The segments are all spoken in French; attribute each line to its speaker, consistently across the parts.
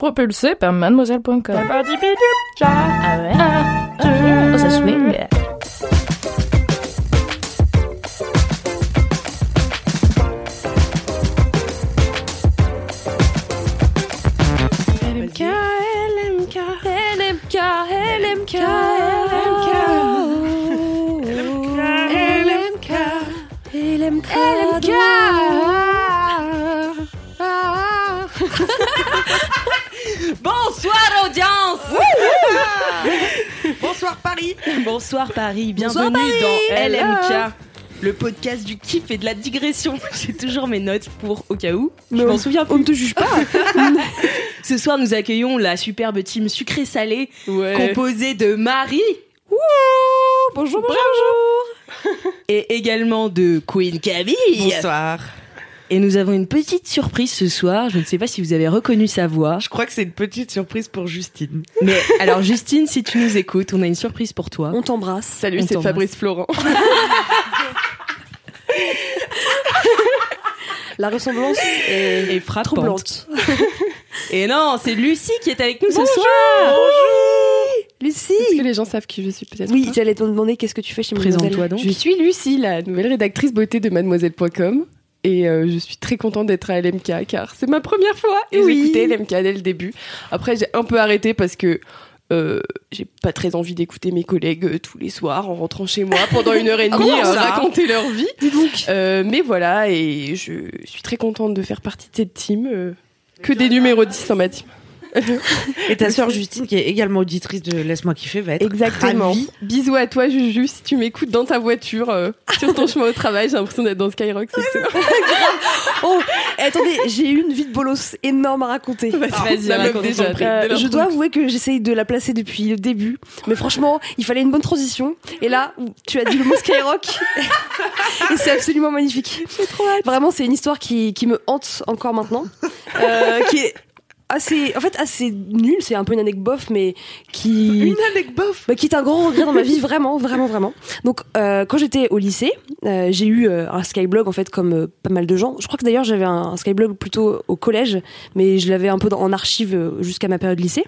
Speaker 1: Propulsé par mademoiselle.com. Ah ouais Oh, ça swing.
Speaker 2: LMK, LMK,
Speaker 1: LMK, LMK,
Speaker 2: LMK, LMK, LMK. Ah.
Speaker 1: Bonsoir audience
Speaker 2: Bonsoir Paris.
Speaker 1: Bonsoir Paris,
Speaker 2: Bonsoir,
Speaker 1: bienvenue
Speaker 2: Paris.
Speaker 1: dans LMK, le podcast du kiff et de la digression. J'ai toujours mes notes pour au cas où. Je
Speaker 2: Non.
Speaker 1: m'en souviens
Speaker 2: On
Speaker 1: plus.
Speaker 2: ne te juge pas.
Speaker 1: Ce soir, nous accueillons la superbe team sucré-salé
Speaker 2: Ouais.
Speaker 1: composée de Marie
Speaker 2: Bonjour, bonjour.
Speaker 1: et également de Queen Camille.
Speaker 3: Bonsoir.
Speaker 1: Et nous avons une petite surprise ce soir. Je ne sais pas si vous avez reconnu sa voix.
Speaker 3: Je crois que c'est une petite surprise pour Justine.
Speaker 1: Mais alors, Justine, si tu nous écoutes, on a une surprise pour toi.
Speaker 2: On t'embrasse.
Speaker 3: Salut,
Speaker 1: On c'est t'embrasse. Fabrice
Speaker 3: Florent.
Speaker 2: La ressemblance est
Speaker 1: Et frappante.
Speaker 2: troublante.
Speaker 1: Et non, c'est Lucie qui est avec nous ce soir.
Speaker 4: Est-ce
Speaker 2: Lucie.
Speaker 4: que les gens savent qui je suis peut-être
Speaker 2: Oui,
Speaker 4: pas
Speaker 2: j'allais te demander qu'est-ce que tu fais chez Mademoiselle.
Speaker 1: Présente-toi donc.
Speaker 4: Je suis Lucie, la nouvelle rédactrice beauté de mademoiselle.com. Et euh, je suis très contente d'être à LMK car c'est ma première fois et
Speaker 2: Oui.
Speaker 4: j'écoutais LMK dès le début. Après, j'ai un peu arrêté parce que euh, j'ai pas très envie d'écouter mes collègues euh, tous les soirs en rentrant chez moi pendant une heure et demie
Speaker 2: Comment
Speaker 4: euh,
Speaker 2: Ah ça
Speaker 4: raconter leur vie.
Speaker 2: Dis donc.
Speaker 4: Euh, mais voilà, et je suis très contente de faire partie de cette team. euh, que des numéros 10 en ma team.
Speaker 3: Et ta sœur Justine, qui est également auditrice de Laisse-moi kiffer, va être ravie.
Speaker 4: Bisous à toi, Juju, si tu m'écoutes dans ta voiture, euh, sur ton chemin au travail, j'ai l'impression d'être dans Skyrock. c'est excellent.
Speaker 2: Oh, attendez, j'ai eu une vie de bolos énorme à raconter.
Speaker 1: Vas-y,
Speaker 4: la meuf
Speaker 1: raconte
Speaker 4: déjà,
Speaker 1: ton prix.
Speaker 4: t'as-
Speaker 2: Euh,
Speaker 4: Dès
Speaker 2: je
Speaker 4: leur
Speaker 2: dois avouer que j'essaye de la placer depuis le début, mais franchement, il fallait une bonne transition. Et là, tu as dit le mot Skyrock, et c'est absolument magnifique. Vraiment, c'est une histoire qui, qui me hante encore maintenant, euh, qui est assez, en fait, assez nulle. C'est un peu une anecdote bof, mais qui
Speaker 3: anecdote.
Speaker 2: bah, qui est un grand regret dans ma vie, vraiment, vraiment, vraiment. Donc, euh, quand j'étais au lycée, euh, j'ai eu euh, un Skyblog, en fait, comme euh, pas mal de gens. Je crois que d'ailleurs, j'avais un, un Skyblog plutôt au collège, mais je l'avais un peu dans- en archive euh, jusqu'à ma période lycée.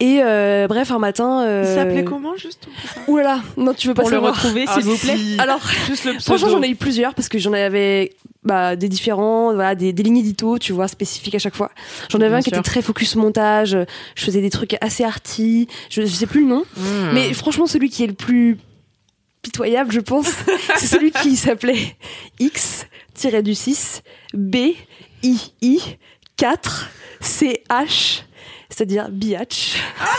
Speaker 2: Et euh, bref, un matin. euh,
Speaker 3: Il s'appelait comment, juste
Speaker 2: Ouh là là, non, tu veux pas
Speaker 1: Pour le
Speaker 2: savoir. Ah,
Speaker 1: retrouver, s'il vous plaît.
Speaker 2: Alors,
Speaker 3: juste le pseudo.
Speaker 2: Franchement, j'en ai eu plusieurs parce que j'en avais bah, des différents, voilà, des, des lignes édito, tu vois, spécifiques à chaque fois. J'en avais
Speaker 4: Bien
Speaker 2: un qui
Speaker 4: sûr.
Speaker 2: était très focus montage, euh, je faisais des trucs assez arty, je, je sais plus le nom.
Speaker 4: Hmm.
Speaker 2: Mais franchement, celui qui est le plus pitoyable, je pense, c'est celui qui s'appelait X-du-6 B-I-I 4 C-H, c'est-à-dire biatch. oh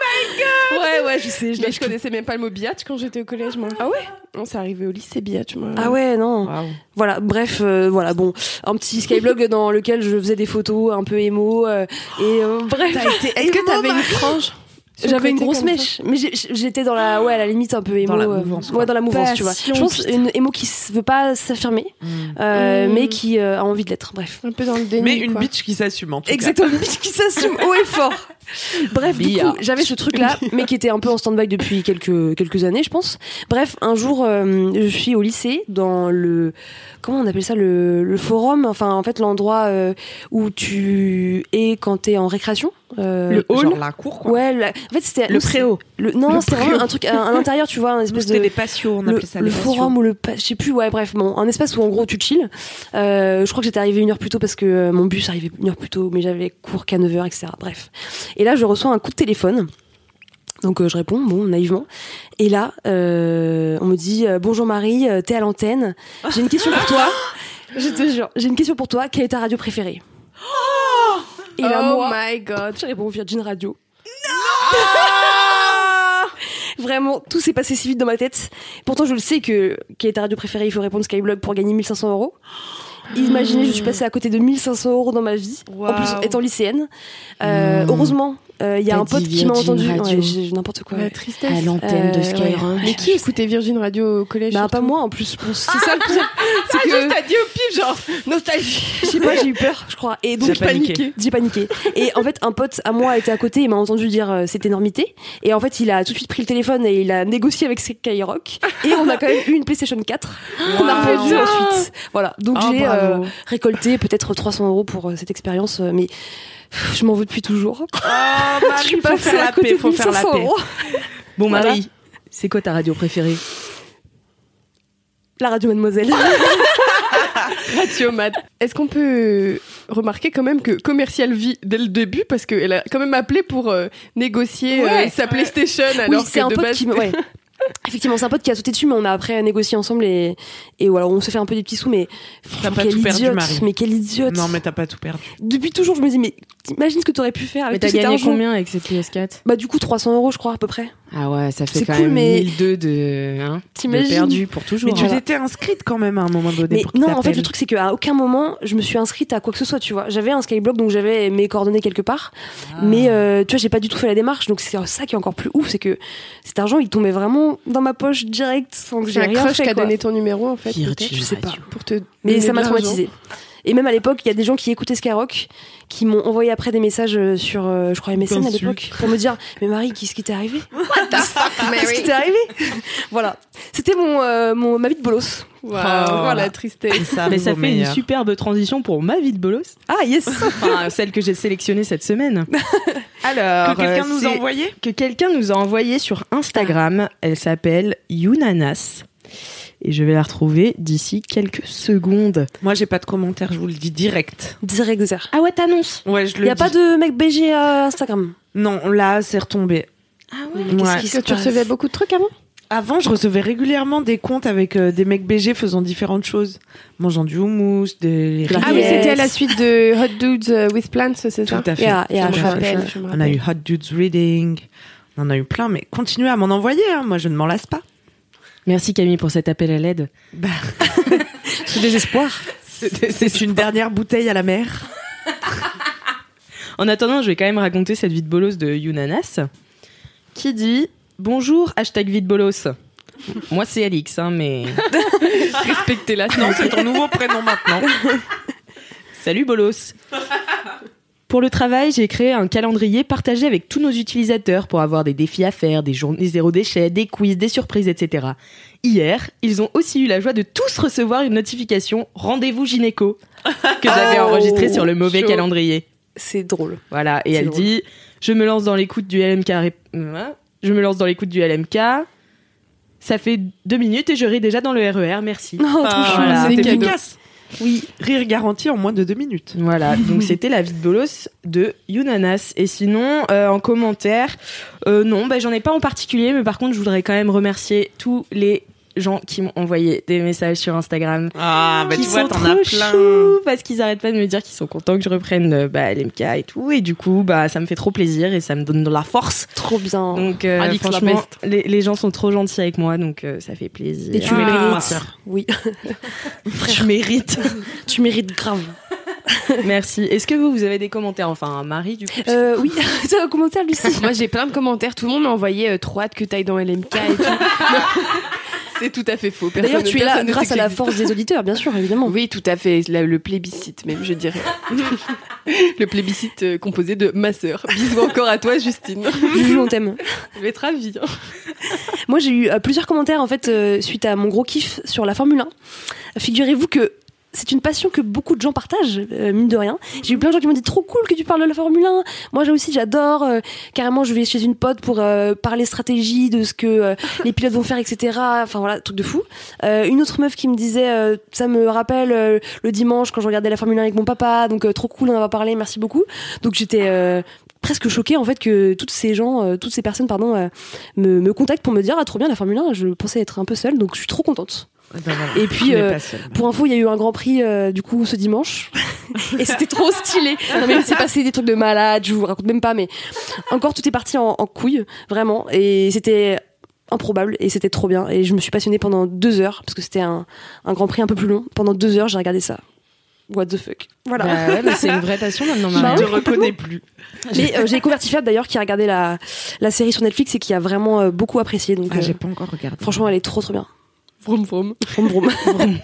Speaker 2: my god! Ouais, ouais, je sais, je
Speaker 4: Mais
Speaker 2: l'ai
Speaker 4: je connaissais même pas le mot biatch quand j'étais au collège, moi.
Speaker 2: Ah ouais
Speaker 4: On s'est arrivé au lycée biatch, moi.
Speaker 2: Ah ouais, non. Voilà, bref, euh, voilà, bon, un petit skyblog dans lequel je faisais des photos un peu émo euh, et euh, bref.
Speaker 3: Est-ce que t'avais une frange
Speaker 2: J'avais une
Speaker 4: côté
Speaker 2: grosse
Speaker 4: comme
Speaker 2: mèche, mais j'ai- j'étais dans la, ouais, à la limite un peu émo.
Speaker 3: Ah. Dans la
Speaker 2: euh,
Speaker 3: mouvance, quoi.
Speaker 2: ouais, dans la mouvance, tu vois.
Speaker 4: Passion,
Speaker 2: Je pense
Speaker 4: putain.
Speaker 2: une émo qui se veut pas s'affirmer, euh,
Speaker 4: Mm.
Speaker 2: mais qui euh, a envie de l'être. Bref.
Speaker 4: Un peu dans le déni.
Speaker 3: Mais une
Speaker 4: quoi.
Speaker 3: bitch qui s'assume, en tout cas.
Speaker 2: Exactement, qui s'assume haut et fort. Bref, du coup, j'avais ce truc-là, mais qui était un peu en stand-by depuis quelques, quelques années, je pense. Bref, un jour, euh, je suis au lycée, dans le. Comment on appelle ça Le, le forum, enfin, en fait, l'endroit euh, où tu es quand t'es en récréation. euh,
Speaker 3: Genre la cour, quoi.
Speaker 2: Ouais, la- en fait, c'était.
Speaker 3: Le préau.
Speaker 2: le- Non,
Speaker 3: Le
Speaker 2: c'était vraiment un truc à, à l'intérieur, tu vois, un espèce
Speaker 3: C'était
Speaker 2: de
Speaker 3: des patios, on
Speaker 2: le,
Speaker 3: appelait ça
Speaker 2: le
Speaker 3: les patios.
Speaker 2: forum ou le pa- je sais plus ouais bref bon, un espace où en gros tu chill Euh, je crois que j'étais arrivée une heure plus tôt parce que euh, mon bus arrivait une heure plus tôt mais j'avais cours qu'à 9h etc bref et là je reçois un coup de téléphone donc euh, je réponds bon naïvement et là euh, on me dit euh, bonjour Marie euh, t'es à l'antenne j'ai une question pour toi je te jure j'ai une question pour toi quelle est ta radio préférée et là
Speaker 4: oh
Speaker 2: moi
Speaker 4: my god.
Speaker 2: je réponds Virgin Radio. Non Vraiment, tout s'est passé si vite dans ma tête. Pourtant, je le sais que quelle est ta radio préférée, il faut répondre Skyblog pour gagner 1500 euros. Imaginez, je suis passée à côté de 1500 euros dans ma vie, en plus étant lycéenne. Euh,
Speaker 5: Mmh.
Speaker 2: Heureusement, euh, il y a
Speaker 5: T'as
Speaker 2: un pote
Speaker 5: dit
Speaker 2: qui m'a
Speaker 5: Virgin
Speaker 2: entendu.
Speaker 5: Radio.
Speaker 2: Ouais, j'ai- n'importe quoi.
Speaker 4: La
Speaker 2: ouais.
Speaker 4: tristesse.
Speaker 5: à l'antenne de
Speaker 2: Euh,
Speaker 5: Skyrock.
Speaker 4: Mais qui écoutait Virgin Radio au collège
Speaker 2: Bah, pas
Speaker 4: surtout Ah,
Speaker 2: moi en plus. C'est ça le pire.
Speaker 4: C'est que... juste t'as dit au pif genre nostalgie.
Speaker 2: Je sais pas, j'ai eu peur, je crois. Et donc,
Speaker 3: J'ai paniqué.
Speaker 2: J'ai paniqué. Et en fait, un pote à moi était à côté, il m'a entendu dire euh, cette énormité. Et en fait, il a tout de suite pris le téléphone et il a négocié avec Skyrock. Et on a quand même eu une PlayStation 4 qu'on a
Speaker 4: Wow.
Speaker 2: revendue ensuite. Voilà. Donc,
Speaker 3: Ah,
Speaker 2: j'ai
Speaker 3: bravo.
Speaker 2: euh, récolté peut-être 300 euros pour euh, cette expérience, euh, mais pff, je m'en veux depuis toujours.
Speaker 3: Ah, Marie,
Speaker 2: suis
Speaker 3: faut
Speaker 2: passée
Speaker 3: faire
Speaker 2: à
Speaker 3: la
Speaker 2: côté
Speaker 3: paix,
Speaker 2: de
Speaker 3: faut faire la
Speaker 2: 1500
Speaker 3: paix.
Speaker 2: euros.
Speaker 1: Bon,
Speaker 2: Voilà.
Speaker 1: Marie, c'est quoi ta radio préférée
Speaker 2: La radio Mademoiselle.
Speaker 4: Ratio Mad. Est-ce qu'on peut remarquer quand même que Commercial vit dès le début parce qu'elle a quand même appelé pour euh, négocier
Speaker 3: Ouais.
Speaker 4: euh, sa PlayStation alors
Speaker 2: oui, c'est
Speaker 4: que
Speaker 2: un
Speaker 4: de
Speaker 2: pote
Speaker 4: base
Speaker 2: qui me- ouais. Effectivement, c'est un pote qui a sauté dessus, mais on a après négocié ensemble et, et voilà, on s'est fait un peu des petits sous, mais
Speaker 3: T'as
Speaker 2: Pff,
Speaker 3: pas
Speaker 2: quel
Speaker 3: tout perdu,
Speaker 2: idiote,
Speaker 3: Marie.
Speaker 2: mais quel idiote.
Speaker 3: Non, mais t'as pas tout perdu.
Speaker 2: Depuis toujours, je me dis, mais t'imagines ce que t'aurais pu faire
Speaker 5: Mais
Speaker 2: avec
Speaker 5: t'as
Speaker 2: tout cet
Speaker 5: gagné
Speaker 2: argent
Speaker 5: combien avec cette PS4
Speaker 2: Bah du coup, 300 euros, je crois, à peu près.
Speaker 5: Ah ouais, ça fait
Speaker 2: C'est
Speaker 5: quand
Speaker 2: cool,
Speaker 5: même
Speaker 2: mais-
Speaker 5: 1002 de, hein, de
Speaker 2: T'imagines
Speaker 5: perdu pour toujours. hein.
Speaker 3: Mais tu
Speaker 5: Voilà.
Speaker 3: t'étais inscrite quand même à un moment donné
Speaker 2: Mais
Speaker 3: pour qu'il
Speaker 2: non, en fait,
Speaker 3: t'appelle.
Speaker 2: le truc, c'est qu'à aucun moment, je me suis inscrite à quoi que ce soit, tu vois. J'avais un Skyblock, donc j'avais mes coordonnées quelque part. Mais euh, tu vois, j'ai pas du tout fait la démarche. Donc c'est ça qui est encore plus ouf, c'est que cet argent, il tombait vraiment dans ma poche direct, sans que
Speaker 4: c'est
Speaker 2: j'ai
Speaker 4: un
Speaker 2: rien
Speaker 4: crush
Speaker 2: fait,
Speaker 4: qui a
Speaker 2: quoi.
Speaker 4: donné ton numéro en fait.
Speaker 5: Virgin
Speaker 4: peut-être, je sais pas.
Speaker 5: Radio.
Speaker 4: Pour te
Speaker 2: Mais
Speaker 4: donner
Speaker 2: ça
Speaker 4: de
Speaker 2: m'a
Speaker 4: l'argent.
Speaker 2: traumatisée. Et même à l'époque, il y a des gens qui écoutaient Skyrock qui m'ont envoyé après des messages euh, sur, euh, je crois, MSN à
Speaker 3: T'insultes.
Speaker 2: l'époque, pour me dire Mais Marie, qu'est-ce qui t'est arrivé Qu'est-ce qui
Speaker 4: Mary.
Speaker 2: t'est arrivé Voilà. C'était mon, euh, mon, ma vie de bolos.
Speaker 4: Wow,
Speaker 3: Voilà.
Speaker 4: la tristesse.
Speaker 3: ça,
Speaker 1: Mais ça
Speaker 3: vaut
Speaker 1: fait une
Speaker 3: meilleur.
Speaker 1: superbe transition pour ma vie de bolos,
Speaker 2: Ah, yes
Speaker 1: enfin celle que j'ai sélectionnée cette semaine.
Speaker 3: Que
Speaker 1: Alors,
Speaker 3: quelqu'un
Speaker 1: euh,
Speaker 3: nous
Speaker 1: c'est-
Speaker 3: a envoyé
Speaker 1: que quelqu'un nous a envoyé sur Instagram. Elle s'appelle Younanas. Et je vais la retrouver d'ici quelques secondes.
Speaker 3: Moi, j'ai pas de commentaire, je vous le dis direct.
Speaker 2: Direct zère.
Speaker 1: Ah ouais, t'annonces
Speaker 3: Ouais, je
Speaker 2: Il
Speaker 3: le
Speaker 2: y a
Speaker 3: dis.
Speaker 2: pas de mec BG à Instagram.
Speaker 3: Non, là, c'est retombé.
Speaker 1: Ah
Speaker 3: Ouais.
Speaker 2: qui
Speaker 4: Est-ce que tu recevais beaucoup de trucs avant
Speaker 3: Avant, je recevais régulièrement des comptes avec euh, des mecs BG faisant différentes choses. Mangeant du houmous, des...
Speaker 2: Ah
Speaker 4: Ah
Speaker 2: oui,
Speaker 4: oui,
Speaker 2: Yes.
Speaker 4: c'était à la suite de Hot Dudes euh, with Plants, c'est ça
Speaker 3: Bah, Tout à fait. Ah,
Speaker 2: Yeah, yeah,
Speaker 4: Je me
Speaker 2: je
Speaker 4: rappelle.
Speaker 2: rappelle.
Speaker 4: je me
Speaker 3: On a
Speaker 4: rappelle.
Speaker 3: eu Hot Dudes Reading, on en a eu plein, mais continuez à m'en envoyer, hein, moi je ne m'en lasse pas.
Speaker 5: Merci Camille pour cet appel à l'aide.
Speaker 2: Ce désespoir.
Speaker 3: C'est une dernière bouteille à la mer.
Speaker 1: En attendant, je vais quand même raconter cette vie de bolos de Younanas qui dit Bonjour, hashtag vie de bolos. Moi, c'est Alix, hein, mais respectez-la.
Speaker 3: Non, c'est ton nouveau prénom maintenant.
Speaker 1: Salut Bolos Pour le travail, j'ai créé un calendrier partagé avec tous nos utilisateurs pour avoir des défis à faire, des journées zéro déchet, des quiz, des surprises, etc. Hier, ils ont aussi eu la joie de tous recevoir une notification Rendez-vous gynéco que j'avais
Speaker 2: Oh,
Speaker 1: enregistrée sur le mauvais
Speaker 4: chaud.
Speaker 1: calendrier.
Speaker 2: C'est drôle.
Speaker 1: Voilà, et
Speaker 2: C'est
Speaker 1: elle
Speaker 2: drôle.
Speaker 1: dit Je me lance dans l'écoute du LMK. ré- Hein Je me lance dans l'écoute du LMK. Ça fait deux minutes et je ris déjà dans le RER, merci.
Speaker 2: Non,
Speaker 3: Ah,
Speaker 2: trop chou.
Speaker 1: voilà.
Speaker 3: c'est
Speaker 4: C'est cadeau.
Speaker 3: efficace. Oui, rire garanti en moins de deux minutes.
Speaker 1: Voilà, donc c'était la vie de bolos de Younanas. Et sinon, euh, en commentaire, euh, non, bah, j'en ai pas en particulier, mais par contre, je voudrais quand même remercier tous les gens qui m'ont envoyé des messages sur Instagram.
Speaker 3: Ah, bah
Speaker 1: qui
Speaker 3: tu vois,
Speaker 1: sont
Speaker 3: t'en as
Speaker 1: trop
Speaker 3: plein.
Speaker 1: choux, parce qu'ils arrêtent pas de me dire qu'ils sont contents que je reprenne euh, bah, l'MK et tout. Et du coup, bah, ça me fait trop plaisir et ça me donne de la force.
Speaker 2: Trop bien.
Speaker 1: Donc, euh,
Speaker 4: Oh. Alix, la
Speaker 1: franchement,
Speaker 4: peste.
Speaker 1: les, les gens sont trop gentils avec moi, donc euh, ça fait plaisir.
Speaker 2: Et tu
Speaker 3: Ah.
Speaker 2: mérites. Oui,
Speaker 1: tu mérites.
Speaker 2: tu mérites grave.
Speaker 1: Merci. Est-ce que vous, vous avez des commentaires Enfin, Marie, du coup. parce que-
Speaker 2: Euh, oui, c'est un commentaire, Lucie.
Speaker 4: Moi, j'ai plein de commentaires. Tout le monde m'a envoyé euh, trop hâte que t'ailles dans LMK et tout. c'est tout à fait faux. Personne-
Speaker 2: D'ailleurs, tu es là
Speaker 4: personne ne
Speaker 2: grâce
Speaker 4: sait
Speaker 2: à
Speaker 4: que
Speaker 2: la
Speaker 4: j'existe.
Speaker 2: force des auditeurs, bien sûr, évidemment.
Speaker 4: Oui, tout à fait. La- le plébiscite, même, je dirais. le plébiscite euh, composé de ma sœur. Bisous encore à toi, Justine.
Speaker 2: Juju, on t'aime.
Speaker 4: Je vais être ravie. hein.
Speaker 2: Moi, j'ai eu euh, plusieurs commentaires en fait euh, suite à mon gros kiff sur la Formule 1. Figurez-vous que c'est une passion que beaucoup de gens partagent, euh, mine de rien. J'ai eu plein de gens qui m'ont dit trop cool que tu parles de la Formule 1. Moi, j'ai aussi, j'adore. euh, carrément, je vais chez une pote pour euh, parler stratégie de ce que euh, les pilotes vont faire, etc. Enfin voilà, truc de fou. Euh, une autre meuf qui me disait, euh, ça me rappelle euh, le dimanche quand je regardais la Formule 1 avec mon papa. Donc euh, trop cool, on en va parler. Merci beaucoup. Donc j'étais euh, presque choquée en fait que toutes ces gens, euh, toutes ces personnes, pardon. euh, me, me contacte pour me dire ah trop bien la Formule 1 je pensais être un peu seule donc je suis trop contente
Speaker 3: Eh ben,
Speaker 2: Et puis, euh, pour info il y a eu un Grand Prix euh, du coup ce dimanche et c'était trop stylé non mais il s'est passé des trucs de malade je vous raconte même pas mais encore tout est parti en, en couille vraiment et c'était improbable et c'était trop bien et je me suis passionnée pendant deux heures parce que c'était un, un Grand Prix un peu plus long pendant deux heures j'ai regardé ça what the fuck. Voilà.
Speaker 1: Bah ouais, mais c'est une vraie passion maintenant, Marianne.
Speaker 3: Je te reconnais plus.
Speaker 2: Mais euh, j'ai découvert Tiffany d'ailleurs qui a regardé la, la série sur Netflix et qui a vraiment euh, beaucoup apprécié. Donc,
Speaker 3: Ah,
Speaker 2: euh,
Speaker 3: j'ai pas encore regardé.
Speaker 2: franchement, elle est trop trop bien.
Speaker 4: Vroom vroom.
Speaker 2: Vroom, vroom.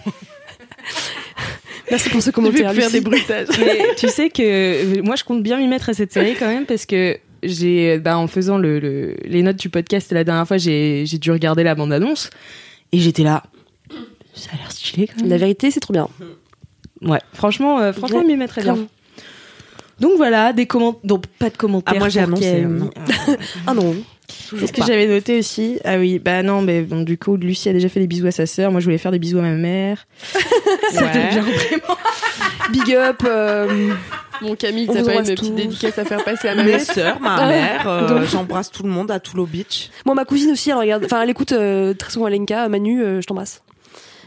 Speaker 2: Merci pour ce
Speaker 4: Je vais
Speaker 2: commentaire.
Speaker 4: faire
Speaker 2: Lucie.
Speaker 4: des bruitages.
Speaker 1: Mais tu sais que euh, moi, je compte bien m'y mettre à cette série quand même parce que j'ai, euh, bah, en faisant le, le- les notes du podcast la dernière fois, j'ai, j'ai dû regarder la bande-annonce et j'étais là. Ça a l'air stylé quand même.
Speaker 2: La vérité, c'est trop bien.
Speaker 1: Ouais, franchement, euh, franchement,
Speaker 2: Ouais,
Speaker 1: je m'y mettrait bien.
Speaker 2: grave.
Speaker 1: Donc voilà, des commentaires. Donc pas de commentaires.
Speaker 3: Ah, moi, j'ai
Speaker 1: pour
Speaker 3: annoncé,
Speaker 1: Camille.
Speaker 3: euh, non.
Speaker 2: Ah non.
Speaker 1: Est-ce que j'avais noté aussi Ah oui, bah non, mais bon, du coup, Lucie a déjà fait des bisous à sa sœur. Moi, je voulais faire des bisous à ma mère.
Speaker 3: Ouais.
Speaker 2: Big up. euh,
Speaker 4: Mon Camille,
Speaker 2: On
Speaker 4: t'as
Speaker 2: vous
Speaker 4: pas une
Speaker 2: embrasse
Speaker 4: petite
Speaker 2: tous.
Speaker 4: dédicace à faire passer à ma
Speaker 3: Mes
Speaker 4: mère
Speaker 3: sœurs, ma mère, euh, j'embrasse tout le monde à Toulouse Beach.
Speaker 2: Moi, ma cousine aussi, elle regarde. Enfin, elle écoute euh, très souvent Alenka. Manu, euh, je t'embrasse.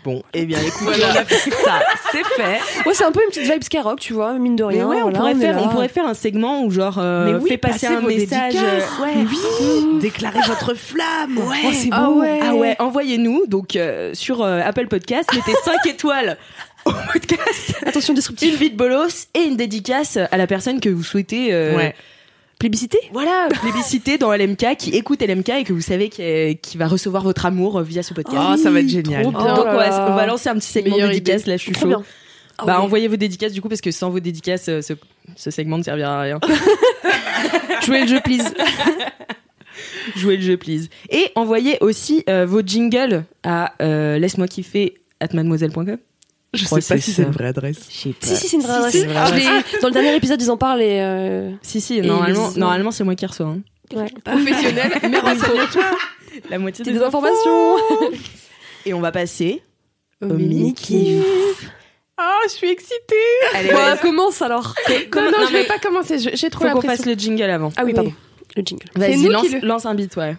Speaker 3: Bon, eh bien, écoute,
Speaker 4: Voilà.
Speaker 3: on a fait ça, c'est fait.
Speaker 2: Ouais, c'est un peu une petite vibe Skyrock, tu vois, mine de
Speaker 1: Mais
Speaker 2: rien.
Speaker 1: ouais, on,
Speaker 2: voilà,
Speaker 1: pourrait
Speaker 2: est
Speaker 1: faire,
Speaker 2: là.
Speaker 1: on pourrait faire un segment où genre euh,
Speaker 3: Mais oui,
Speaker 1: fait passer
Speaker 3: passez
Speaker 1: un
Speaker 3: vos
Speaker 1: message.
Speaker 3: dédicaces.
Speaker 1: euh,
Speaker 2: Ouais.
Speaker 3: Déclarez votre flamme. Ouais.
Speaker 2: Oh, c'est beau.
Speaker 1: Ah ouais, ah ouais, envoyez-nous donc euh, sur euh, Apple Podcast, mettez 5 étoiles au podcast,
Speaker 2: Attention, disruptive.
Speaker 1: une vie de bolos et une dédicace à la personne que vous souhaitez euh,
Speaker 3: Ouais.
Speaker 2: Plébiscité
Speaker 1: voilà, plébisciter dans LMK, qui écoute LMK et que vous savez qui, qui va recevoir votre amour euh, via ce podcast.
Speaker 3: Oh, ça va être génial.
Speaker 4: Trop
Speaker 1: Donc
Speaker 4: bien.
Speaker 2: Oh
Speaker 1: on
Speaker 2: là
Speaker 1: va,
Speaker 2: là.
Speaker 1: on va lancer un petit segment
Speaker 4: Meilleure
Speaker 1: dédicace, là je suis
Speaker 2: Trop
Speaker 1: chaud.
Speaker 2: bien. Ah
Speaker 1: bah
Speaker 2: ouais.
Speaker 1: envoyez vos dédicaces du coup parce que sans vos dédicaces euh, ce, ce segment ne servira à rien.
Speaker 2: Jouez le jeu, please.
Speaker 1: Jouez le jeu, please. Et envoyez aussi euh, vos jingles à euh, laisse-moi kiffer at mademoiselle.com.
Speaker 3: Je
Speaker 1: crois
Speaker 3: sais
Speaker 1: que
Speaker 3: pas
Speaker 1: c'est
Speaker 3: si c'est
Speaker 1: ça.
Speaker 3: une vraie adresse.
Speaker 1: Je sais pas.
Speaker 2: Si, si, c'est une vraie adresse.
Speaker 1: c'est Ah,
Speaker 2: Je
Speaker 1: une vraie
Speaker 2: l'ai- Dans le dernier épisode, ils en parlent et. euh,
Speaker 1: Si, si, normalement,
Speaker 2: les-
Speaker 1: normalement c'est moi qui reçois. hein.
Speaker 2: Ouais.
Speaker 4: professionnelle, mais renseigne-toi.
Speaker 1: La moitié
Speaker 2: Des informations.
Speaker 1: Et on va passer
Speaker 4: Euh,
Speaker 1: au
Speaker 2: mini
Speaker 1: mini-kiff.
Speaker 4: Ah, je suis excitée.
Speaker 1: Allez,
Speaker 2: Bon,
Speaker 1: vas-y.
Speaker 2: Bah, commence alors.
Speaker 1: Comment-
Speaker 4: non, non,
Speaker 1: non,
Speaker 4: je
Speaker 1: mais
Speaker 4: vais pas commencer. je- J'ai trop
Speaker 1: Faut
Speaker 4: la
Speaker 1: qu'on
Speaker 4: pression.
Speaker 1: fasse le jingle avant.
Speaker 2: Ah oui, pardon. Le jingle.
Speaker 4: nous
Speaker 1: Vas-y,
Speaker 4: qui
Speaker 1: lance,
Speaker 4: le-
Speaker 1: lance un beat, ouais.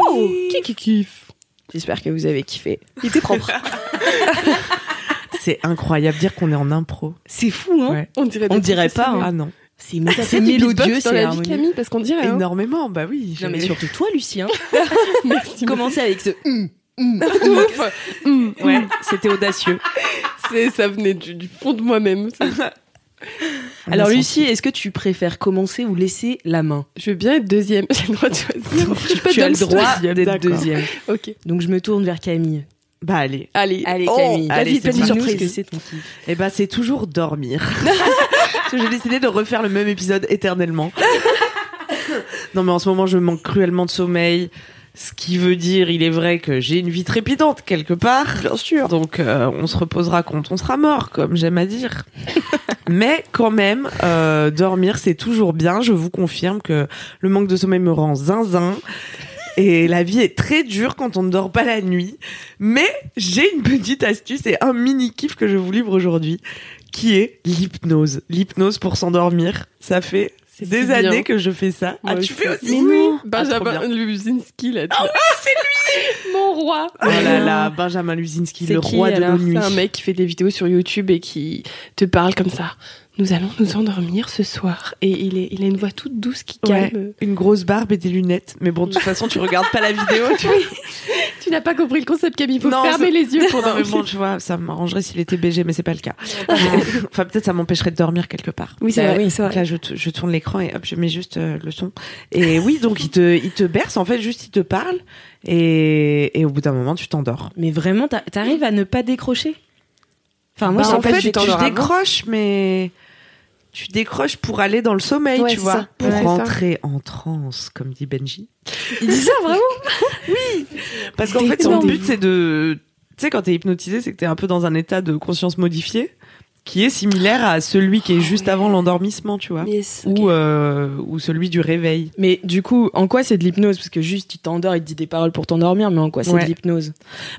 Speaker 2: Oh
Speaker 1: J'espère que vous avez kiffé.
Speaker 2: Il était propre.
Speaker 3: C'est incroyable dire qu'on est en impro.
Speaker 1: C'est fou, hein
Speaker 3: Ouais.
Speaker 4: On dirait,
Speaker 1: On
Speaker 4: des
Speaker 1: dirait
Speaker 4: professionnels.
Speaker 1: pas, hein.
Speaker 3: Ah non.
Speaker 1: C'est
Speaker 4: T'as
Speaker 1: méta-
Speaker 4: fait du beatbox
Speaker 1: mélodieux,
Speaker 4: dans
Speaker 1: c'est
Speaker 4: la vie,
Speaker 1: harmonieux.
Speaker 4: Camille, parce qu'on dirait. hein.
Speaker 3: Énormément, bah oui.
Speaker 1: Non, mais
Speaker 3: j'ai-
Speaker 1: surtout toi, Lucien.
Speaker 4: Merci.
Speaker 1: Commencez avec ce. hum, hum.
Speaker 4: Hum,
Speaker 1: Ouais, c'était audacieux.
Speaker 4: c'est- ça venait du, du fond de moi-même. C'est-
Speaker 3: On
Speaker 1: Alors,
Speaker 3: a senti.
Speaker 1: Lucie, est-ce que tu préfères commencer ou laisser la main
Speaker 4: Je veux bien être deuxième. J'ai le droit de choisir. Je suis pas
Speaker 1: Tu as le
Speaker 4: dumpster.
Speaker 1: droit
Speaker 3: deuxième,
Speaker 1: d'être
Speaker 3: d'accord.
Speaker 1: deuxième.
Speaker 4: Ok.
Speaker 1: Donc, je me tourne vers Camille.
Speaker 3: Bah allez.
Speaker 4: Allez.
Speaker 1: Allez,
Speaker 4: Oh,
Speaker 1: Camille.
Speaker 3: allez,
Speaker 1: Vas-y,
Speaker 3: c'est
Speaker 1: dis-nous
Speaker 3: parti.
Speaker 1: ce que c'est ton kiff.
Speaker 3: Eh ben, c'est toujours dormir. Parce que j'ai décidé de refaire le même épisode éternellement. non, mais en ce moment, je manque cruellement de sommeil. Ce qui veut dire, il est vrai que j'ai une vie trépidante quelque part. Bien sûr. Donc, euh, on se reposera quand on sera mort, comme j'aime à dire. mais quand même, euh, dormir, c'est toujours bien. Je vous confirme que le manque de sommeil me rend zinzin. Et la vie est très dure quand on ne dort pas la nuit. Mais j'ai une petite astuce et un mini kiff que je vous livre aujourd'hui, qui est l'hypnose. L'hypnose pour s'endormir, ça fait
Speaker 4: C'est
Speaker 3: des
Speaker 4: si
Speaker 3: années
Speaker 4: bien.
Speaker 3: que je fais ça.
Speaker 4: Moi
Speaker 3: ah, tu fais aussi
Speaker 4: Mais oui.
Speaker 3: Ah, trop
Speaker 4: Benjamin
Speaker 3: bien.
Speaker 4: Luzinski, là. Ah, c'est lui Mon roi.
Speaker 3: Oh là là, Benjamin Luzinski,
Speaker 1: C'est
Speaker 3: le
Speaker 1: qui,
Speaker 3: roi de nos
Speaker 1: alors
Speaker 3: nuits.
Speaker 4: C'est un mec qui fait des vidéos sur YouTube et qui te parle comme ça. Nous allons nous endormir ce soir. Et il, est, il a une voix toute douce qui
Speaker 3: Ouais.
Speaker 4: calme.
Speaker 3: Une grosse barbe et des lunettes. Mais bon, de toute façon, tu regardes pas la vidéo. Tu... vois.
Speaker 4: Tu n'as pas compris le concept, Camille. Faut
Speaker 3: Non,
Speaker 4: fermer
Speaker 3: c'est-
Speaker 4: les yeux pour
Speaker 3: non, mais
Speaker 4: dormir.
Speaker 3: bon, tu vois, ça m'arrangerait s'il était BG, mais c'est pas le cas. enfin, peut-être ça m'empêcherait de dormir quelque part.
Speaker 2: Oui, c'est
Speaker 1: Bah
Speaker 2: vrai.
Speaker 1: oui.
Speaker 2: c'est vrai.
Speaker 3: Donc là, je, t- je tourne l'écran et hop, je mets juste euh, le son. Et oui, donc il te, il te berce, en fait, juste il te parle. Et, et au bout d'un moment, tu t'endors.
Speaker 1: Mais vraiment, t'a- t'arrives à ne pas décrocher Enfin, moi,
Speaker 3: Bah,
Speaker 1: j'ai-
Speaker 3: en fait,
Speaker 1: j'ai
Speaker 3: tu
Speaker 1: tendance à-
Speaker 3: décroches, mais tu décroches pour aller dans le sommeil,
Speaker 2: Ouais,
Speaker 3: tu
Speaker 2: c'est
Speaker 3: vois.
Speaker 2: ça.
Speaker 3: Pour
Speaker 4: Ouais, c'est ça.
Speaker 3: rentrer en transe, comme dit Benji.
Speaker 2: Il dit ça vraiment
Speaker 3: Parce qu'en fait, son
Speaker 2: Détendez-vous.
Speaker 3: but, c'est de. Tu sais, quand t'es hypnotisé, c'est que t'es un peu dans un état de conscience modifiée qui est similaire à celui qui est juste avant l'endormissement, tu vois.
Speaker 2: Yes.
Speaker 3: Ou, euh, ou celui du réveil.
Speaker 1: Mais du coup, en quoi c'est de l'hypnose Parce que juste, tu t'endors, il te dit des paroles pour t'endormir, mais en quoi c'est
Speaker 3: Ouais.
Speaker 1: de l'hypnose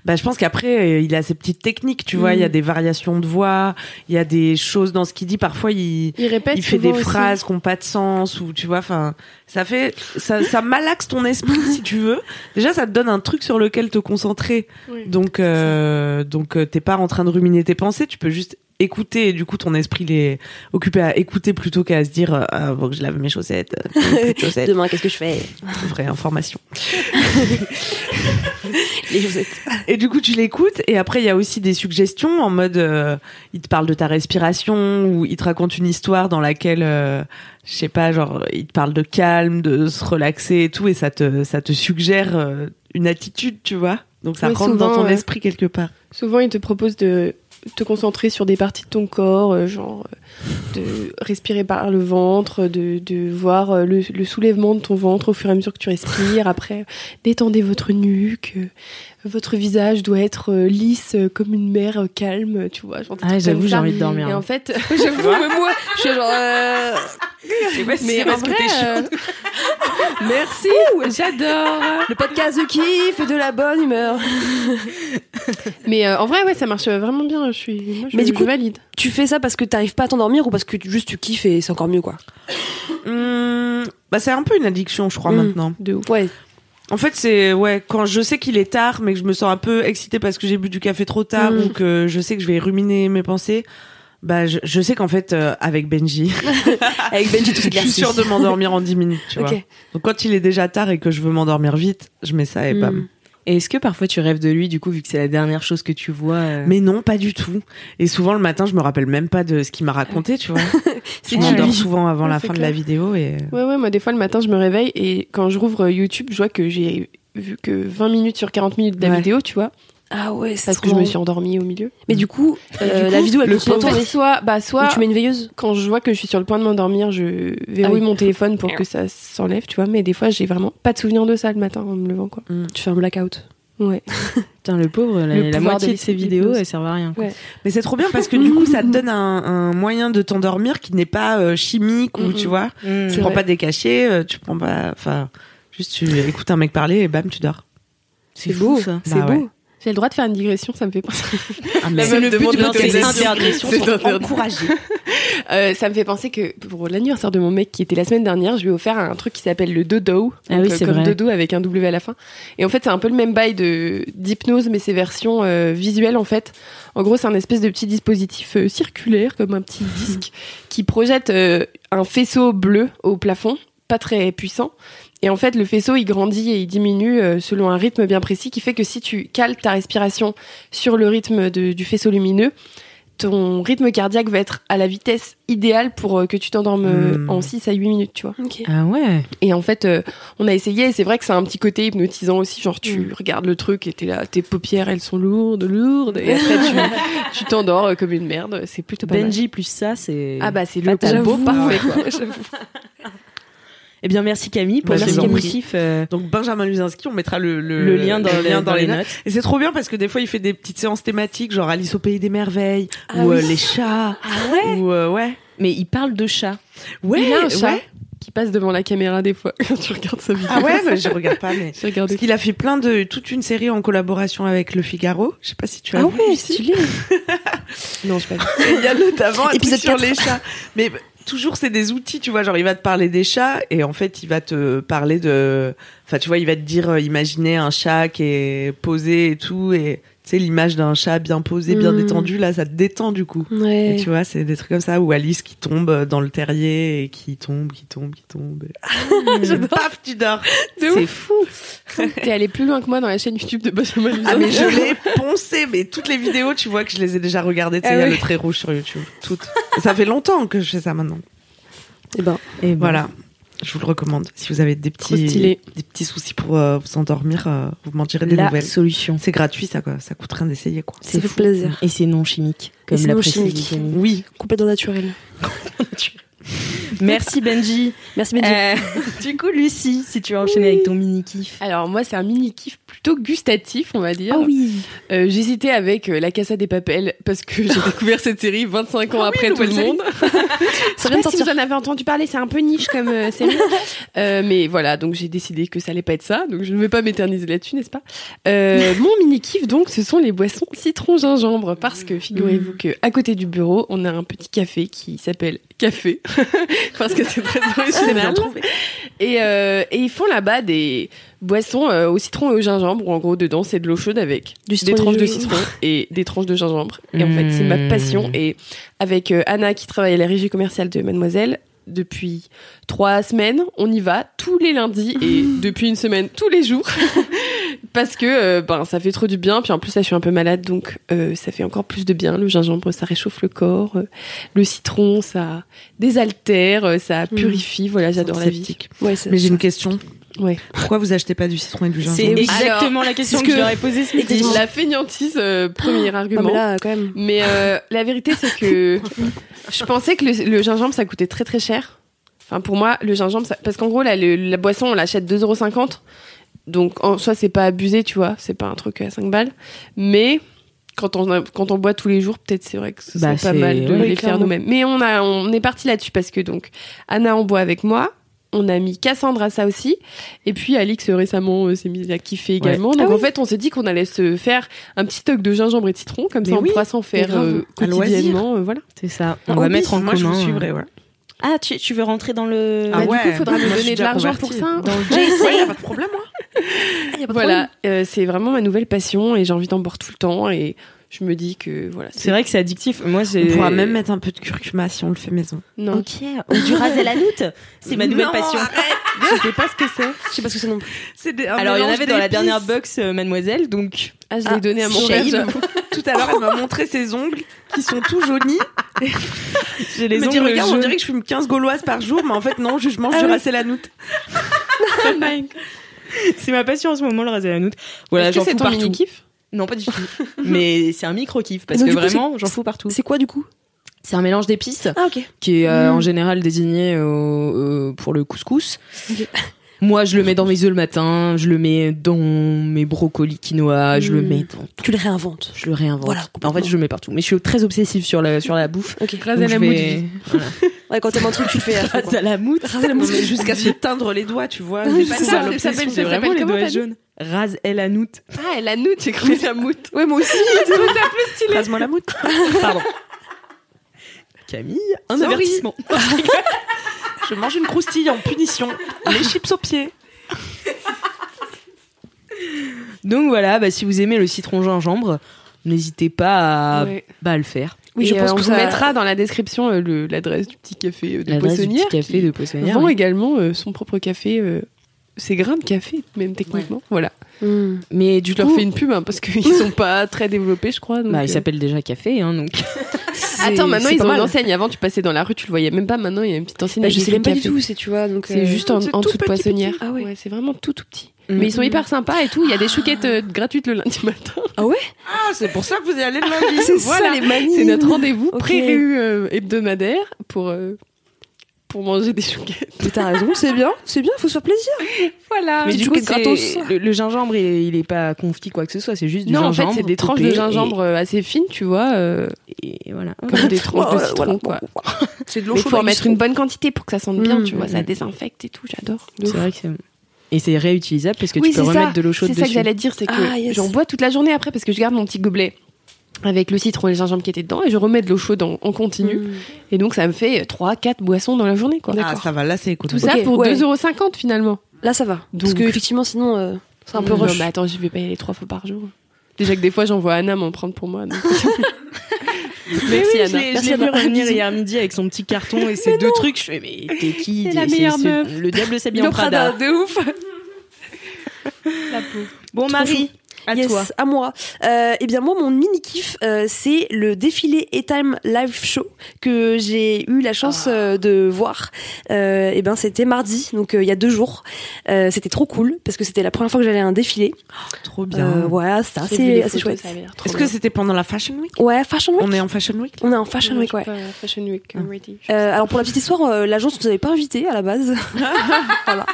Speaker 3: Bah, je pense qu'après, euh, il a ses petites techniques, tu vois. Il y a des variations de voix, il y a des choses dans ce qu'il dit. Parfois, il,
Speaker 4: Il répète
Speaker 3: il fait
Speaker 4: souvent
Speaker 3: des
Speaker 4: aussi.
Speaker 3: phrases qui n'ont pas de sens ou tu vois. Enfin, ça fait, ça, ça malaxe ton esprit si tu veux. Déjà, ça te donne un truc sur lequel te concentrer.
Speaker 4: Oui.
Speaker 3: Donc, euh, donc, euh, t'es pas en train de ruminer tes pensées. Tu peux juste écouter et du coup ton esprit il est occupé à écouter plutôt qu'à se dire euh, Ah, faut que je lave mes chaussettes, euh, plus de chaussettes,
Speaker 2: Demain, qu'est-ce que je fais
Speaker 3: vraie information.
Speaker 2: Les chaussettes.
Speaker 3: Et du coup tu l'écoutes et après il y a aussi des suggestions en mode euh, il te parle de ta respiration ou il te raconte une histoire dans laquelle euh, je sais pas genre il te parle de calme, de se relaxer et tout et ça te ça te suggère euh, une attitude, tu vois. Donc ça
Speaker 4: Oui,
Speaker 3: rentre dans
Speaker 4: souvent,
Speaker 3: ton
Speaker 4: ouais.
Speaker 3: esprit quelque part.
Speaker 4: Souvent, ils te proposent de te concentrer sur des parties de ton corps, euh, genre euh, de respirer par le ventre, de, de voir euh, le, le soulèvement de ton ventre au fur et à mesure que tu respires. Après, détendez votre nuque. euh, Votre visage doit être euh, lisse euh, comme une mer euh, calme, tu vois. genre des trucs
Speaker 5: Ah,
Speaker 4: comme
Speaker 5: j'avoue, j'ai
Speaker 4: ça.
Speaker 5: envie de dormir.
Speaker 4: Et en fait, j'avoue, mais moi, je suis genre. euh, mais en vrai, euh, Merci, j'adore.
Speaker 2: Le podcast de kiff et de la bonne humeur.
Speaker 4: Mais euh, en vrai, ouais, ça marche euh, vraiment bien. Je suis. moi, je-
Speaker 2: Mais du
Speaker 4: je
Speaker 2: coup-
Speaker 4: valide.
Speaker 2: Tu fais ça parce que t'arrives pas à t'endormir ou parce que tu- juste tu kiffes et c'est encore mieux, quoi.
Speaker 4: Hmm.
Speaker 3: Hum, bah c'est un peu une addiction je crois
Speaker 2: Mm.
Speaker 3: maintenant.
Speaker 4: De ouf.
Speaker 2: Ouais.
Speaker 3: En fait, c'est ouais, quand je sais qu'il est tard, mais que je me sens un peu excitée parce que j'ai bu du café trop tard
Speaker 4: Hmm.
Speaker 2: Mm.
Speaker 3: ou que je sais que je vais ruminer mes pensées. Bah, je, je sais qu'en fait, euh, avec Benji,
Speaker 2: Avec Benji, tout
Speaker 3: je suis sûre de m'endormir en 10 minutes, tu vois.
Speaker 2: Ok.
Speaker 3: Donc, quand il est déjà tard et que je veux m'endormir vite, je mets ça et bam.
Speaker 2: Mm.
Speaker 5: Et est-ce que parfois tu rêves de lui, du coup, vu que c'est la dernière chose que tu vois euh,
Speaker 3: Mais non, pas du tout. Et souvent, le matin, je me rappelle même pas de ce qu'il m'a raconté, tu vois. je
Speaker 4: qui,
Speaker 3: m'endors
Speaker 4: lui
Speaker 3: souvent avant
Speaker 4: Ouais,
Speaker 3: la
Speaker 4: c'est
Speaker 3: fin de
Speaker 4: clair.
Speaker 3: la vidéo et...
Speaker 4: Ouais, ouais, moi des fois le matin je me réveille et quand je rouvre euh, YouTube, je vois que j'ai vu que 20 minutes sur 40 minutes de la
Speaker 3: Ouais.
Speaker 4: vidéo, tu vois,
Speaker 2: Ah ouais, c'est
Speaker 4: parce que je me suis endormie au milieu.
Speaker 2: Mais du coup, euh,
Speaker 4: Du
Speaker 2: la
Speaker 4: coup,
Speaker 2: vidéo, elle
Speaker 4: le
Speaker 2: continue à
Speaker 4: pauvre,
Speaker 2: tourner.
Speaker 4: soit, bah, soit
Speaker 2: Ou tu mets une veilleuse
Speaker 4: quand je vois que je suis sur le point de m'endormir, je verrouille
Speaker 2: oui.
Speaker 4: mon téléphone pour que ça s'enlève, tu vois, mais des fois j'ai vraiment pas de souvenir de ça le matin en me levant, quoi.
Speaker 2: Tu fais un blackout.
Speaker 4: Ouais.
Speaker 5: Putain, le pauvre, la,
Speaker 4: Le
Speaker 5: la
Speaker 4: pouvoir
Speaker 5: moitié
Speaker 4: de
Speaker 5: de ses
Speaker 4: l'hypnose.
Speaker 5: vidéos, elle sert à rien. quoi.
Speaker 4: Ouais.
Speaker 3: Mais c'est trop bien parce que du coup, ça te donne un, un moyen de t'endormir qui n'est pas euh, chimique ou,
Speaker 4: Mm-mm.
Speaker 3: tu vois,
Speaker 5: Mm.
Speaker 3: Tu
Speaker 4: C'est
Speaker 3: prends
Speaker 4: vrai.
Speaker 3: pas des cachets, euh, tu prends pas. Enfin, juste tu écoutes un mec parler et bam, tu dors.
Speaker 5: C'est
Speaker 2: beau.
Speaker 5: fou, ça.
Speaker 2: C'est
Speaker 3: Bah
Speaker 2: beau.
Speaker 3: ouais.
Speaker 4: J'ai le droit de faire une digression, ça me fait penser.
Speaker 3: Ah, mais
Speaker 4: La meuf
Speaker 3: le but
Speaker 4: demande
Speaker 3: du podcast,
Speaker 4: l'autorisation.
Speaker 3: c'est interdistion,
Speaker 4: C'est
Speaker 3: sont
Speaker 4: interdit.
Speaker 3: encouragées.
Speaker 4: Euh, ça me fait penser que pour l'anniversaire de mon mec qui était la semaine dernière, je lui ai offert un truc qui s'appelle le dodo.
Speaker 5: Ah
Speaker 4: Donc,
Speaker 5: oui,
Speaker 4: euh,
Speaker 5: c'est
Speaker 4: comme
Speaker 5: vrai.
Speaker 4: dodo avec un W à la fin. Et en fait, c'est un peu le même bail de d'hypnose, mais c'est version euh, visuelle en fait. En gros, c'est un espèce de petit dispositif euh, circulaire, comme un petit disque, qui projette euh, un faisceau bleu au plafond, pas très puissant. Et en fait, le faisceau, il grandit et il diminue euh, selon un rythme bien précis qui fait que si tu cales ta respiration sur le rythme de- du faisceau lumineux, ton rythme cardiaque va être à la vitesse idéale pour euh, que tu t'endormes euh,
Speaker 3: Hmm.
Speaker 4: en 6 à 8 minutes, tu vois.
Speaker 2: Ok.
Speaker 5: Ah ouais.
Speaker 4: Et en fait, euh, on a essayé, et c'est vrai que c'est un petit côté hypnotisant aussi. Genre, tu
Speaker 3: Mm.
Speaker 4: regardes le truc et t'es là, tes paupières, elles sont lourdes, lourdes, et après, tu- tu t'endors euh, comme une merde. C'est plutôt pas mal.
Speaker 5: Benji plus ça, c'est.
Speaker 4: Ah bah, c'est le
Speaker 5: Fatal.
Speaker 4: combo
Speaker 5: J'avoue.
Speaker 4: parfait, quoi. J'avoue.
Speaker 5: Eh bien, merci Camille pour
Speaker 3: Bah,
Speaker 5: ce
Speaker 3: je vous en prie.
Speaker 5: motif. euh,
Speaker 3: Donc Benjamin Luzinski, on mettra le, le,
Speaker 5: le lien dans,
Speaker 3: Euh, le
Speaker 5: les, dans les notes.
Speaker 3: Et c'est trop bien parce que des fois, il fait des petites séances thématiques, genre Alice au pays des merveilles,
Speaker 2: Ah
Speaker 3: ou euh,
Speaker 2: oui.
Speaker 3: les chats, ou euh, ouais.
Speaker 5: Mais il parle de chat.
Speaker 3: Ouais,
Speaker 4: Il a un chat
Speaker 3: ouais.
Speaker 4: qui passe devant la caméra des fois quand tu regardes sa vidéo.
Speaker 3: Ah ouais, bah, je regarde pas, mais.
Speaker 4: J'ai regardé.
Speaker 3: Parce qu'il a fait plein de, toute une série en collaboration avec Le Figaro. Je sais pas si tu
Speaker 2: Ah
Speaker 3: as vu. Lucie.
Speaker 4: Non, je sais pas.
Speaker 3: Et Il y a notamment un
Speaker 2: Épisode
Speaker 3: truc sur
Speaker 2: 4.
Speaker 3: les chats. Mais toujours, c'est des outils, tu vois. Genre, il va te parler des chats et en fait, il va te parler de. Enfin, tu vois, il va te dire, euh, imaginez un chat qui est posé et tout. Et tu sais, l'image d'un chat bien posé, bien
Speaker 2: Mm.
Speaker 3: détendu, là, ça te détend du coup. Et
Speaker 2: Ouais.
Speaker 3: tu vois, c'est des trucs comme ça où Alice qui tombe euh, dans le terrier et qui tombe, qui tombe, qui tombe. Et paf, tu dors.
Speaker 4: C'est fou. T'es allé plus loin que moi dans la chaîne YouTube de Benjamin Luzon.
Speaker 3: Ah, mais je l'ai poncé, mais toutes les vidéos, tu vois que je les ai déjà regardées. Tu sais, il y a le trait rouge sur YouTube. Toutes. Ça fait longtemps que je fais ça maintenant.
Speaker 2: Eh ben,
Speaker 5: Et
Speaker 3: Voilà, je vous le recommande. Si vous avez des
Speaker 4: Trop
Speaker 3: petits,
Speaker 4: stylé.
Speaker 3: des petits soucis pour euh, vous endormir, euh, vous m'en direz des
Speaker 5: La
Speaker 3: nouvelles.
Speaker 5: solution.
Speaker 3: C'est gratuit, ça, quoi. Ça coûte rien d'essayer, quoi.
Speaker 2: ça
Speaker 5: C'est
Speaker 2: fait
Speaker 5: fou.
Speaker 2: plaisir.
Speaker 5: Et c'est non chimique, comme
Speaker 2: c'est
Speaker 5: l'a
Speaker 2: non
Speaker 5: précisé
Speaker 2: chimique.
Speaker 5: Camille.
Speaker 3: Oui.
Speaker 2: Complètement naturel.
Speaker 5: Merci Benji.
Speaker 2: Merci Benji.
Speaker 5: Euh, du coup, Lucie, si tu veux enchaîner avec ton mini kiff.
Speaker 4: Alors moi, c'est un mini kiff plutôt gustatif, on va dire.
Speaker 2: Ah oui.
Speaker 4: Euh, J'hésitais avec euh, La Casa des Papels parce que
Speaker 3: Ah
Speaker 4: j'ai découvert cette série 25 ans après tout le
Speaker 3: nouvelle
Speaker 4: monde. Je sais
Speaker 2: vient de
Speaker 4: pas si
Speaker 2: sortir.
Speaker 4: vous en avez entendu parler, c'est un peu niche comme euh, série. Euh, mais voilà, donc j'ai décidé que ça allait pas être ça, donc je ne vais pas m'éterniser là-dessus, n'est-ce pas Euh, Mon mini kiff donc, ce sont les boissons citron gingembre parce que figurez-vous que à côté du bureau, on
Speaker 1: Ah,
Speaker 4: a un petit café qui s'appelle Café parce que c'est très original.
Speaker 3: trouvé.
Speaker 4: Et, euh, et ils font là-bas des boissons euh, au citron et au gingembre, où en gros, dedans, c'est de l'eau chaude avec
Speaker 2: Du
Speaker 4: des
Speaker 2: citron
Speaker 4: tranches
Speaker 2: et
Speaker 4: de
Speaker 2: du
Speaker 4: citron et des tranches de gingembre. Et en fait, c'est ma
Speaker 2: Mmh.
Speaker 4: passion. Et avec euh, Anna, qui travaille à la régie commerciale de Mademoiselle, depuis trois semaines, on y va tous les lundis et depuis une semaine, tous les jours. Parce que euh, ben, ça fait trop du bien. Puis en plus, là, je suis un peu malade, donc euh, ça fait encore plus de bien. Le gingembre, ça réchauffe le corps. Euh, le citron, ça désaltère, euh, ça purifie. Voilà, j'adore la vie.
Speaker 2: Mmh. Ouais, c'est-
Speaker 3: Mais j'ai une question.
Speaker 4: Ouais.
Speaker 3: Pourquoi vous achetez pas du citron et du gingembre
Speaker 1: C'est exactement la question
Speaker 4: c'est
Speaker 1: que,
Speaker 4: ce que-
Speaker 1: j'aurais posée ce midi.
Speaker 4: La fainéantise, euh, premier
Speaker 2: Non,
Speaker 4: argument.
Speaker 2: mais là, quand même.
Speaker 4: Mais euh, la vérité, c'est que je pensais que le, le gingembre, ça coûtait très très cher. Enfin, pour moi, le gingembre, ça- parce qu'en gros, là, le- la boisson, on l'achète 2,50€. Donc, en soi, c'est pas abusé, tu vois. C'est pas un truc à 5 balles. Mais quand on, a- quand on boit tous les jours, peut-être c'est vrai que c'est
Speaker 1: Bah,
Speaker 4: pas
Speaker 1: c'est-
Speaker 4: mal de
Speaker 1: oui,
Speaker 4: les faire
Speaker 1: clairement.
Speaker 4: nous-mêmes. Mais on, a, on est parti là-dessus parce que, donc, Anna en boit avec moi. On a mis Cassandre à ça aussi. Et puis Alix euh, récemment euh, s'est mise à kiffer également. Donc
Speaker 2: Ah oui.
Speaker 4: en fait, on s'est dit qu'on allait se faire un petit stock de gingembre et de citron, comme
Speaker 3: Mais
Speaker 4: ça on
Speaker 3: oui,
Speaker 4: pourra s'en faire
Speaker 3: grave,
Speaker 4: euh,
Speaker 3: à loisir.
Speaker 4: quotidiennement. euh, voilà.
Speaker 1: C'est ça. On
Speaker 3: Un
Speaker 1: va
Speaker 3: hobby,
Speaker 1: mettre Ah, en
Speaker 3: moi,
Speaker 1: commun.
Speaker 3: je vous
Speaker 1: euh,
Speaker 3: suivrai, ouais.
Speaker 1: Ah, tu, tu veux rentrer dans le.
Speaker 3: hein. Ah
Speaker 4: Bah, Du coup,
Speaker 3: ouais.
Speaker 4: il faudra
Speaker 3: Moi,
Speaker 4: me
Speaker 3: je suis
Speaker 4: donner de
Speaker 3: déjà
Speaker 4: l'argent pour
Speaker 3: convertie.
Speaker 4: ça.
Speaker 3: Ouais, y a pas de problème, moi.
Speaker 4: Voilà, Euh, c'est vraiment ma nouvelle passion et j'ai envie d'en boire tout le temps. Et je me dis que voilà.
Speaker 1: C'est vrai que c'est addictif. Moi,
Speaker 3: On
Speaker 1: j'ai.
Speaker 3: pourra même mettre un peu de curcuma si on le fait maison.
Speaker 4: Non.
Speaker 1: Ok. Ou du ras à la loutre. C'est ma nouvelle
Speaker 3: Non,
Speaker 1: passion.
Speaker 4: Je sais pas ce que c'est.
Speaker 2: Je sais pas ce que c'est non plus.
Speaker 1: Alors, il y en avait dans la dernière box, euh, mademoiselle, donc.
Speaker 4: Ah, je
Speaker 3: Ah,
Speaker 4: l'ai donné à mon
Speaker 3: shame.
Speaker 4: père.
Speaker 3: Tout à l'heure, elle m'a montré ses ongles qui sont tout jaunis.
Speaker 1: J'ai les
Speaker 3: Elle me dit,
Speaker 1: ongles
Speaker 3: regarde, on
Speaker 1: jaunes.
Speaker 3: dirait que je fume 15 gauloises par jour, mais en fait, non, je je mange
Speaker 2: Ah
Speaker 3: du
Speaker 2: oui.
Speaker 3: racé la noute.
Speaker 1: C'est ma passion en ce moment, le ras à la loutre. Voilà,
Speaker 4: Est-ce
Speaker 1: j'en
Speaker 4: que c'est
Speaker 1: fous
Speaker 4: ton
Speaker 1: partout.
Speaker 4: mini kiff
Speaker 1: Non, pas du tout. Mais c'est un micro-kiff, parce
Speaker 2: Donc,
Speaker 1: que
Speaker 2: du coup,
Speaker 1: vraiment, j'en fous partout.
Speaker 2: C'est quoi du coup
Speaker 1: C'est un mélange d'épices
Speaker 2: Ah, ok.
Speaker 1: qui est euh, en général désigné au- euh, pour le couscous. Moi, je le mets dans mes œufs le matin, je le mets dans mes brocolis quinoa, je le
Speaker 2: Mm.
Speaker 1: mets dans.
Speaker 2: Tu le réinventes.
Speaker 1: Je le réinvente.
Speaker 2: Voilà,
Speaker 1: en fait, je le mets partout. Mais je suis très obsessive sur la, sur la bouffe.
Speaker 2: Ok.
Speaker 4: Grâce à
Speaker 1: Donc,
Speaker 4: la
Speaker 1: je
Speaker 4: mousse
Speaker 1: vais-
Speaker 4: vie.
Speaker 2: Ouais, quand t'aimes un truc, tu le fais. à fond,
Speaker 1: Ras
Speaker 2: quoi.
Speaker 1: à la moutre.
Speaker 3: Non, mais Jusqu'à se teindre les doigts, tu vois.
Speaker 4: Oui,
Speaker 3: C'est pas
Speaker 4: c'est
Speaker 3: ça,
Speaker 4: ça,
Speaker 3: l'obsession.
Speaker 4: ça s'appelle-
Speaker 1: C'est vraiment
Speaker 4: s'appelle
Speaker 1: les
Speaker 4: comment,
Speaker 1: doigts
Speaker 4: t'as dit
Speaker 1: jaunes. Ras elle à noute.
Speaker 4: Ah, elle a nous, j'ai cru la moute. Ouais, moi aussi.
Speaker 3: Rase-moi la moute.
Speaker 1: Pardon. Camille, un
Speaker 3: Sorry.
Speaker 1: avertissement.
Speaker 3: Je mange une croustille en punition. Les chips aux pieds.
Speaker 1: Donc voilà, bah, si vous aimez le citron gingembre, n'hésitez pas à, bah, à le faire.
Speaker 4: Oui,
Speaker 2: Oui,
Speaker 4: je
Speaker 2: je pense
Speaker 4: on
Speaker 2: que
Speaker 4: vous
Speaker 2: ça-
Speaker 4: mettra dans la description euh, le- l'adresse du petit café euh, de
Speaker 1: L'adresse du
Speaker 4: Poissonnière.
Speaker 1: petit café
Speaker 4: qui-
Speaker 1: de Poissonnière.
Speaker 4: vend
Speaker 1: oui.
Speaker 4: également euh, son propre café. euh, ses grains de café, même techniquement. Voilà.
Speaker 2: Hmm.
Speaker 1: Mais du
Speaker 4: Je leur
Speaker 1: coup,
Speaker 4: fais une pub hein, parce qu'ils sont pas très développés, je crois. donc,
Speaker 1: bah,
Speaker 4: euh.
Speaker 1: il s'appelle déjà café, hein, donc.
Speaker 4: Attends, maintenant
Speaker 2: c'est
Speaker 4: ils
Speaker 2: pas
Speaker 4: ont
Speaker 2: mal.
Speaker 4: une enseigne. Avant, tu passais dans la rue, tu le voyais même pas. Maintenant, il y a une petite enseigne.
Speaker 2: Bah,
Speaker 4: avec
Speaker 2: je sais
Speaker 4: écrit
Speaker 2: même pas du
Speaker 4: café.
Speaker 2: tout, c'est tu vois. Donc,
Speaker 4: C'est
Speaker 2: euh,
Speaker 4: juste en,
Speaker 3: C'est
Speaker 4: en
Speaker 3: tout
Speaker 4: dessous de
Speaker 3: petit,
Speaker 4: poissonnière.
Speaker 2: petit. Ah ouais.
Speaker 4: c'est vraiment tout, tout petit.
Speaker 1: Mm.
Speaker 4: Mais ils sont hyper sympas et tout. Il y a des chouquettes euh, gratuites le lundi matin.
Speaker 3: Ah, c'est pour ça que vous allez aller le lundi.
Speaker 2: C'est
Speaker 4: Voilà.
Speaker 2: ça les manies.
Speaker 4: C'est notre rendez-vous
Speaker 2: Ok.
Speaker 4: pré-réu euh, hebdomadaire pour, euh, pour manger des chouquettes.
Speaker 2: Mais T'as raison, c'est bien. C'est bien, faut se faire plaisir.
Speaker 4: Voilà.
Speaker 1: Mais
Speaker 2: Petite
Speaker 1: du coup,
Speaker 2: chouquette gratos.
Speaker 1: c'est- le, le gingembre, il est, il est pas confit quoi que ce soit, c'est juste du
Speaker 4: Non, en
Speaker 1: gingembre.
Speaker 4: fait, c'est des tranches de
Speaker 1: coupé
Speaker 4: gingembre euh, assez fines, tu vois. euh,
Speaker 1: Et, et voilà.
Speaker 4: comme des tranches de
Speaker 2: Voilà,
Speaker 4: citron,
Speaker 2: voilà,
Speaker 4: quoi.
Speaker 3: C'est de
Speaker 4: Mais faut en mettre une bonne quantité pour que ça sente bien,
Speaker 2: Mm,
Speaker 4: tu vois.
Speaker 1: mm,
Speaker 4: Ça
Speaker 1: mm.
Speaker 4: désinfecte et tout, j'adore.
Speaker 1: C'est vrai que c'est. Et c'est réutilisable parce que
Speaker 4: Oui,
Speaker 1: tu peux
Speaker 4: c'est
Speaker 1: remettre
Speaker 4: ça.
Speaker 1: de l'eau chaude
Speaker 4: C'est ça que
Speaker 1: dessus.
Speaker 4: j'allais dire, c'est que
Speaker 2: Ah, yes.
Speaker 4: j'en bois toute la journée après parce que je garde mon petit gobelet avec le citron et le gingembre qui étaient dedans et je remets de l'eau chaude en, en continu. Et donc ça me fait 3-4 boissons dans la journée. quoi.
Speaker 3: Ah, ça va, là, c'est écoute.
Speaker 4: Tout ça
Speaker 2: Ok,
Speaker 4: pour
Speaker 2: ouais.
Speaker 4: 2,50€ finalement.
Speaker 2: Là, ça va. Parce que
Speaker 4: Donc-
Speaker 2: effectivement, sinon, euh, c'est un peu
Speaker 4: Mmh. Non,
Speaker 2: rush.
Speaker 4: mais attends, je vais payer les 3 fois par jour. Ah, Déjà que des fois j'envoie Anna m'en prendre pour moi. donc. Merci
Speaker 1: Oui, je
Speaker 4: Anna.
Speaker 1: l'ai-
Speaker 2: Merci,
Speaker 1: je l'ai vu
Speaker 2: Anna.
Speaker 1: revenir hier midi avec son petit carton et ses deux trucs. Je fais, mais t'es qui
Speaker 4: C'est la
Speaker 1: C'est-
Speaker 4: meilleure
Speaker 1: c'est-
Speaker 4: meuf.
Speaker 1: Le diable s'habille en
Speaker 2: Le Prada,
Speaker 1: Prada.
Speaker 2: de ouf.
Speaker 1: Bon, Marie, à
Speaker 2: yes,
Speaker 1: toi.
Speaker 2: à moi. Euh, eh bien moi, mon mini kiff, c'est le défilé Etime Live Show que j'ai eu la chance euh, de voir. Euh, eh bien c'était mardi, donc euh, il y a deux jours. Euh, c'était trop cool parce que c'était la première fois que j'allais à un défilé.
Speaker 3: Trop
Speaker 2: Euh, voilà, c'était
Speaker 4: J'ai
Speaker 2: assez,
Speaker 4: vu les
Speaker 2: assez
Speaker 4: photos,
Speaker 2: chouette.
Speaker 4: ça avait l'air trop
Speaker 3: Est-ce que
Speaker 4: bien.
Speaker 3: c'était pendant la Fashion Week
Speaker 2: Ouais, Fashion Week.
Speaker 3: On est en Fashion Week
Speaker 2: On est en Fashion
Speaker 4: Non, je
Speaker 2: Week,
Speaker 4: suis
Speaker 2: ouais.
Speaker 4: pas Fashion Mmh. Week, I'm ready.
Speaker 2: Euh, alors pour la petite histoire, euh, l'agence ne nous avait pas invités à la base. voilà.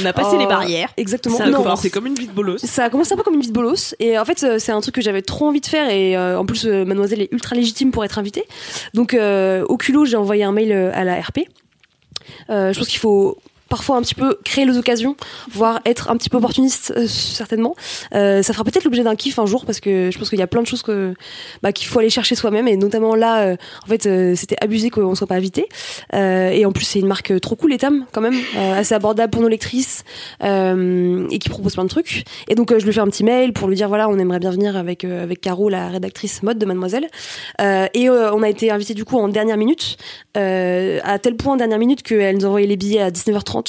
Speaker 1: On a passé
Speaker 2: Euh,
Speaker 1: les barrières.
Speaker 2: Exactement.
Speaker 3: Ça
Speaker 2: Non.
Speaker 3: commence, c'est comme une vie de bolos.
Speaker 2: Ça a commencé un peu comme une vie de bolos et en fait euh, c'est un truc que j'avais trop envie de faire et euh, en plus euh, mademoiselle est ultra légitime pour être invitée. Donc euh, au culot j'ai envoyé un mail euh, à la RP. Euh, je pense qu'il faut parfois un petit peu créer les occasions, voire être un petit peu opportuniste euh, certainement. Euh, ça fera peut-être l'objet d'un kiff un jour parce que je pense qu'il y a plein de choses que bah, qu'il faut aller chercher soi-même et notamment là, euh, en fait, euh, c'était abusé qu'on soit pas invité. Euh, et en plus, c'est une marque trop cool, Etam, quand même, euh, assez abordable pour nos lectrices euh, et qui propose plein de trucs. Et donc, euh, je lui fais un petit mail pour lui dire voilà, on aimerait bien venir avec euh, avec Caro, la rédactrice mode de Mademoiselle. Euh, et euh, on a été invité du coup en dernière minute, euh, à tel point en dernière minute qu'elle nous envoyait les billets à 19h30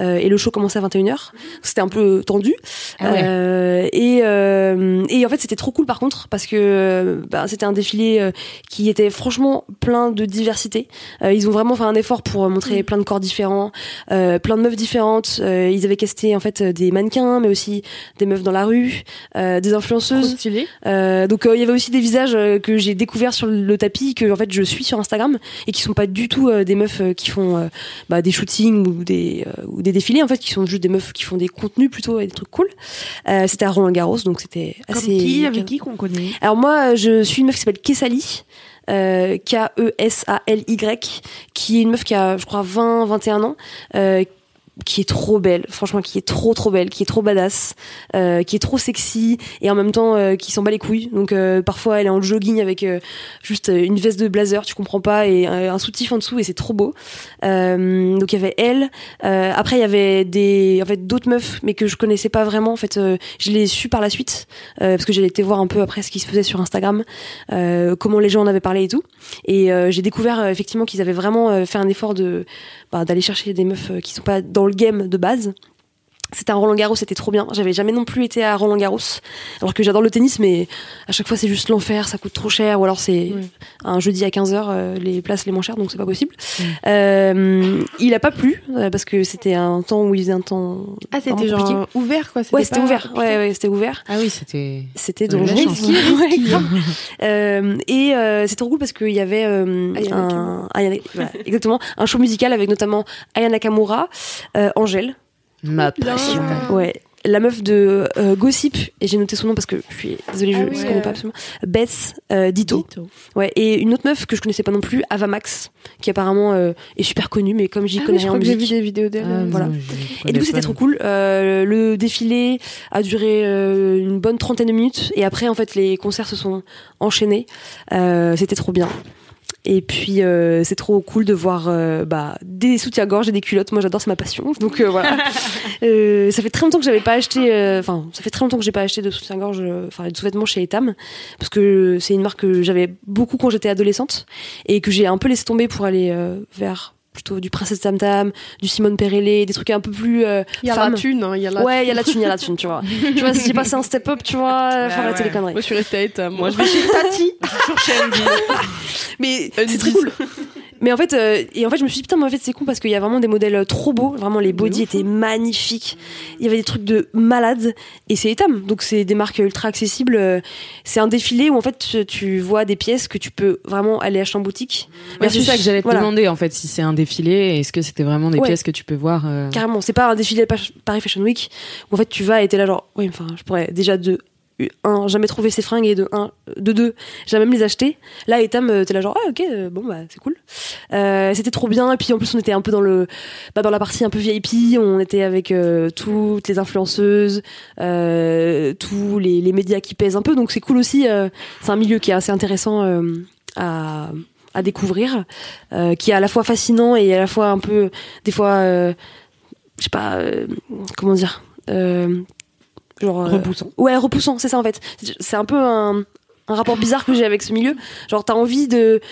Speaker 2: euh, et le show commençait à 21h. C'était un peu tendu. Euh, et, euh, et en fait, c'était trop cool par contre parce que euh, bah, c'était un défilé euh, qui était franchement plein de diversité. Euh, ils ont vraiment fait un effort pour euh, montrer plein de corps différents, euh, plein de meufs différentes. Euh, ils avaient casté en fait euh, des mannequins, mais aussi des meufs dans la rue, euh, des influenceuses.
Speaker 4: stylé.
Speaker 2: Euh, donc euh, il y avait aussi des visages euh, que j'ai découverts sur le tapis que en fait je suis sur Instagram et qui sont pas du tout euh, des meufs euh, qui font euh, bah, des shootings ou des euh, ou des défilés en fait qui sont juste des meufs qui font des contenus plutôt et des trucs cool. Euh, c'était à Roland Garros donc c'était
Speaker 3: Comme
Speaker 2: assez
Speaker 3: qui, avec qui qu'on connaît
Speaker 2: alors moi, euh, je suis une meuf qui s'appelle Kessali. Euh, K-E-S-A-L-Y, qui est une meuf qui a, je crois, 20, 21 ans, euh, qui est trop belle, franchement, qui est trop, trop belle, qui est trop badass, euh, qui est trop sexy, et en même temps, euh, qui s'en bat les couilles. Donc, euh, parfois, elle est en jogging avec euh, juste euh, une veste de blazer, tu comprends pas, et euh, un soutif en dessous, et c'est trop beau. Euh, donc, il y avait elle. Euh, après, il y avait des, en fait, d'autres meufs, mais que je connaissais pas vraiment. En fait, euh, je les ai su par la suite euh, parce que j'allais été voir un peu après ce qui se faisait sur Instagram, euh, comment les gens en avaient parlé et tout. Et euh, j'ai découvert euh, effectivement qu'ils avaient vraiment euh, fait un effort de bah, d'aller chercher des meufs euh, qui sont pas dans le game de base. C'était un Roland Garros, c'était trop bien. J'avais jamais non plus été à Roland Garros, alors que j'adore le tennis, mais à chaque fois c'est juste l'enfer, ça coûte trop cher, ou alors c'est un jeudi à 15h, les places les moins chères, donc c'est pas possible. Euh, il a pas plu, euh, parce que c'était un temps où il faisait un temps.
Speaker 4: Ah, c'était
Speaker 2: vraiment compliqué.
Speaker 4: genre ouvert quoi.
Speaker 2: Ouais, c'était
Speaker 4: pas-
Speaker 2: ouvert. Ouais, ouais, c'était ouvert.
Speaker 5: Ah oui, c'était.
Speaker 2: C'était
Speaker 5: Ouais,
Speaker 2: donc
Speaker 5: la chance.
Speaker 2: Ouais, grave. Euh, et euh, c'est trop cool parce qu'il y avait euh,
Speaker 4: Aya
Speaker 2: un, Aya- voilà, exactement un show musical avec notamment Aya Nakamura, euh, Angèle,
Speaker 5: Ma
Speaker 1: Ah,
Speaker 4: passion.
Speaker 2: ouais, la meuf de euh, Gossip et j'ai noté son nom parce que je suis désolée, je
Speaker 4: Ah
Speaker 2: ne
Speaker 4: oui,
Speaker 2: connais
Speaker 4: euh,
Speaker 2: pas absolument. Bess euh, Ditto.
Speaker 4: Ah,
Speaker 2: Ouais, et une autre meuf que je connaissais pas non plus, Ava Max, qui apparemment euh, est super connue, mais comme j'y
Speaker 4: Ah oui,
Speaker 2: connais
Speaker 4: je
Speaker 2: rien
Speaker 4: crois
Speaker 2: en
Speaker 4: que j'ai
Speaker 2: musique,
Speaker 4: vu des vidéos d'elle. euh,
Speaker 2: voilà. Et du coup, c'était trop cool. Euh, le défilé a duré euh, une bonne trentaine de minutes. Et après, en fait, les concerts se sont enchaînés. Euh, c'était trop bien. Et puis, euh, c'est trop cool de voir euh, bah, des soutiens-gorge et des culottes. Moi, j'adore, c'est ma passion. Donc euh, voilà. Euh, ça fait très longtemps que j'avais pas acheté. euh, Enfin, ça fait très longtemps que j'ai pas acheté de soutien-gorge, euh, enfin de sous-vêtements chez Etam, parce que c'est une marque que j'avais beaucoup quand j'étais adolescente et que j'ai un peu laissé tomber pour aller euh, vers plutôt du Princesse Tam Tam, du Simone Perrelli, des trucs un peu plus euh,
Speaker 4: Il y a
Speaker 2: femmes.
Speaker 4: la thune, Bah hein, il y a la
Speaker 2: Ouais, il y a la thune, il y a la thune, tu vois. tu vois, si j'ai passé un step-up, tu vois, euh, faut arrêter les conneries.
Speaker 4: Moi, je suis restée à Etam.
Speaker 3: Moi, je vais chez Tati. Je suis toujours chez Andy.
Speaker 2: Mais
Speaker 3: Andy.
Speaker 2: c'est très cool. Mais en fait, euh, et en fait, je me suis dit, putain, mais en fait, c'est con parce qu'il y a vraiment des modèles euh, trop beaux. Vraiment, les body étaient magnifiques. Il y avait des trucs de malades. Et c'est Etam. Donc, c'est des marques ultra accessibles. Euh, C'est un défilé où, en fait, tu- tu vois des pièces que tu peux vraiment aller acheter en boutique.
Speaker 5: Ouais, c'est
Speaker 2: Versus-
Speaker 5: ça que j'allais te
Speaker 2: voilà.
Speaker 5: demander en fait, si c'est un défilé, est-ce que c'était vraiment des
Speaker 2: Ouais.
Speaker 5: pièces que tu peux voir euh,
Speaker 2: Carrément, c'est pas un défilé pa- Paris Fashion Week où en fait tu vas et t'es là genre oui enfin je pourrais déjà de un jamais trouver ces fringues et de un de deux jamais me les acheter. Là et Tam euh, t'es là genre ah ok euh, bon bah c'est cool. Euh, c'était trop bien et puis en plus on était un peu dans le bah, dans la partie un peu VIP on était avec euh, toutes les influenceuses euh, tous les, les médias qui pèsent un peu donc c'est cool aussi euh, c'est un milieu qui est assez intéressant euh, à à découvrir euh, qui est à la fois fascinant et à la fois un peu des fois euh, je sais pas, euh, comment dire, euh, genre euh,
Speaker 3: Repoussant.
Speaker 2: ouais repoussant, c'est ça en fait. C'est- C'est un peu un, un rapport bizarre que j'ai avec ce milieu. Genre t'as envie de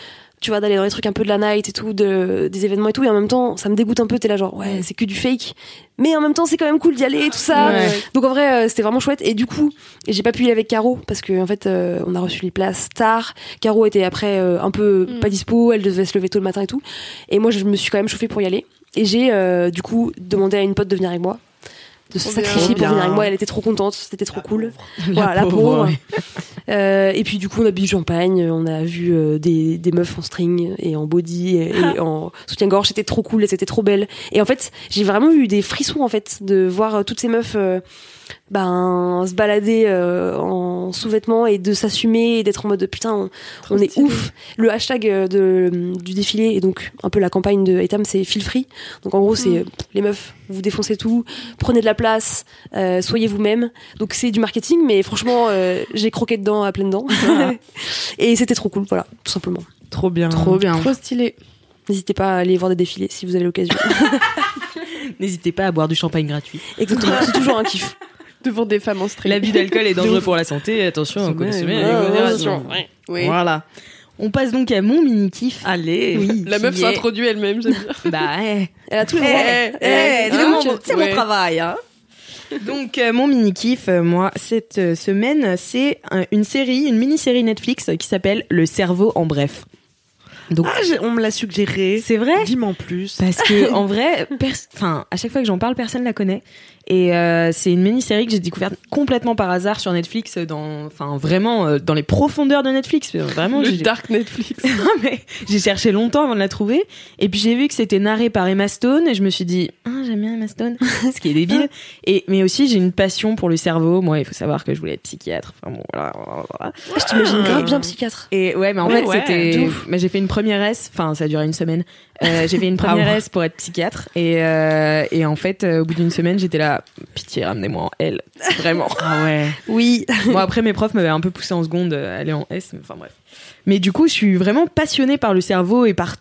Speaker 2: tu vois d'aller dans les trucs un peu de la night et tout, de, des événements et tout, et en même temps ça me dégoûte un peu. T'es là genre ouais c'est que du fake, mais en même temps c'est quand même cool d'y aller et tout ça.
Speaker 5: Ouais.
Speaker 2: Donc en vrai, euh, c'était vraiment chouette. Et du coup, j'ai pas pu y aller avec Caro parce que en fait, euh, on a reçu les places tard. Caro était après euh, un peu
Speaker 4: Mm.
Speaker 2: pas dispo, elle devait se lever tôt le matin et tout. Et moi, je me suis quand même chauffée pour y aller. Et j'ai euh, du coup demandé à une pote de venir avec moi, de se
Speaker 4: Trop bien. Bah,
Speaker 2: sacrifier pour
Speaker 3: Bien.
Speaker 2: venir avec moi. Elle était trop contente, c'était trop cool.
Speaker 5: la
Speaker 2: Voilà, la
Speaker 5: pauvre,
Speaker 2: pauvre.
Speaker 5: ouais.
Speaker 2: Euh, et puis du coup, on a bu du champagne, on a vu euh, des, des meufs en string et en body et, et en soutien-gorge. C'était trop cool, et c'était trop belle. Et en fait, j'ai vraiment eu des frissons en fait de voir euh, toutes ces meufs. euh, ben, se balader euh, en sous-vêtements et de s'assumer et d'être en mode putain, on, on est ouf. Le hashtag euh, de, du défilé et donc un peu la campagne de Etam, c'est feel free. Donc en gros, c'est euh, les meufs, vous défoncez tout, prenez de la place, euh, soyez vous-même. Donc c'est du marketing, mais franchement, euh, j'ai croqué dedans à pleines dents. et c'était trop cool, voilà, tout simplement.
Speaker 3: Trop bien.
Speaker 5: Trop bien.
Speaker 4: Trop stylé.
Speaker 2: N'hésitez pas à aller voir des défilés si vous avez l'occasion.
Speaker 1: N'hésitez pas à boire du champagne gratuit.
Speaker 2: Exactement, c'est toujours un kiff.
Speaker 4: Devant des femmes en string.
Speaker 1: L'abus d'alcool est dangereux pour la santé. Attention, on
Speaker 3: sommeil,
Speaker 1: avec
Speaker 3: ouais,
Speaker 1: modération.
Speaker 4: Oui.
Speaker 3: Voilà.
Speaker 1: On passe donc à mon mini kiff.
Speaker 3: Allez.
Speaker 4: La meuf s'introduit elle-même, j'aime bien.
Speaker 1: Bah, eh.
Speaker 2: Elle a tout le
Speaker 1: Eh,
Speaker 2: droit.
Speaker 1: eh, c'est
Speaker 4: eh, donc,
Speaker 1: mon- c'est mon
Speaker 4: ouais.
Speaker 1: travail. hein. Donc euh, mon mini kiff, moi, cette euh, semaine, c'est un- une série, une mini série Netflix euh, qui s'appelle Le cerveau en bref. Donc
Speaker 3: Ah, j'ai- on me l'a suggéré.
Speaker 1: c'est vrai
Speaker 3: Dis-moi en plus.
Speaker 1: parce que en vrai, pers- enfin à chaque fois que j'en parle, personne la connaît. Et euh, c'est une mini série que j'ai découverte complètement par hasard sur Netflix, euh, dans, enfin vraiment euh, dans les profondeurs de Netflix. Euh, Vraiment,
Speaker 4: Le
Speaker 1: j'ai-
Speaker 4: dark Netflix.
Speaker 1: Non, mais j'ai cherché longtemps avant de la trouver. Et puis j'ai vu que c'était narré par Emma Stone et je me suis dit, ah, j'aime bien Emma Stone, ce qui est débile. Et, mais aussi, j'ai une passion pour le cerveau. Moi, il faut savoir que je voulais être psychiatre. Enfin bon, voilà. voilà, voilà.
Speaker 2: Je t'imagine grave bien psychiatre.
Speaker 1: Et ouais, mais en
Speaker 3: Ouais,
Speaker 1: fait,
Speaker 3: ouais, de
Speaker 1: c'était. Mais j'ai fait une première S, enfin, ça a duré une semaine. Euh, j'ai fait
Speaker 3: Ah
Speaker 1: une première S pour être psychiatre. Et, euh, et en fait, euh, au bout d'une semaine, j'étais là, pitié, ramenez-moi en L. Vraiment.
Speaker 3: Ah ouais.
Speaker 2: Oui.
Speaker 1: Bon, après, mes profs m'avaient un peu poussé en seconde euh, à aller en S, mais enfin bref. Mais du coup, je suis vraiment passionnée par le cerveau et par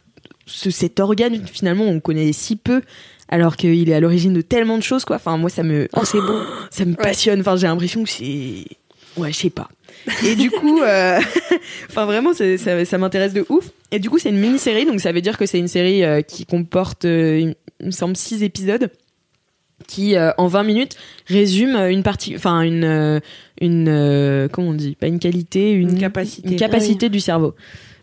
Speaker 1: ce, cet organe, finalement, on connaît si peu, alors qu'il est à l'origine de tellement de choses, quoi. Enfin, moi, ça me,
Speaker 2: Oh, c'est bon.
Speaker 1: ça me passionne. Enfin, j'ai l'impression que c'est. Ouais, je sais pas. Et du coup, euh, enfin vraiment, c'est- ça, ça m'intéresse de ouf. Et du coup, c'est une mini-série, donc ça veut dire que c'est une série euh, qui comporte, euh, il me semble, six épisodes qui, euh, en 20 minutes, résume euh, une partie, enfin une, euh, une, euh, comment on dit, pas une qualité, une,
Speaker 3: Une capacité.
Speaker 1: une capacité du cerveau.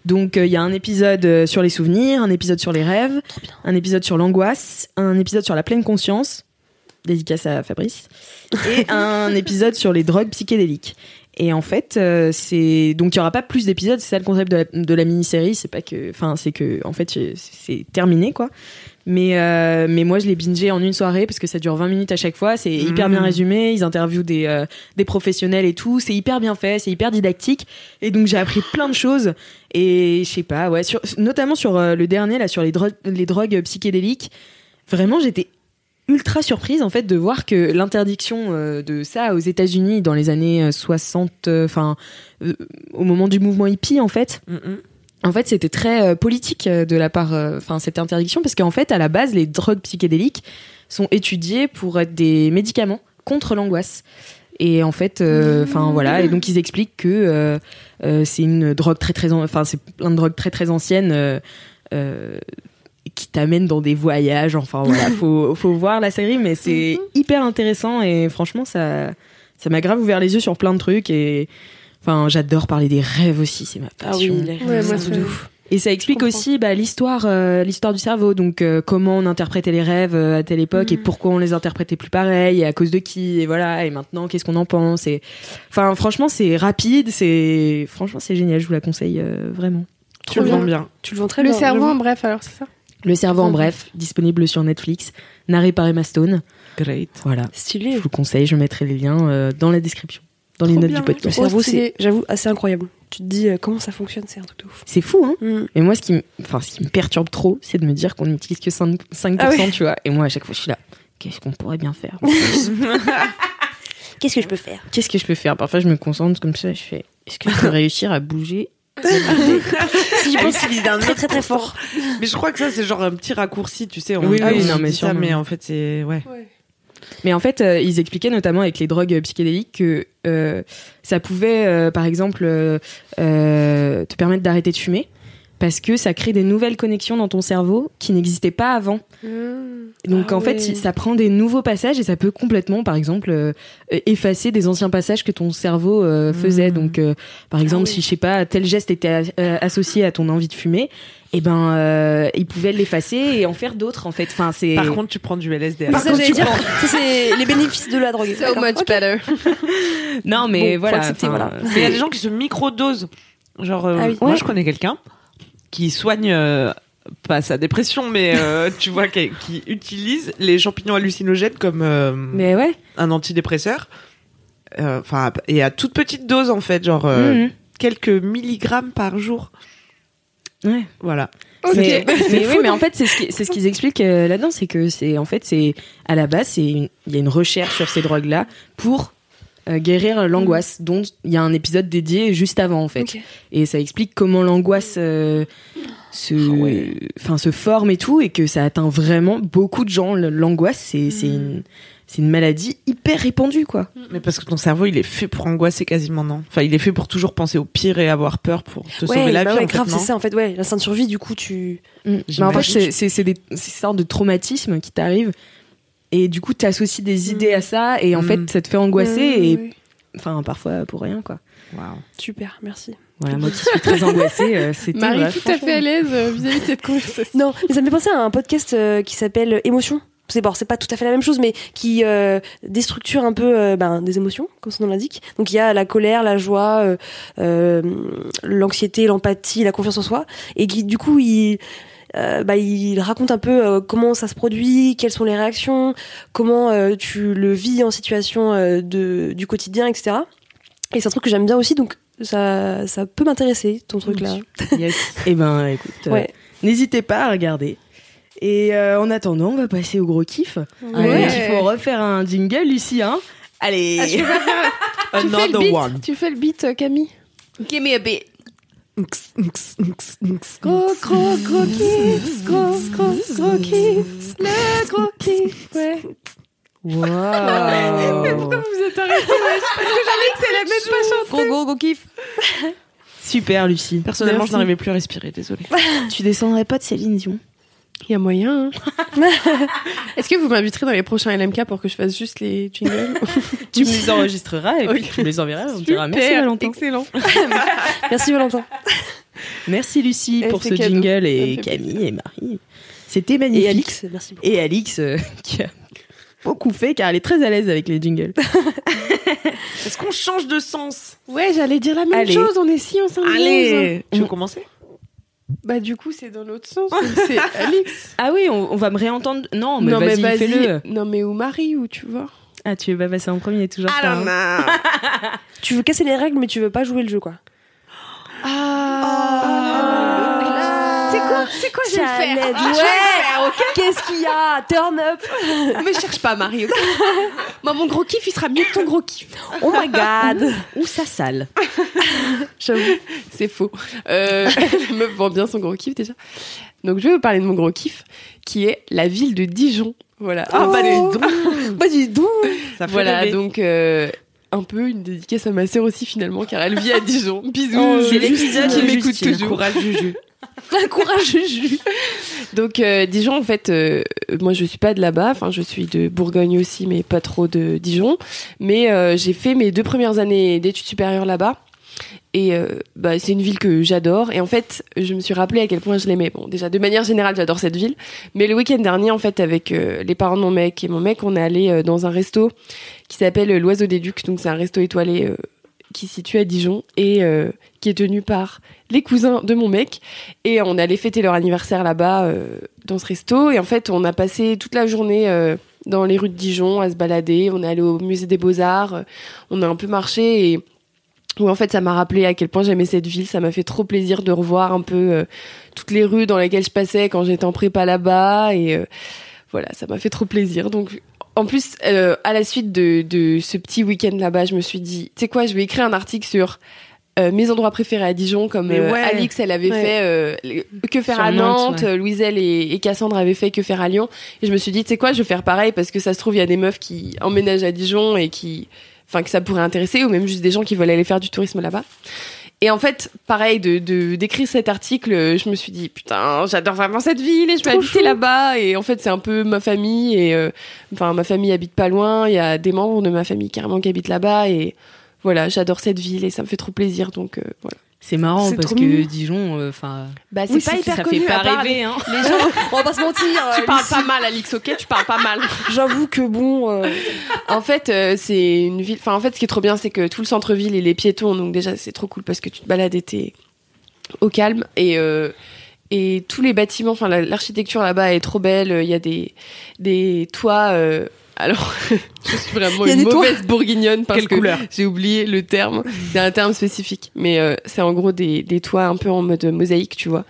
Speaker 1: Donc euh, il y a un épisode euh, sur les souvenirs, un épisode sur les rêves, un épisode sur l'angoisse, un épisode sur la pleine conscience, dédicace à Fabrice, et un épisode sur les drogues psychédéliques. Et en fait, euh, c'est donc il y aura pas plus d'épisodes, c'est ça le concept de la, de la mini-série, c'est pas que enfin c'est que en fait c'est- c'est terminé quoi. Mais euh, mais moi je l'ai bingé en une soirée parce que ça dure 20 minutes à chaque fois, c'est hyper bien
Speaker 3: Mhm.
Speaker 1: résumé, ils interviewent des euh, des professionnels et tout, c'est hyper bien fait, c'est hyper didactique et donc j'ai appris plein de choses et je sais pas, ouais, sur, notamment sur euh, le dernier là sur les drogues les drogues psychédéliques, vraiment j'étais ultra surprise en fait de voir que l'interdiction euh, de ça aux États-Unis dans les années euh, 60 euh, enfin euh, au moment du mouvement hippie en fait
Speaker 3: Mhm.
Speaker 1: en fait c'était très euh, politique euh, de la part euh, enfin cette interdiction parce qu'en fait à la base les drogues psychédéliques sont étudiées pour être des médicaments contre l'angoisse et en fait euh, enfin voilà et donc ils expliquent que euh, euh, c'est une drogue très très an- enfin c'est plein de drogues très très anciennes euh, euh, qui t'amènent dans des voyages enfin voilà faut faut voir la série mais c'est
Speaker 2: Mhm.
Speaker 1: hyper intéressant et franchement ça ça m'a grave ouvert les yeux sur plein de trucs et enfin j'adore parler des rêves aussi c'est ma
Speaker 2: Ah oui,
Speaker 1: passion
Speaker 2: les rêves,
Speaker 4: Ouais, moi,
Speaker 2: c'est
Speaker 4: ça-
Speaker 2: de ouf.
Speaker 1: et ça explique
Speaker 2: comprends.
Speaker 1: aussi bah, l'histoire euh, l'histoire du cerveau donc euh, comment on interprétait les rêves euh, à telle époque et
Speaker 3: Mm.
Speaker 1: pourquoi on les interprétait plus pareil et à cause de qui et voilà et maintenant qu'est-ce qu'on en pense et enfin franchement c'est rapide c'est franchement c'est génial je vous la conseille euh, vraiment
Speaker 3: Tu le
Speaker 4: bien.
Speaker 3: vends bien.
Speaker 2: Tu le vends très
Speaker 4: Le
Speaker 2: bien.
Speaker 4: cerveau,
Speaker 2: j'avoue.
Speaker 4: en bref, alors, c'est ça
Speaker 1: le cerveau
Speaker 3: Mm.
Speaker 1: en bref disponible sur Netflix narré par Emma Stone
Speaker 3: Great.
Speaker 1: voilà je
Speaker 2: Stylé.
Speaker 1: vous conseille je mettrai les liens euh, dans la description dans les
Speaker 3: Trop
Speaker 1: notes
Speaker 3: bien.
Speaker 1: du
Speaker 3: Oh,
Speaker 1: podcast
Speaker 2: Le
Speaker 4: Trop
Speaker 2: cerveau,
Speaker 4: stylé.
Speaker 2: c'est, j'avoue, assez incroyable. Tu te dis euh, comment ça fonctionne, c'est un truc de ouf.
Speaker 1: c'est fou hein
Speaker 2: Mm.
Speaker 1: Mais moi, ce qui, me- enfin, ce qui me perturbe trop, c'est de me dire qu'on n'utilise que 5%,
Speaker 2: Ah ouais.
Speaker 1: tu vois. Et moi, à chaque fois, je suis là. Qu'est-ce qu'on pourrait bien faire
Speaker 2: Qu'est-ce que je peux faire
Speaker 1: Qu'est-ce que je peux faire Parfois, je me concentre comme ça. Je fais est-ce que je peux réussir à bouger
Speaker 2: Si je pense très très très fort.
Speaker 3: Mais je crois que ça, c'est genre un petit raccourci, tu sais. On,
Speaker 1: Oui,
Speaker 3: on
Speaker 1: oui,
Speaker 3: se
Speaker 1: non, mais
Speaker 3: dit ça,
Speaker 1: sûrement.
Speaker 3: mais en fait, c'est. Ouais.
Speaker 1: Mais en fait, euh, ils expliquaient notamment avec les drogues psychédéliques que euh, ça pouvait, euh, par exemple, euh, euh, te permettre d'arrêter de fumer parce que ça crée des nouvelles connexions dans ton cerveau qui n'existaient pas avant. Donc
Speaker 4: Ah
Speaker 1: en
Speaker 4: ouais.
Speaker 1: fait, si- ça prend des nouveaux passages et ça peut complètement, par exemple, euh, euh, effacer des anciens passages que ton cerveau euh, faisait. Donc, euh, par exemple, si je sais pas, tel geste était a- euh, associé à ton envie de fumer, et ben, euh, il pouvait l'effacer et en faire d'autres. En fait, enfin, c'est.
Speaker 3: Par contre, tu prends du LSD.
Speaker 2: ça, j'allais dire, ça, c'est les bénéfices de la drogue.
Speaker 4: So much better.
Speaker 1: non, mais
Speaker 2: Bon, faut
Speaker 1: voilà.
Speaker 2: accepter,
Speaker 1: enfin,
Speaker 2: voilà.
Speaker 3: Mais il y a des gens qui se microdosent. Genre, euh,
Speaker 2: Ah oui.
Speaker 3: moi,
Speaker 2: Ouais.
Speaker 3: je connais quelqu'un qui soigne euh, pas sa dépression, mais euh, tu vois, qui, qui utilise les champignons hallucinogènes comme euh,
Speaker 1: Mais ouais.
Speaker 3: un antidépresseur. Euh, Enfin, et à toute petite dose, en fait, genre euh,
Speaker 1: Mhm.
Speaker 3: quelques milligrammes par jour.
Speaker 1: mmh. Ouais.
Speaker 3: Voilà.
Speaker 1: Mais, mais oui, mais en fait, c'est ce qui- c'est ce qu'ils expliquent euh, là-dedans, c'est que c'est en fait c'est à la base, c'est une- il y a une recherche sur ces drogues-là pour euh, guérir l'angoisse, dont il y a un épisode dédié juste avant en fait,
Speaker 2: Ok.
Speaker 1: et ça explique comment l'angoisse euh, se, enfin se forme et tout, et que ça atteint vraiment beaucoup de gens. L- L'angoisse, c'est c'est une, c'est une maladie hyper répandue quoi.
Speaker 3: Mais parce que ton cerveau, il est fait pour angoisser quasiment, non Enfin, il est fait pour toujours penser au pire et avoir peur pour te sauver
Speaker 2: Ouais,
Speaker 3: la
Speaker 2: bah
Speaker 3: vie,
Speaker 2: ouais,
Speaker 3: en fait,
Speaker 2: grave,
Speaker 3: non
Speaker 2: c'est ça en fait. Ouais, la de survie, du coup, tu.
Speaker 1: Mm. Mais en fait,
Speaker 3: J'imagine.
Speaker 1: c'est- c'est c'est des c'est des sortes de traumatismes qui t'arrivent. Et du coup, t'associes des idées à ça, et en
Speaker 3: Mm.
Speaker 1: fait, ça te fait angoisser,
Speaker 2: Ouais,
Speaker 1: et
Speaker 2: ouais, ouais.
Speaker 1: enfin parfois pour rien quoi.
Speaker 3: Waouh.
Speaker 2: Super, merci.
Speaker 1: Voilà, moi qui suis très angoissée, euh, c'était
Speaker 4: Marie,
Speaker 1: bah,
Speaker 4: tout à fait à
Speaker 1: franchement-
Speaker 4: l'aise euh, vis-à-vis de cette conversation.
Speaker 2: Non, mais ça me fait penser à un podcast euh, qui s'appelle Émotion. C'est bon, c'est pas tout à fait la même chose, mais qui euh, déstructure un peu euh, ben, des émotions, comme son nom l'indique. Donc il y a la colère, la joie, euh, euh, l'anxiété, l'empathie, la confiance en soi, et qui du coup il, euh, bah, il raconte un peu euh, comment ça se produit, quelles sont les réactions, comment euh, tu le vis en situation euh, de, du quotidien, etc. Et c'est un truc que j'aime bien aussi, donc ça, ça peut m'intéresser ton truc là.
Speaker 1: Yes. Eh ben écoute, euh,
Speaker 2: Ouais.
Speaker 1: n'hésitez pas à regarder. Et euh, en attendant, on va passer au gros kiff.
Speaker 4: Ouais.
Speaker 1: Donc, il faut refaire un jingle, Lucie. Hein Allez.
Speaker 4: Ah, je peux pas faire- tu, fais le
Speaker 3: Another
Speaker 4: beat,
Speaker 3: one.
Speaker 4: tu fais le beat, euh, Camille. Give me a beat.
Speaker 3: Nx, nx, nx, nx.
Speaker 4: Gros, gros, gros kiff, gros, gros, gros kiff, le gros kiff, ouais. Mais pourquoi vous vous êtes arrêtés, wesh Parce que j'avais que c'est la même pas chantée.
Speaker 2: Gros gros gros kiff.
Speaker 1: Super, Lucie.
Speaker 3: Personnellement,
Speaker 1: Merci.
Speaker 3: je n'arrivais plus à respirer, désolé.
Speaker 1: Tu descendrais pas de Céline Dion
Speaker 4: Il y a moyen, hein. Est-ce que vous m'inviterez dans les prochains LMK pour que je fasse juste les jingles
Speaker 1: Tu me les enregistreras et puis
Speaker 4: Ok.
Speaker 1: tu me les enverras. On te dira merci Valentin.
Speaker 4: Excellent.
Speaker 2: Merci Valentin.
Speaker 1: Merci Lucie
Speaker 4: Et
Speaker 1: pour
Speaker 4: c'est
Speaker 1: ce
Speaker 4: cadeau.
Speaker 1: jingle
Speaker 4: Ça me
Speaker 1: et
Speaker 4: fait
Speaker 1: Camille et Marie. C'était magnifique.
Speaker 2: Et Alix, merci beaucoup.
Speaker 1: Et Alix euh, qui a beaucoup fait car elle est très à l'aise avec les jingles.
Speaker 3: Est-ce qu'on change de sens
Speaker 4: Ouais, j'allais dire la même
Speaker 1: Allez.
Speaker 4: chose, on est si en symbiose.
Speaker 3: Allez Tu veux
Speaker 1: On-
Speaker 3: commencer
Speaker 4: Bah du coup, c'est dans l'autre sens, donc c'est Alix.
Speaker 1: Ah oui, on, on va me réentendre. Non, mais vas-y, fais-le.
Speaker 4: Non mais ou Marie, ou tu vois.
Speaker 1: Ah, tu veux pas passer en premier, toujours
Speaker 2: Ah,
Speaker 1: pas, hein.
Speaker 2: Tu veux casser les règles, mais tu veux pas jouer le jeu, quoi.
Speaker 4: Ah, C'est quoi C'est quoi Je vais le faire. Ah,
Speaker 2: Challenge.
Speaker 4: Je vais le faire, ok
Speaker 2: Qu'est-ce qu'il y a Turn up
Speaker 4: Me cherche pas, Marie. ok Moi, mon gros kiff, il sera mieux que ton gros kiff.
Speaker 2: Oh my god
Speaker 1: Ou ça sale.
Speaker 4: J'avoue, c'est faux. Euh, la meuf vend bien son gros kiff déjà. Donc, je vais vous parler de mon gros kiff, qui est la ville de Dijon. Voilà. Ah,
Speaker 3: Ah,
Speaker 4: Donc,
Speaker 3: bah,
Speaker 4: c'est-
Speaker 2: Bah dis donc
Speaker 3: Ça fait
Speaker 4: Voilà,
Speaker 3: rêver.
Speaker 4: donc euh, un peu une dédicace à ma sœur aussi finalement, car elle vit à Dijon.
Speaker 3: Oh,
Speaker 4: Bisous.
Speaker 1: c'est
Speaker 4: Juju,
Speaker 1: l'épisode
Speaker 4: qui
Speaker 1: de
Speaker 4: m'écoute
Speaker 1: Justine.
Speaker 4: toujours.
Speaker 3: Courage, Juju.
Speaker 4: Courage, Juju. Donc euh, Dijon, en fait, euh, moi je suis pas de là-bas. Enfin, je suis de Bourgogne aussi, mais pas trop de Dijon. Mais euh, j'ai fait mes deux premières années d'études supérieures là-bas. Et euh, bah, c'est une ville que j'adore. Et en fait, je me suis rappelé à quel point je l'aimais. Bon, déjà, de manière générale, j'adore cette ville. Mais le week-end dernier, en fait, avec euh, les parents de mon mec et mon mec, on est allé euh, dans un resto qui s'appelle euh, l'Oiseau des Ducs. Donc, c'est un resto étoilé euh, qui se situe à Dijon et euh, qui est tenu par les cousins de mon mec. Et on allait fêter leur anniversaire là-bas, euh, dans ce resto. Et en fait, on a passé toute la journée euh, dans les rues de Dijon à se balader. On est allé au musée des Beaux-Arts. euh, On a un peu marché et. où en fait, ça m'a rappelé à quel point j'aimais cette ville. Ça m'a fait trop plaisir de revoir un peu euh, toutes les rues dans lesquelles je passais quand j'étais en prépa là-bas. Et euh, voilà, ça m'a fait trop plaisir. Donc, en plus, euh, à la suite de, de ce petit week-end là-bas, je me suis dit, tu sais quoi, je vais écrire un article sur euh, mes endroits préférés à Dijon, comme
Speaker 3: Mais
Speaker 4: euh,
Speaker 3: ouais.
Speaker 4: Alix, elle avait
Speaker 2: Ouais.
Speaker 4: fait euh, le- que faire
Speaker 1: Sur
Speaker 4: à
Speaker 1: Nantes,
Speaker 4: Nantes,
Speaker 1: ouais.
Speaker 4: euh, Louiselle et, et Cassandre avaient fait que faire à Lyon. Et je me suis dit, tu sais quoi, je vais faire pareil parce que ça se trouve, il y a des meufs qui emménagent à Dijon et qui, enfin, que ça pourrait intéresser, ou même juste des gens qui veulent aller faire du tourisme là-bas. Et en fait, pareil, de de- d'écrire cet article, euh, je me suis dit putain, j'adore vraiment cette ville et je vais habiter là-bas. Et en fait, c'est un peu ma famille et euh, enfin ma famille habite pas loin. Il y a des membres de ma famille carrément qui habitent là-bas et voilà, j'adore cette ville et ça me fait trop plaisir. Donc euh, voilà.
Speaker 1: C'est marrant
Speaker 2: C'est
Speaker 1: parce
Speaker 2: trop
Speaker 1: que
Speaker 2: mignon.
Speaker 1: Dijon, euh, enfin.
Speaker 4: Bah c'est
Speaker 2: Oui,
Speaker 4: pas
Speaker 2: c'est-
Speaker 4: hyper
Speaker 1: ça
Speaker 4: connu.
Speaker 1: fait pas
Speaker 4: à part
Speaker 1: rêver, hein.
Speaker 4: Les, les gens,
Speaker 2: On va pas se mentir
Speaker 4: tu
Speaker 2: euh,
Speaker 4: parles pas mal, Alix. Ok, tu parles pas mal.
Speaker 2: J'avoue que bon... euh,
Speaker 4: En fait, euh, c'est une ville. Enfin, en fait, ce qui est trop bien, c'est que tout le centre-ville, il est piéton. Donc, déjà, c'est trop cool parce que tu te balades et t'es au calme. Et, euh, et tous les bâtiments, enfin la- l'architecture là-bas est trop belle. Il y a des, des toits. euh, alors, je suis vraiment
Speaker 2: Il y a
Speaker 4: une
Speaker 2: des toits
Speaker 4: mauvaise bourguignonne parce
Speaker 3: Quelle
Speaker 4: que
Speaker 3: couleur
Speaker 4: j'ai oublié le terme. C'est un terme spécifique, mais euh, c'est en gros des, des toits un peu en mode mosaïque, tu vois.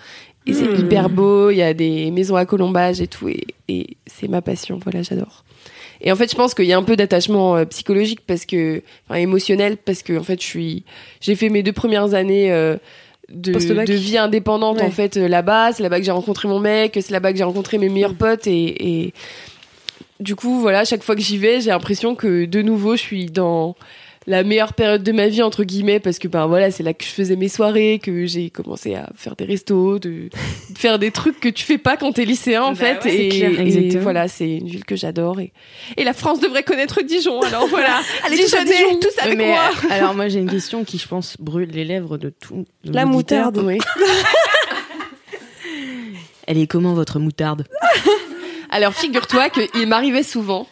Speaker 4: Et c'est
Speaker 3: Hmm.
Speaker 4: hyper beau. Il y a des maisons à colombage et tout. Et, et c'est ma passion. Voilà, j'adore. Et en fait, je pense qu'il y a un peu d'attachement euh, psychologique parce que, enfin, émotionnel parce que en fait, je suis, j'ai fait mes deux premières années. euh, de,
Speaker 2: Post-bac.
Speaker 4: de vie indépendante
Speaker 2: Ouais.
Speaker 4: en fait euh, là-bas c'est là-bas que j'ai rencontré mon mec c'est là-bas que j'ai rencontré mes meilleurs potes et, et du coup voilà chaque fois que j'y vais j'ai l'impression que de nouveau je suis dans la meilleure période de ma vie entre guillemets parce que ben voilà c'est là que je faisais mes soirées que j'ai commencé à faire des restos de, de faire des trucs que tu fais pas quand t'es lycéen en
Speaker 3: Bah
Speaker 4: fait
Speaker 3: ouais,
Speaker 4: et,
Speaker 1: c'est clair,
Speaker 4: et
Speaker 1: exactement.
Speaker 4: voilà c'est une ville que j'adore et, et la France devrait connaître Dijon alors voilà
Speaker 2: Allez, tous à
Speaker 4: Dijonnais,
Speaker 2: Dijon.
Speaker 4: tous avec
Speaker 1: Mais,
Speaker 4: moi
Speaker 1: euh, alors moi j'ai une question qui je pense brûle les lèvres de tout. de
Speaker 2: La
Speaker 1: l'auditeur.
Speaker 2: moutarde.
Speaker 4: Oui.
Speaker 1: Elle est comment votre moutarde
Speaker 4: Alors figure-toi qu'il m'arrivait souvent,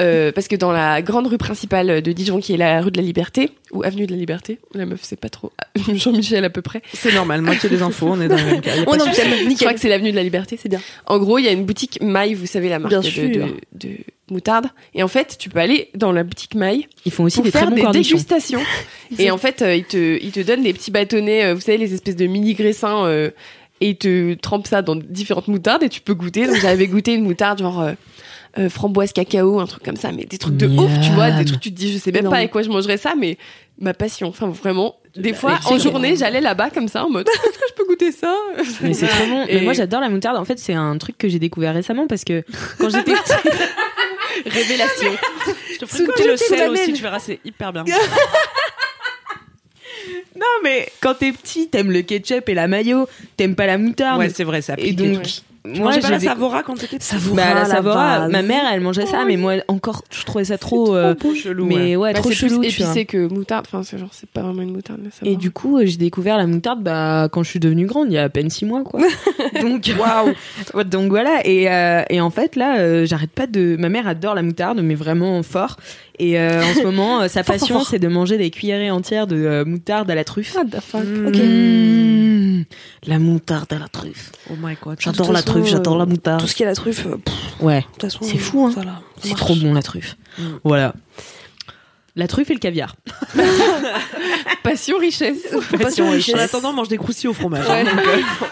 Speaker 4: euh, parce que dans la grande rue principale de Dijon, qui est la rue de la Liberté, ou avenue de la Liberté, la meuf c'est pas trop, Jean-Michel à peu près,
Speaker 3: C'est normal, moitié des infos, on est dans le même cas. y a pas
Speaker 4: on
Speaker 3: de
Speaker 4: en
Speaker 3: souci.
Speaker 4: Je crois que c'est l'avenue de la Liberté, c'est bien. En gros, il y a une boutique Maille, vous savez la marque
Speaker 2: Bien
Speaker 4: de,
Speaker 2: sûr.
Speaker 4: de- de moutarde. Et en fait, tu peux aller dans la boutique Maille
Speaker 1: Ils font aussi
Speaker 4: pour
Speaker 1: des très
Speaker 4: faire
Speaker 1: bons
Speaker 4: des
Speaker 1: cornichons.
Speaker 4: dégustations. et en fait, euh, ils te ils te donnent des petits bâtonnets, euh, vous savez les espèces de mini graissins. euh, et ils te trempent ça dans différentes moutardes et tu peux goûter. Donc j'avais goûté une moutarde genre euh, euh, framboise cacao, un truc comme ça, mais des trucs de ouf, tu vois, des trucs tu te dis je sais même
Speaker 2: Énorme.
Speaker 4: pas avec quoi je mangerais ça, mais ma passion. Enfin vraiment, des fois
Speaker 1: c'est
Speaker 4: en
Speaker 1: clair.
Speaker 4: journée j'allais là-bas comme ça en mode est-ce que je peux goûter ça
Speaker 1: Mais c'est trop bon. Mais
Speaker 4: Et-
Speaker 1: moi j'adore la moutarde. En fait c'est un truc que j'ai découvert récemment parce que quand j'étais petite,
Speaker 4: Révélation.
Speaker 3: Je te
Speaker 1: Sous
Speaker 3: ferai goûter
Speaker 1: toutes
Speaker 3: le
Speaker 1: tes
Speaker 3: sel
Speaker 1: domaines.
Speaker 3: aussi, tu verras, c'est hyper bien.
Speaker 1: non mais quand t'es petit t'aimes le ketchup et la mayo, t'aimes pas la moutarde.
Speaker 3: Ouais, c'est vrai, ça
Speaker 1: Ah, et
Speaker 3: pique.
Speaker 1: donc moi
Speaker 3: j'ai pas la
Speaker 1: décou-
Speaker 3: Savora quand t'étais
Speaker 2: Ça vous
Speaker 1: Bah, la
Speaker 2: rend
Speaker 1: Savora,
Speaker 2: base.
Speaker 1: ma mère elle mangeait ça, mais moi encore je trouvais ça trop. euh,
Speaker 3: trop chelou.
Speaker 1: mais ouais,
Speaker 4: Bah,
Speaker 1: trop
Speaker 4: c'est
Speaker 1: chelou.
Speaker 4: plus
Speaker 1: tu vois.
Speaker 4: épicé que moutarde. Enfin, c'est genre, c'est pas vraiment une moutarde. mais ça
Speaker 1: Et
Speaker 4: va.
Speaker 1: du coup, euh, j'ai découvert la moutarde bah, quand je suis devenue grande, il y a à peine six mois, quoi. donc, waouh. Donc voilà. Et, euh, et en fait, là, euh, j'arrête pas de. Ma mère adore la moutarde, mais vraiment fort. Et euh, en ce moment, euh, sa
Speaker 2: Fort, fort,
Speaker 1: passion,
Speaker 2: fort.
Speaker 1: c'est de manger des cuillerées entières de euh, moutarde à la
Speaker 4: Ah,
Speaker 1: truffe.
Speaker 3: euh,
Speaker 2: Ok.
Speaker 1: Mmh, la moutarde à la truffe.
Speaker 3: hmm. Oh my god.
Speaker 1: J'adore
Speaker 2: toute
Speaker 1: la
Speaker 2: façon,
Speaker 1: truffe, j'adore
Speaker 2: euh,
Speaker 1: la moutarde.
Speaker 2: Tout ce qui est la truffe, euh, pff, de
Speaker 1: Ouais,
Speaker 2: toute façon.
Speaker 1: C'est fou, hein.
Speaker 2: voilà, ça
Speaker 1: c'est
Speaker 2: marche.
Speaker 1: trop bon la truffe. Voilà. La truffe et le caviar.
Speaker 4: passion richesse.
Speaker 2: Passion
Speaker 3: En
Speaker 2: richesse.
Speaker 3: attendant, mange des croustilles au fromage.
Speaker 4: Ouais.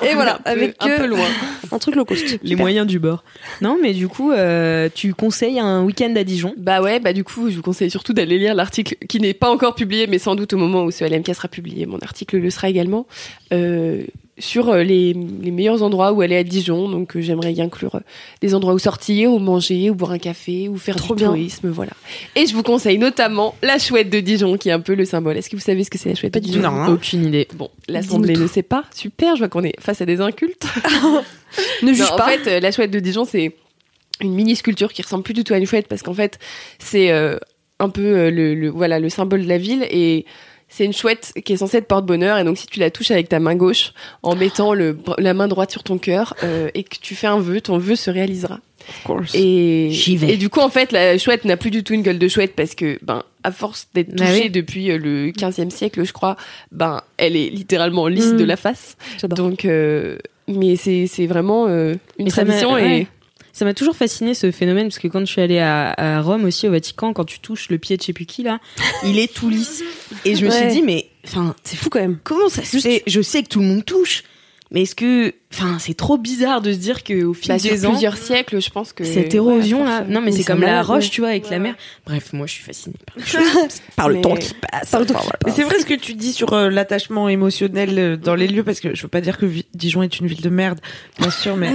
Speaker 2: Et voilà, avec
Speaker 4: un
Speaker 2: euh,
Speaker 4: peu loin.
Speaker 2: un truc low cost.
Speaker 1: Les moyens du bord. Non, mais du coup, euh, tu conseilles un week-end à Dijon
Speaker 4: Bah ouais, bah du coup, je vous conseille surtout d'aller lire l'article qui n'est pas encore publié, mais sans doute au moment où ce LMK sera publié, mon article le sera également, euh, sur euh, les, les meilleurs endroits où aller à Dijon. Donc euh, j'aimerais y inclure euh, des endroits où sortir, où manger, où boire un café, où faire
Speaker 2: Trop
Speaker 4: du
Speaker 2: bien.
Speaker 4: tourisme, voilà. Et je vous conseille notamment la chouette de Dijon, qui est un peu le symbole. Est-ce que vous savez ce que c'est la chouette de Dijon Oh
Speaker 3: Non. hein.
Speaker 1: Aucune idée.
Speaker 4: Bon, l'Assemblée ne sait pas. Super, je vois qu'on est face à des incultes.
Speaker 2: Ne
Speaker 4: Non,
Speaker 2: juge pas.
Speaker 4: En fait, euh, la chouette de Dijon, c'est une mini sculpture qui ressemble plus du tout à une chouette parce qu'en fait, c'est euh, un peu euh, le, le- voilà le symbole de la ville et c'est une chouette qui est censée être porte-bonheur et donc si tu la touches avec ta main gauche en mettant le, br- la main droite sur ton cœur euh, et que tu fais un vœu, ton vœu se réalisera. Et,
Speaker 1: J'y vais.
Speaker 4: et du coup, en fait, la chouette n'a plus du tout une gueule de chouette parce que, ben, à force d'être
Speaker 1: Bah
Speaker 4: touchée
Speaker 1: oui.
Speaker 4: depuis euh, le 15e siècle, je crois, ben, elle est littéralement lisse
Speaker 2: Mm.
Speaker 4: de la face.
Speaker 2: J'adore.
Speaker 4: Donc, euh, mais c'est c'est vraiment euh, une
Speaker 1: Mais ça m'a-
Speaker 4: tradition
Speaker 1: ouais.
Speaker 4: et
Speaker 1: Ça m'a toujours fasciné ce phénomène parce que quand je suis allée à, à Rome aussi au Vatican, quand tu touches le pied de je sais plus qui là, il est tout lisse. Et je me
Speaker 2: Ouais.
Speaker 1: suis dit mais enfin
Speaker 2: C'est fou quand même.
Speaker 1: comment ça se fait Je sais que tout le monde touche, mais est-ce que enfin c'est trop bizarre de se dire que au fil
Speaker 4: bah, sur
Speaker 1: des ans
Speaker 4: plusieurs siècles, je pense que
Speaker 1: cette érosion
Speaker 4: ouais, à
Speaker 1: là,
Speaker 4: force,
Speaker 1: non mais
Speaker 2: Mais
Speaker 1: c'est
Speaker 2: c'est
Speaker 1: comme la
Speaker 2: malade,
Speaker 1: roche
Speaker 2: ouais.
Speaker 1: tu vois avec la mer. Bref moi je suis fascinée par les choses.
Speaker 3: Par le
Speaker 4: Mais-
Speaker 3: temps qui passe.
Speaker 2: Par contre,
Speaker 3: Mais c'est vrai ce que tu dis sur euh, l'attachement émotionnel euh, dans les lieux, parce que je veux pas dire que Vi- Dijon est une ville de merde, bien sûr, mais,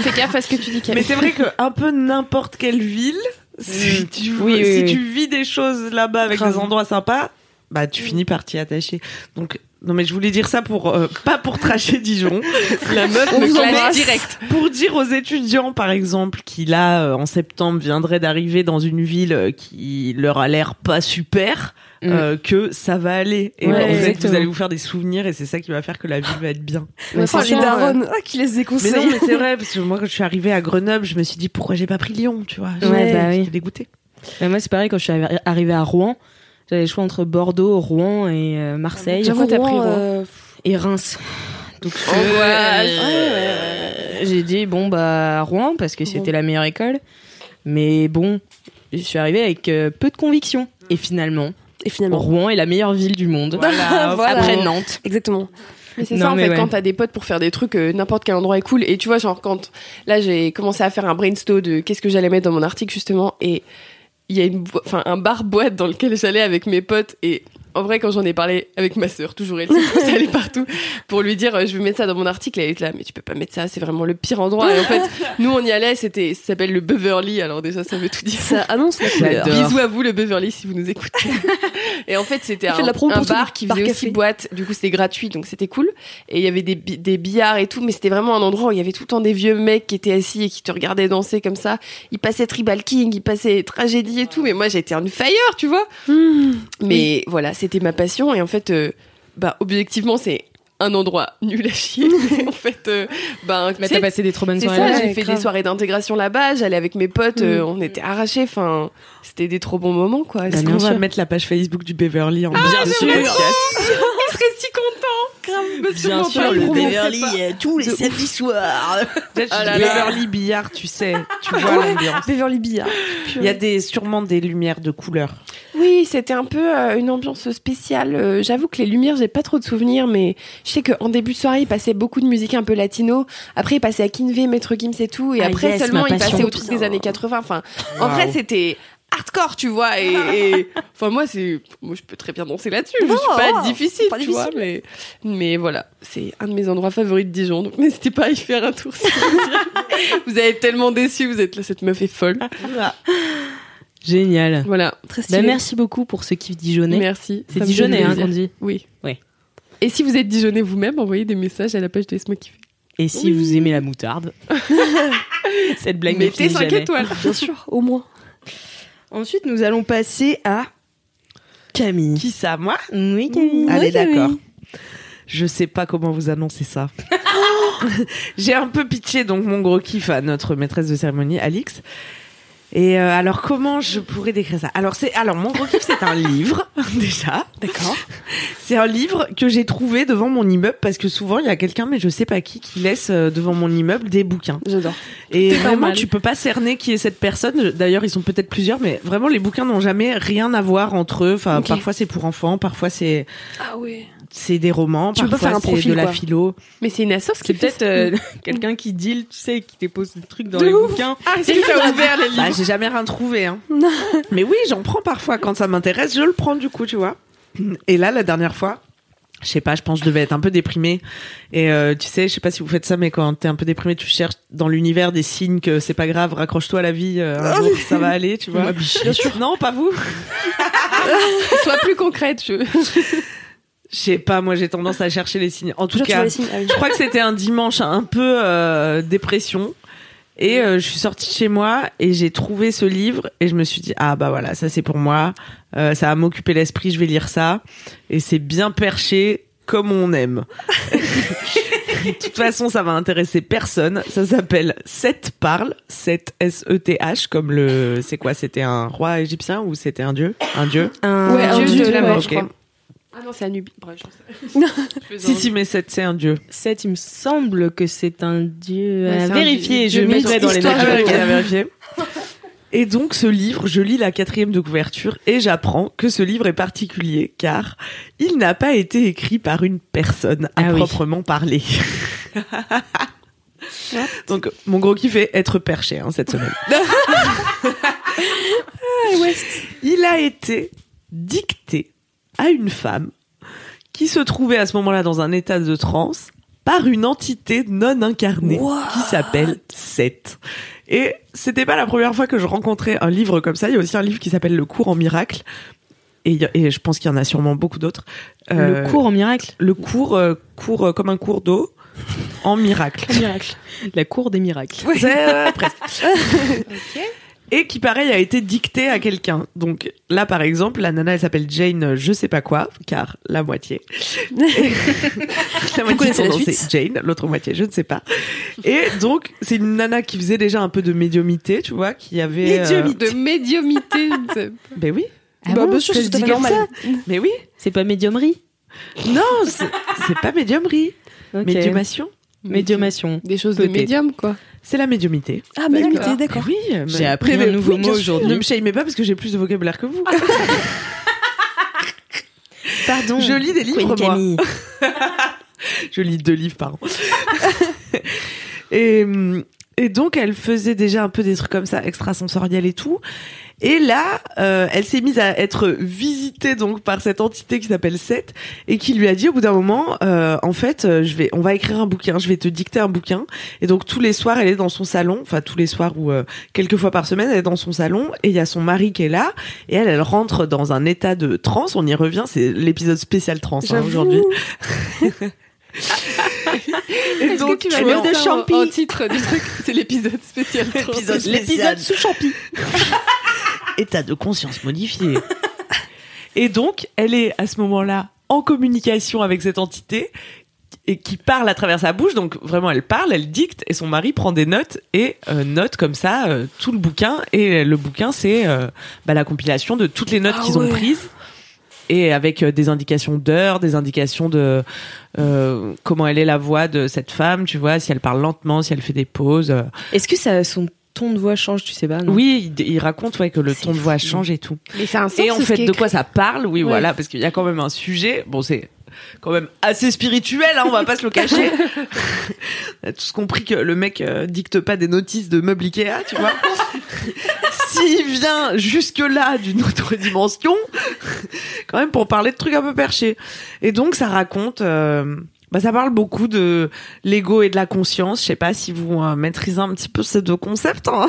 Speaker 4: Fais gaffe à ce que tu dis. Camille.
Speaker 3: mais c'est vrai que un peu n'importe quelle ville, si tu,
Speaker 1: Mm. Oui, oui,
Speaker 3: si
Speaker 1: oui.
Speaker 3: tu vis des choses là-bas avec
Speaker 1: Grave.
Speaker 3: des endroits sympas, bah tu finis par t'y attacher. Donc non mais je voulais dire ça pour euh, pas pour tracher Dijon, la meuf
Speaker 4: On
Speaker 3: me
Speaker 4: vous
Speaker 3: classe
Speaker 4: embrasse direct.
Speaker 3: pour dire aux étudiants, par exemple, qui là, euh, en septembre, viendraient d'arriver dans une ville euh, qui leur a l'air pas super, euh, que ça va aller. Et
Speaker 1: Mm. Ouais,
Speaker 3: en fait,
Speaker 1: exactement.
Speaker 3: vous allez vous faire des souvenirs et c'est ça qui va faire que la ville va être bien.
Speaker 1: Mais
Speaker 2: Oh, les
Speaker 1: franchement,
Speaker 2: darons, ah, qui les
Speaker 3: Mais
Speaker 2: déconseillent.
Speaker 3: non, mais c'est vrai, parce que moi, quand je suis arrivée à Grenoble, je me suis dit, pourquoi j'ai pas pris Lyon, tu vois
Speaker 1: Ouais,
Speaker 3: J'étais-
Speaker 1: bah oui.
Speaker 3: J'étais dégoûtée.
Speaker 1: euh, moi c'est pareil quand je suis arri- arrivée à Rouen, j'avais le choix entre Bordeaux, Rouen et euh, Marseille
Speaker 4: J'avoue, t'as pris,
Speaker 2: Rouen, euh,
Speaker 1: et Reims. Donc,
Speaker 4: Oh,
Speaker 1: euh, j'ai dit bon bah à Rouen parce que c'était la meilleure école. Mais bon, je suis arrivée avec euh, peu de conviction. Et finalement,
Speaker 2: Et
Speaker 4: Ah
Speaker 2: finalement.
Speaker 1: Rouen est la meilleure ville du monde.
Speaker 2: Voilà, voilà.
Speaker 1: Après Nantes.
Speaker 2: Exactement.
Speaker 4: Mais c'est
Speaker 1: Non,
Speaker 4: ça, en
Speaker 1: mais
Speaker 4: fait,
Speaker 1: ouais.
Speaker 4: quand t'as des potes pour faire des trucs, euh, n'importe quel endroit est cool. Et tu vois, genre, quand là, j'ai commencé à faire un brainstorm de qu'est-ce que j'allais mettre dans mon article, justement, et il y a une boi- enfin, un bar-boîte dans lequel j'allais avec mes potes. Et en vrai, quand j'en ai parlé avec ma sœur, toujours elle, c'est allait partout pour lui dire, euh, je vais mettre ça dans mon article. Et elle était là, mais tu peux pas mettre ça, c'est vraiment le pire endroit. Et en fait, nous, on y allait, c'était, ça s'appelle le Beverly. Alors déjà, ça veut tout dire.
Speaker 2: Ça annonce la couleur.
Speaker 1: J'adore.
Speaker 4: Bisous à vous, le Beverly, si vous nous écoutez. et en fait, c'était
Speaker 2: Il fait
Speaker 4: un,
Speaker 2: de la promo
Speaker 4: un
Speaker 2: pour tous
Speaker 4: bar
Speaker 2: les
Speaker 4: qui
Speaker 2: bars
Speaker 4: faisait
Speaker 2: cafés.
Speaker 4: aussi boîte. Du coup, c'était gratuit, donc c'était cool. Et il y avait des, bi- des billards et tout, mais c'était vraiment un endroit où il y avait tout le temps des vieux mecs qui étaient assis et qui te regardaient danser comme ça. Ils passaient Tribal King, ils passaient Tragédie et tout, mais moi, j'étais un fire, tu vois.
Speaker 2: Hmm.
Speaker 4: Mais voilà, c'était ma passion. Et en fait, euh, bah, objectivement, c'est un endroit nul à chier. Mais en fait, euh, bah,
Speaker 1: Mais
Speaker 4: tu
Speaker 1: t'as
Speaker 4: sais,
Speaker 1: passé des trop bonnes
Speaker 4: c'est
Speaker 1: soirées.
Speaker 4: ça,
Speaker 1: là-bas.
Speaker 4: j'ai fait des soirées d'intégration là-bas, j'allais avec mes potes, euh, on était arrachés, enfin, c'était des trop bons moments,
Speaker 1: Bah,
Speaker 4: quoi.
Speaker 3: Est-ce
Speaker 4: C'est-
Speaker 3: qu'on va mettre la page Facebook du Beverly en bien
Speaker 4: Il
Speaker 3: sûr
Speaker 4: serait si content, grave, parce que
Speaker 1: Bien
Speaker 4: mon
Speaker 1: sûr,
Speaker 3: Oh,
Speaker 4: père,
Speaker 1: le
Speaker 4: il prononçait pas.
Speaker 3: euh, tous les samedis soirs.
Speaker 4: Ah là là.
Speaker 3: Beverly billard, tu sais, tu vois l'ambiance.
Speaker 2: Beverly hein, Billard.
Speaker 3: Il y a des sûrement des lumières de couleur.
Speaker 4: Oui, c'était un peu euh, une ambiance spéciale. Euh, J'avoue que les lumières, j'ai pas trop de souvenirs, mais je sais qu'en début de soirée, il passait beaucoup de musique un peu latino. Après, il passait à Kinvey, Maître Gims et tout. Et
Speaker 1: Ah
Speaker 4: après
Speaker 1: yes,
Speaker 4: seulement,
Speaker 1: ma
Speaker 4: il passait
Speaker 1: passion.
Speaker 4: au truc des années 80. Enfin, en vrai, c'était hardcore, tu vois. Et, et- enfin, moi, c'est, moi, je peux très bien danser là-dessus. Je
Speaker 2: Non,
Speaker 4: suis pas
Speaker 2: oh,
Speaker 4: difficile,
Speaker 2: pas
Speaker 4: tu vois. Mais, mais voilà, c'est un de mes endroits favoris de Dijon. Donc, n'hésitez pas à y faire un tour. si vous désirez. vous avez tellement déçu. Vous êtes là, cette meuf est folle.
Speaker 1: Génial.
Speaker 4: Voilà.
Speaker 2: Très stylé.
Speaker 1: Bah, merci beaucoup pour ce kiff dijonnais.
Speaker 4: Merci.
Speaker 1: C'est
Speaker 4: Ça me fait
Speaker 1: dijonnais hein,
Speaker 4: plaisir.
Speaker 1: qu'on dit.
Speaker 4: Oui.
Speaker 1: Ouais.
Speaker 4: Et si vous êtes Dijonais vous-même, envoyez des messages à la page de Laisse-moi kiffer.
Speaker 1: Et si vous aimez la moutarde, cette blague ne
Speaker 4: Mettez
Speaker 1: finit
Speaker 4: 5
Speaker 1: jamais.
Speaker 4: étoiles.
Speaker 2: Bien sûr, au moins.
Speaker 1: Ensuite, nous allons passer à Camille.
Speaker 3: Qui ça, moi
Speaker 1: Oui, Camille.
Speaker 3: Allez,
Speaker 1: Oui, Camille.
Speaker 3: d'accord. Je sais pas comment vous annoncer ça. J'ai un peu pitié donc mon gros kiff à notre maîtresse de cérémonie, Alix. Et euh, alors comment je pourrais décrire ça Alors c'est alors mon gros kiff c'est un livre déjà.
Speaker 2: D'accord.
Speaker 3: C'est un livre que j'ai trouvé devant mon immeuble parce que souvent il y a quelqu'un mais je sais pas qui qui laisse euh, devant mon immeuble des bouquins.
Speaker 2: J'adore.
Speaker 3: Et
Speaker 4: Tout est
Speaker 3: vraiment,
Speaker 4: normal.
Speaker 3: tu peux pas cerner qui est cette personne. Je- D'ailleurs, ils sont peut-être plusieurs, mais vraiment, les bouquins n'ont jamais rien à voir entre eux. Enfin,
Speaker 2: Ok.
Speaker 3: parfois c'est pour enfants, parfois c'est
Speaker 2: Ah ouais.
Speaker 3: c'est des romans,
Speaker 2: Tu peux
Speaker 3: parfois
Speaker 2: faire un
Speaker 3: c'est
Speaker 2: profil,
Speaker 3: de la
Speaker 2: quoi.
Speaker 3: philo.
Speaker 4: Mais c'est une assoce qui
Speaker 1: C'est
Speaker 4: fait
Speaker 1: peut-être euh, quelqu'un qui deal, tu sais, qui dépose des trucs dans
Speaker 4: De
Speaker 1: les
Speaker 4: ouf.
Speaker 1: bouquins.
Speaker 4: Ah, c'est que t'as ouvert les
Speaker 3: Bah,
Speaker 4: livres.
Speaker 3: j'ai jamais rien trouvé. Hein.
Speaker 2: Non.
Speaker 3: mais oui, j'en prends parfois quand ça m'intéresse, je le prends du coup, tu vois. Et là, la dernière fois. Je sais pas, je pense que je devais être un peu déprimée. Et euh, tu sais, je sais pas si vous faites ça, mais quand t'es un peu déprimé, tu cherches dans l'univers des signes que c'est pas grave, raccroche-toi à la vie, euh,
Speaker 2: Ah
Speaker 3: un jour, ça va aller, tu vois. Bien sûr. Non, pas vous.
Speaker 4: Sois plus concrète. Je...
Speaker 3: Je sais pas, moi j'ai tendance à chercher les signes. En tout
Speaker 2: Toujours, tu vois
Speaker 3: cas,
Speaker 2: les
Speaker 3: je
Speaker 2: signes. Ah oui.
Speaker 3: crois que c'était un dimanche un peu euh, dépression. Et euh, je suis sortie de chez moi et j'ai trouvé ce livre et je me suis dit ah bah voilà ça c'est pour moi Euh, ça va m'occuper l'esprit je vais lire ça et c'est bien perché comme on aime de toute façon ça va intéresser personne ça s'appelle Seth parle Seth S E T H comme le c'est quoi c'était un roi égyptien ou c'était un dieu un dieu
Speaker 1: Un
Speaker 4: Ouais, un
Speaker 1: dieu
Speaker 4: dieu de la
Speaker 1: ouais.
Speaker 4: mort, je
Speaker 3: Ok.
Speaker 4: crois. Ah non, c'est Anubis. Bref, je sais.
Speaker 3: si si mais Seth c'est un dieu
Speaker 1: Sept, il me semble que c'est un dieu
Speaker 4: Ouais,
Speaker 1: à
Speaker 4: c'est un
Speaker 1: vérifier.
Speaker 4: dieu-
Speaker 1: Je
Speaker 4: dieu
Speaker 1: mettrai dans les
Speaker 4: histoire.
Speaker 1: notes.
Speaker 4: Ah ouais, ok,
Speaker 3: à vérifier. Et donc ce livre, je lis la quatrième de couverture et j'apprends que ce livre est particulier car il n'a pas été écrit par une personne à
Speaker 1: Ah oui.
Speaker 3: proprement parler. donc mon gros kiff est être perché hein, cette semaine.
Speaker 1: Ah,
Speaker 3: Il a été dicté à une femme qui se trouvait à ce moment-là dans un état de transe par une entité non incarnée qui s'appelle
Speaker 1: Ah.
Speaker 3: Seth. Et c'était pas la première fois que je rencontrais un livre comme ça. Il y a aussi un livre qui s'appelle Le cours en miracle. Et, il y a- et je pense qu'il y en a sûrement beaucoup d'autres. Euh,
Speaker 1: Le cours en miracle.
Speaker 3: Le cours, euh, cours euh, comme un cours d'eau en miracle.
Speaker 1: Miracle. La cour des miracles.
Speaker 3: C'est euh, presque. Et qui, pareil, a été dicté à quelqu'un. Donc là, par exemple, la nana, elle s'appelle Jane, euh, je sais pas quoi, car la moitié. la moitié de
Speaker 2: connaissez
Speaker 3: son
Speaker 2: la
Speaker 3: nom,
Speaker 2: suite
Speaker 3: c'est Jane, l'autre moitié, je ne sais pas. Et donc, c'est une nana qui faisait déjà un peu de médiumité, tu vois, qui avait. euh,
Speaker 4: De médiumité. je ne sais pas.
Speaker 3: Ben oui,
Speaker 2: bah, bien sûr, c'est tout à fait normal.
Speaker 3: mais oui.
Speaker 1: C'est pas médiumnerie
Speaker 3: Non, c'est c'est pas médiumrie.
Speaker 1: Ok.
Speaker 3: Médiumation
Speaker 1: Médiumation.
Speaker 4: Des choses de
Speaker 1: Peut-être.
Speaker 4: médium, quoi.
Speaker 3: C'est la médiumité.
Speaker 2: Ah, mais
Speaker 4: D'accord.
Speaker 2: oui, d'accord.
Speaker 3: Oui, mais-
Speaker 1: J'ai appris
Speaker 3: Mais
Speaker 1: un nouveau
Speaker 3: oui, bien
Speaker 1: mot
Speaker 3: sûr.
Speaker 1: aujourd'hui.
Speaker 3: Ne me shamez pas parce que j'ai plus de vocabulaire que vous.
Speaker 1: Pardon.
Speaker 3: Je lis des livres,
Speaker 1: Queen
Speaker 3: moi.
Speaker 1: Camille.
Speaker 3: Je lis deux livres par an. et, hum, et donc, elle faisait déjà un peu des trucs comme ça, extrasensoriels et tout. Et là, euh, elle s'est mise à être visitée donc par cette entité qui s'appelle Seth et qui lui a dit au bout d'un moment, euh, en fait, euh, je vais, on va écrire un bouquin, je vais te dicter un bouquin. Et donc tous les soirs, elle est dans son salon, enfin tous les soirs ou euh, quelques fois par semaine, elle est dans son salon et il y a son mari qui est là et elle, elle rentre dans un état de transe. On y revient, c'est l'épisode spécial transe hein,
Speaker 4: J'avoue.
Speaker 3: aujourd'hui. Et
Speaker 4: Est-ce que tu vas
Speaker 3: tu
Speaker 4: mettre
Speaker 3: vois,
Speaker 4: ça en- en titre du truc C'est l'épisode spécial.
Speaker 3: L'épisode
Speaker 1: L'épisode
Speaker 3: spécial.
Speaker 1: sous champi.
Speaker 3: état de conscience modifié. et donc, elle est à ce moment-là en communication avec cette entité et qui parle à travers sa bouche. Donc, vraiment, elle parle, elle dicte et son mari prend des notes et euh, note comme ça euh, tout le bouquin. Et le bouquin, c'est euh, bah, la compilation de toutes les notes
Speaker 2: Ah
Speaker 3: qu'ils
Speaker 2: ouais.
Speaker 3: ont prises. Et avec euh, des indications d'heures, des indications de euh, comment elle est la voix de cette femme, tu vois, si elle parle lentement, si elle fait des pauses. euh.
Speaker 1: Est-ce que ça, son ton de voix change, tu sais
Speaker 4: Mm.
Speaker 1: pas non
Speaker 3: Oui, il, il raconte ouais, que le
Speaker 1: C'est
Speaker 3: ton de voix
Speaker 1: fou.
Speaker 3: change et tout.
Speaker 4: Mais ça a un sens.
Speaker 3: Et en
Speaker 4: ce
Speaker 3: fait,
Speaker 4: qui est
Speaker 3: de quoi ça parle Oui,
Speaker 4: Ouais.
Speaker 3: voilà, parce qu'il y a quand même un sujet. Bon, c'est quand même assez spirituel, hein, on va pas se le cacher. on a tous compris que le mec euh, dicte pas des notices de meubles Ikea, tu vois. S'il vient jusque-là d'une autre dimension, quand même pour parler de trucs un peu perchés. Et donc, ça raconte... euh, bah, ça parle beaucoup de l'ego et de la conscience. Je sais pas si vous euh, maîtrisez un petit peu ces deux concepts. hein.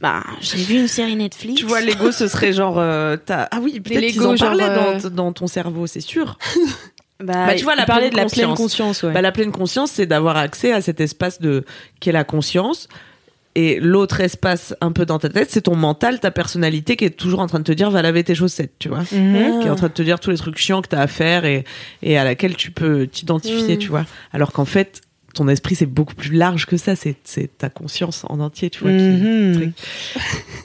Speaker 1: Bah, j'ai vu une série Netflix.
Speaker 3: Tu vois, Lego, ce serait genre. euh, t'as- ah oui, peut-être qu'ils
Speaker 4: Lego,
Speaker 3: en
Speaker 4: genre,
Speaker 3: parlaient
Speaker 4: euh,
Speaker 3: dans, dans ton cerveau, c'est sûr.
Speaker 1: Bah,
Speaker 3: Bah, tu vois, la
Speaker 1: il parlait de
Speaker 3: pleine
Speaker 1: la pleine
Speaker 3: conscience.
Speaker 1: conscience, ouais.
Speaker 3: Bah, la pleine conscience, c'est d'avoir accès à cet espace de qu'est la conscience. Et l'autre espace un peu dans ta tête, c'est ton mental, ta personnalité qui est toujours en train de te dire va laver tes chaussettes, tu vois.
Speaker 2: Ah.
Speaker 1: Mhm.
Speaker 3: Mmh,
Speaker 4: Ah.
Speaker 3: Qui est en train de te dire tous les trucs chiants que t'as à faire et, et à laquelle tu peux t'identifier,
Speaker 4: Mm.
Speaker 3: tu vois. Alors qu'en fait, ton esprit, c'est beaucoup plus large que ça. C'est c'est ta conscience en entier, tu vois, qui-
Speaker 4: Mm-hmm.
Speaker 1: Mhm.
Speaker 3: truc.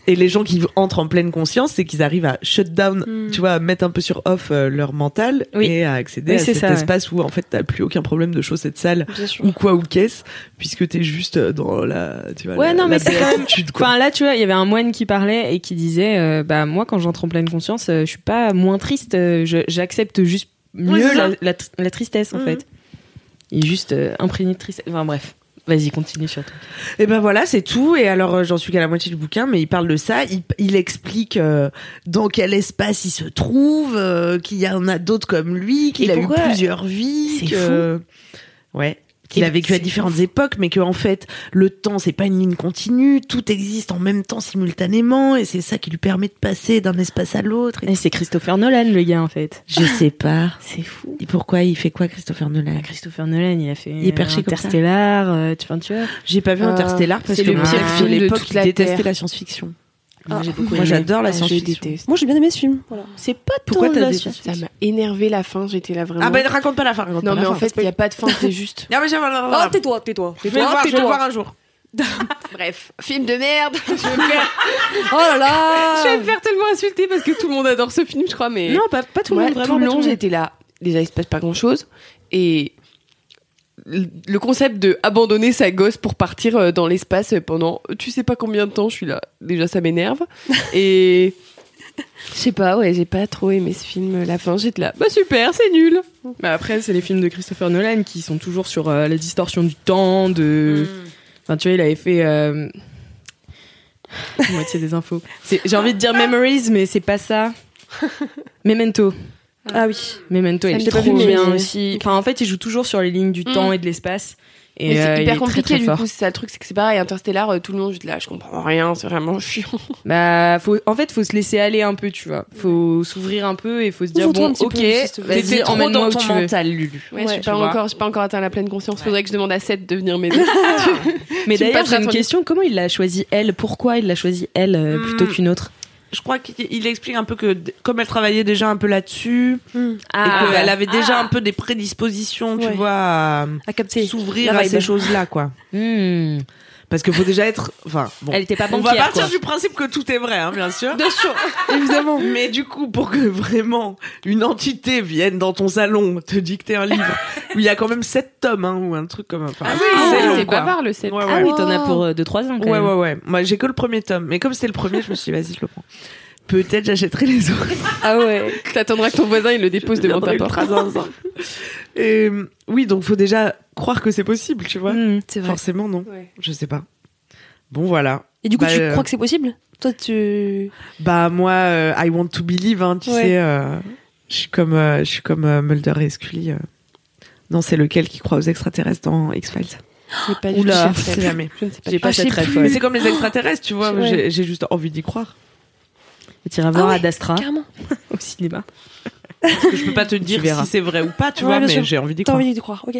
Speaker 3: Et les gens qui entrent en pleine conscience, c'est qu'ils arrivent à shut down,
Speaker 2: Mmh,
Speaker 4: Mm.
Speaker 3: tu vois, à mettre un peu sur off euh, leur mental
Speaker 1: Oui.
Speaker 3: et à accéder
Speaker 1: Oui,
Speaker 3: à
Speaker 1: c'est
Speaker 3: cet
Speaker 1: ça, ouais.
Speaker 3: espace où en fait t'as plus aucun problème de chaussettes sales
Speaker 4: Bien sûr.
Speaker 3: ou quoi ou qu'est-ce, puisque t'es juste euh, dans la, tu vois,
Speaker 1: Ouais,
Speaker 3: la-
Speaker 1: non,
Speaker 3: la
Speaker 1: mais c'est quand même-
Speaker 3: béatitude, quoi.
Speaker 1: Enfin là, tu vois, il y avait un moine qui parlait et qui disait, euh, bah moi, quand j'entre en pleine conscience, euh, je suis pas moins triste, euh, je- j'accepte juste mieux
Speaker 3: Ouais, c'est
Speaker 1: la,
Speaker 3: ça.
Speaker 1: la tr- la tristesse en
Speaker 3: Mhm.
Speaker 1: fait. Et juste euh, imprégné de tristesse. Enfin bref, vas-y, continue sur toi.
Speaker 3: Et ben voilà, c'est tout. Et alors, euh, j'en suis qu'à la moitié du bouquin, mais il parle de ça. Il, il explique euh, dans quel espace il se trouve, euh, qu'il y en a d'autres comme lui, qu'il
Speaker 1: Et
Speaker 3: a eu
Speaker 1: pourquoi-
Speaker 3: plusieurs vies.
Speaker 1: C'est
Speaker 3: que- Ouais. Qu'il
Speaker 1: Et
Speaker 3: a vécu à
Speaker 1: c'est
Speaker 3: différentes époques, mais que en fait, le temps, c'est pas une ligne continue. Tout existe en même temps, simultanément, et c'est ça qui lui permet de passer d'un espace à l'autre.
Speaker 1: Et c'est Christopher Nolan le gars en fait.
Speaker 3: Je sais pas.
Speaker 1: C'est fou.
Speaker 3: Et pourquoi il fait quoi, Christopher Nolan
Speaker 1: Ah, Christopher Nolan, il a fait
Speaker 3: Il est perché comme ça.
Speaker 1: Interstellar, euh, tu, enfin, tu vois.
Speaker 3: J'ai pas vu
Speaker 4: Euh,
Speaker 3: Interstellar parce
Speaker 4: c'est
Speaker 3: que
Speaker 4: le
Speaker 3: mon
Speaker 4: pire
Speaker 3: mec de
Speaker 4: film de
Speaker 3: l'époque,
Speaker 4: toute
Speaker 3: il
Speaker 4: la
Speaker 3: détestait
Speaker 4: Terre.
Speaker 3: la science-fiction.
Speaker 4: Ah,
Speaker 1: j'ai beaucoup
Speaker 3: Moi, j'adore la
Speaker 4: Ah, je
Speaker 3: science-fiction.
Speaker 4: déteste.
Speaker 2: Moi, j'ai bien aimé ce film. Voilà.
Speaker 1: C'est pas
Speaker 3: Pourquoi
Speaker 1: ton
Speaker 3: t'as
Speaker 1: de la
Speaker 3: des-
Speaker 1: science.
Speaker 4: Oh Ça m'a énervé la fin. J'étais là vraiment.
Speaker 3: Ah ben raconte pas la fin. raconte
Speaker 4: non,
Speaker 3: pas la
Speaker 4: mais en
Speaker 3: fin.
Speaker 4: fait, il n'y a pas de fin. C'est juste.
Speaker 3: Non mais j'ai
Speaker 2: Oh, tais-toi, tais-toi.
Speaker 3: Je vais le
Speaker 2: Tais-toi,
Speaker 3: voir, je vais le voir
Speaker 2: tais-toi.
Speaker 3: un jour.
Speaker 4: Bref, film de merde. je vais me faire,
Speaker 2: Oh là
Speaker 4: je vais me
Speaker 2: là.
Speaker 4: faire tellement insulter parce que tout le monde adore ce film, je crois. Mais
Speaker 3: pas, pas
Speaker 4: Ouais, tout le long, j'étais là. Déjà, il se passe pas grand chose. Et le le concept de abandonner sa gosse pour partir euh, dans l'espace pendant tu sais pas combien de temps, je suis là. Déjà, ça m'énerve. Et je sais pas, ouais, j'ai pas trop aimé ce film. La fin, j'étais là. Bah super, c'est nul.
Speaker 5: Bah après, c'est les films de Christopher Nolan qui sont toujours sur euh, la distorsion du temps, de...
Speaker 4: Hmm.
Speaker 5: Enfin, tu vois, il avait fait... Euh... moitié des infos. C'est- J'ai envie de dire Memories, mais c'est pas ça. Memento.
Speaker 2: Ah oui.
Speaker 5: Memento,
Speaker 4: Ça,
Speaker 5: il
Speaker 4: je
Speaker 5: est
Speaker 4: l'ai pas
Speaker 5: trop
Speaker 4: vu, mais-
Speaker 5: bien aussi. Enfin, en fait, il joue toujours sur les lignes du
Speaker 4: Mm.
Speaker 5: temps et de l'espace. Et euh, il
Speaker 4: Mais c'est
Speaker 5: est
Speaker 4: hyper
Speaker 5: très,
Speaker 4: compliqué
Speaker 5: très
Speaker 4: du
Speaker 5: fort.
Speaker 4: coup, c'est ça le truc, c'est que c'est pareil. Interstellar, euh, tout le long, j'étais là, je comprends rien, c'est vraiment chiant.
Speaker 5: Bah, faut, en fait, faut se laisser aller un peu, tu vois. Faut s'ouvrir un peu et faut se dire,
Speaker 2: Ouvre-toi un
Speaker 5: bon,
Speaker 2: petit
Speaker 5: ok,
Speaker 2: peu aussi, s'il te plaît.
Speaker 5: vas-y,
Speaker 3: T'étais trop
Speaker 5: emmène-moi
Speaker 3: dans
Speaker 5: où
Speaker 3: ton
Speaker 5: tu veux.
Speaker 3: mental, Lulu.
Speaker 4: Ouais, je suis pas
Speaker 5: tu vois.
Speaker 4: encore, j'ai pas encore atteint la pleine conscience. Faudrait que je demande à Seth de venir m'aider.
Speaker 1: Mais
Speaker 4: Tu me
Speaker 1: d'ailleurs,
Speaker 4: passeras
Speaker 1: j'ai une
Speaker 4: ton
Speaker 1: question. Comment il l'a choisi elle Pourquoi il l'a choisi elle euh,
Speaker 3: Hmm.
Speaker 1: plutôt qu'une autre
Speaker 3: Je crois qu'il explique un peu que d- comme elle travaillait déjà un peu là-dessus
Speaker 2: Mmh.
Speaker 3: et qu'elle avait déjà un peu des prédispositions, tu
Speaker 2: Ouais.
Speaker 3: vois, à
Speaker 2: À capter.
Speaker 3: s'ouvrir
Speaker 2: la
Speaker 3: à
Speaker 2: vibe.
Speaker 3: ces choses-là, quoi.
Speaker 1: Hmm.
Speaker 3: Parce que faut déjà être. Enfin, bon.
Speaker 1: Elle était pas
Speaker 3: On va
Speaker 1: banquière,
Speaker 3: partir
Speaker 1: quoi.
Speaker 3: du principe que tout est vrai, hein, bien sûr.
Speaker 2: Bien sûr, évidemment.
Speaker 3: Mais du coup, pour que vraiment une entité vienne dans ton salon te dicter un livre, où il y a quand même sept tomes, hein, ou un truc comme. Enfin,
Speaker 4: Ah
Speaker 3: c'est
Speaker 4: ouais,
Speaker 3: long,
Speaker 4: c'est
Speaker 3: quoi.
Speaker 4: bavard le 7.
Speaker 3: Ouais,
Speaker 1: Ah
Speaker 3: ouais.
Speaker 1: oui, t'en as pour 2-3 ans quand
Speaker 3: Ouais,
Speaker 1: même.
Speaker 3: ouais, ouais. Moi, j'ai que le premier tome. Mais comme c'était le premier, je me suis dit, vas-y, je le prends. Peut-être j'achèterai les autres.
Speaker 4: Ah ouais. T'attendras que ton voisin il le dépose devant ta
Speaker 3: Deviendrai
Speaker 4: porte.
Speaker 3: ultra zinzin. Et, euh, oui, donc faut déjà croire que c'est possible, tu vois.
Speaker 1: Hmm.
Speaker 2: C'est vrai.
Speaker 3: Forcément, non.
Speaker 4: Ouais.
Speaker 3: Je sais pas. Bon, voilà.
Speaker 2: Et du coup,
Speaker 3: Bah,
Speaker 2: tu
Speaker 3: euh,
Speaker 2: crois que c'est possible Toi, tu.
Speaker 3: Bah, moi, euh, I want to believe, hein, tu
Speaker 2: Ouais.
Speaker 3: sais. euh, je suis comme, euh, je suis comme euh, Mulder et Scully. euh. Non, c'est lequel qui croit aux extraterrestres dans X-Files
Speaker 4: J'ai pas du
Speaker 3: Oula,
Speaker 4: tout cette
Speaker 3: c'est
Speaker 4: rêve.
Speaker 3: jamais.
Speaker 4: Je ne sais pas.
Speaker 1: J'ai
Speaker 4: du
Speaker 1: pas
Speaker 4: tout.
Speaker 1: cette rêve.
Speaker 3: Mais c'est comme les extraterrestres, tu vois.
Speaker 4: Ouais.
Speaker 3: J'ai j'ai juste envie d'y croire.
Speaker 1: T'iras voir
Speaker 2: Ah ouais.
Speaker 1: Ad Astra
Speaker 2: Carrément.
Speaker 1: au cinéma.
Speaker 3: Parce que je peux pas te dire
Speaker 1: verras.
Speaker 3: si c'est vrai ou pas, tu
Speaker 2: Ouais,
Speaker 3: vois,
Speaker 2: bien
Speaker 3: mais
Speaker 2: sûr.
Speaker 3: j'ai envie d'y
Speaker 2: T'as
Speaker 3: croire.
Speaker 2: envie de croire, ok.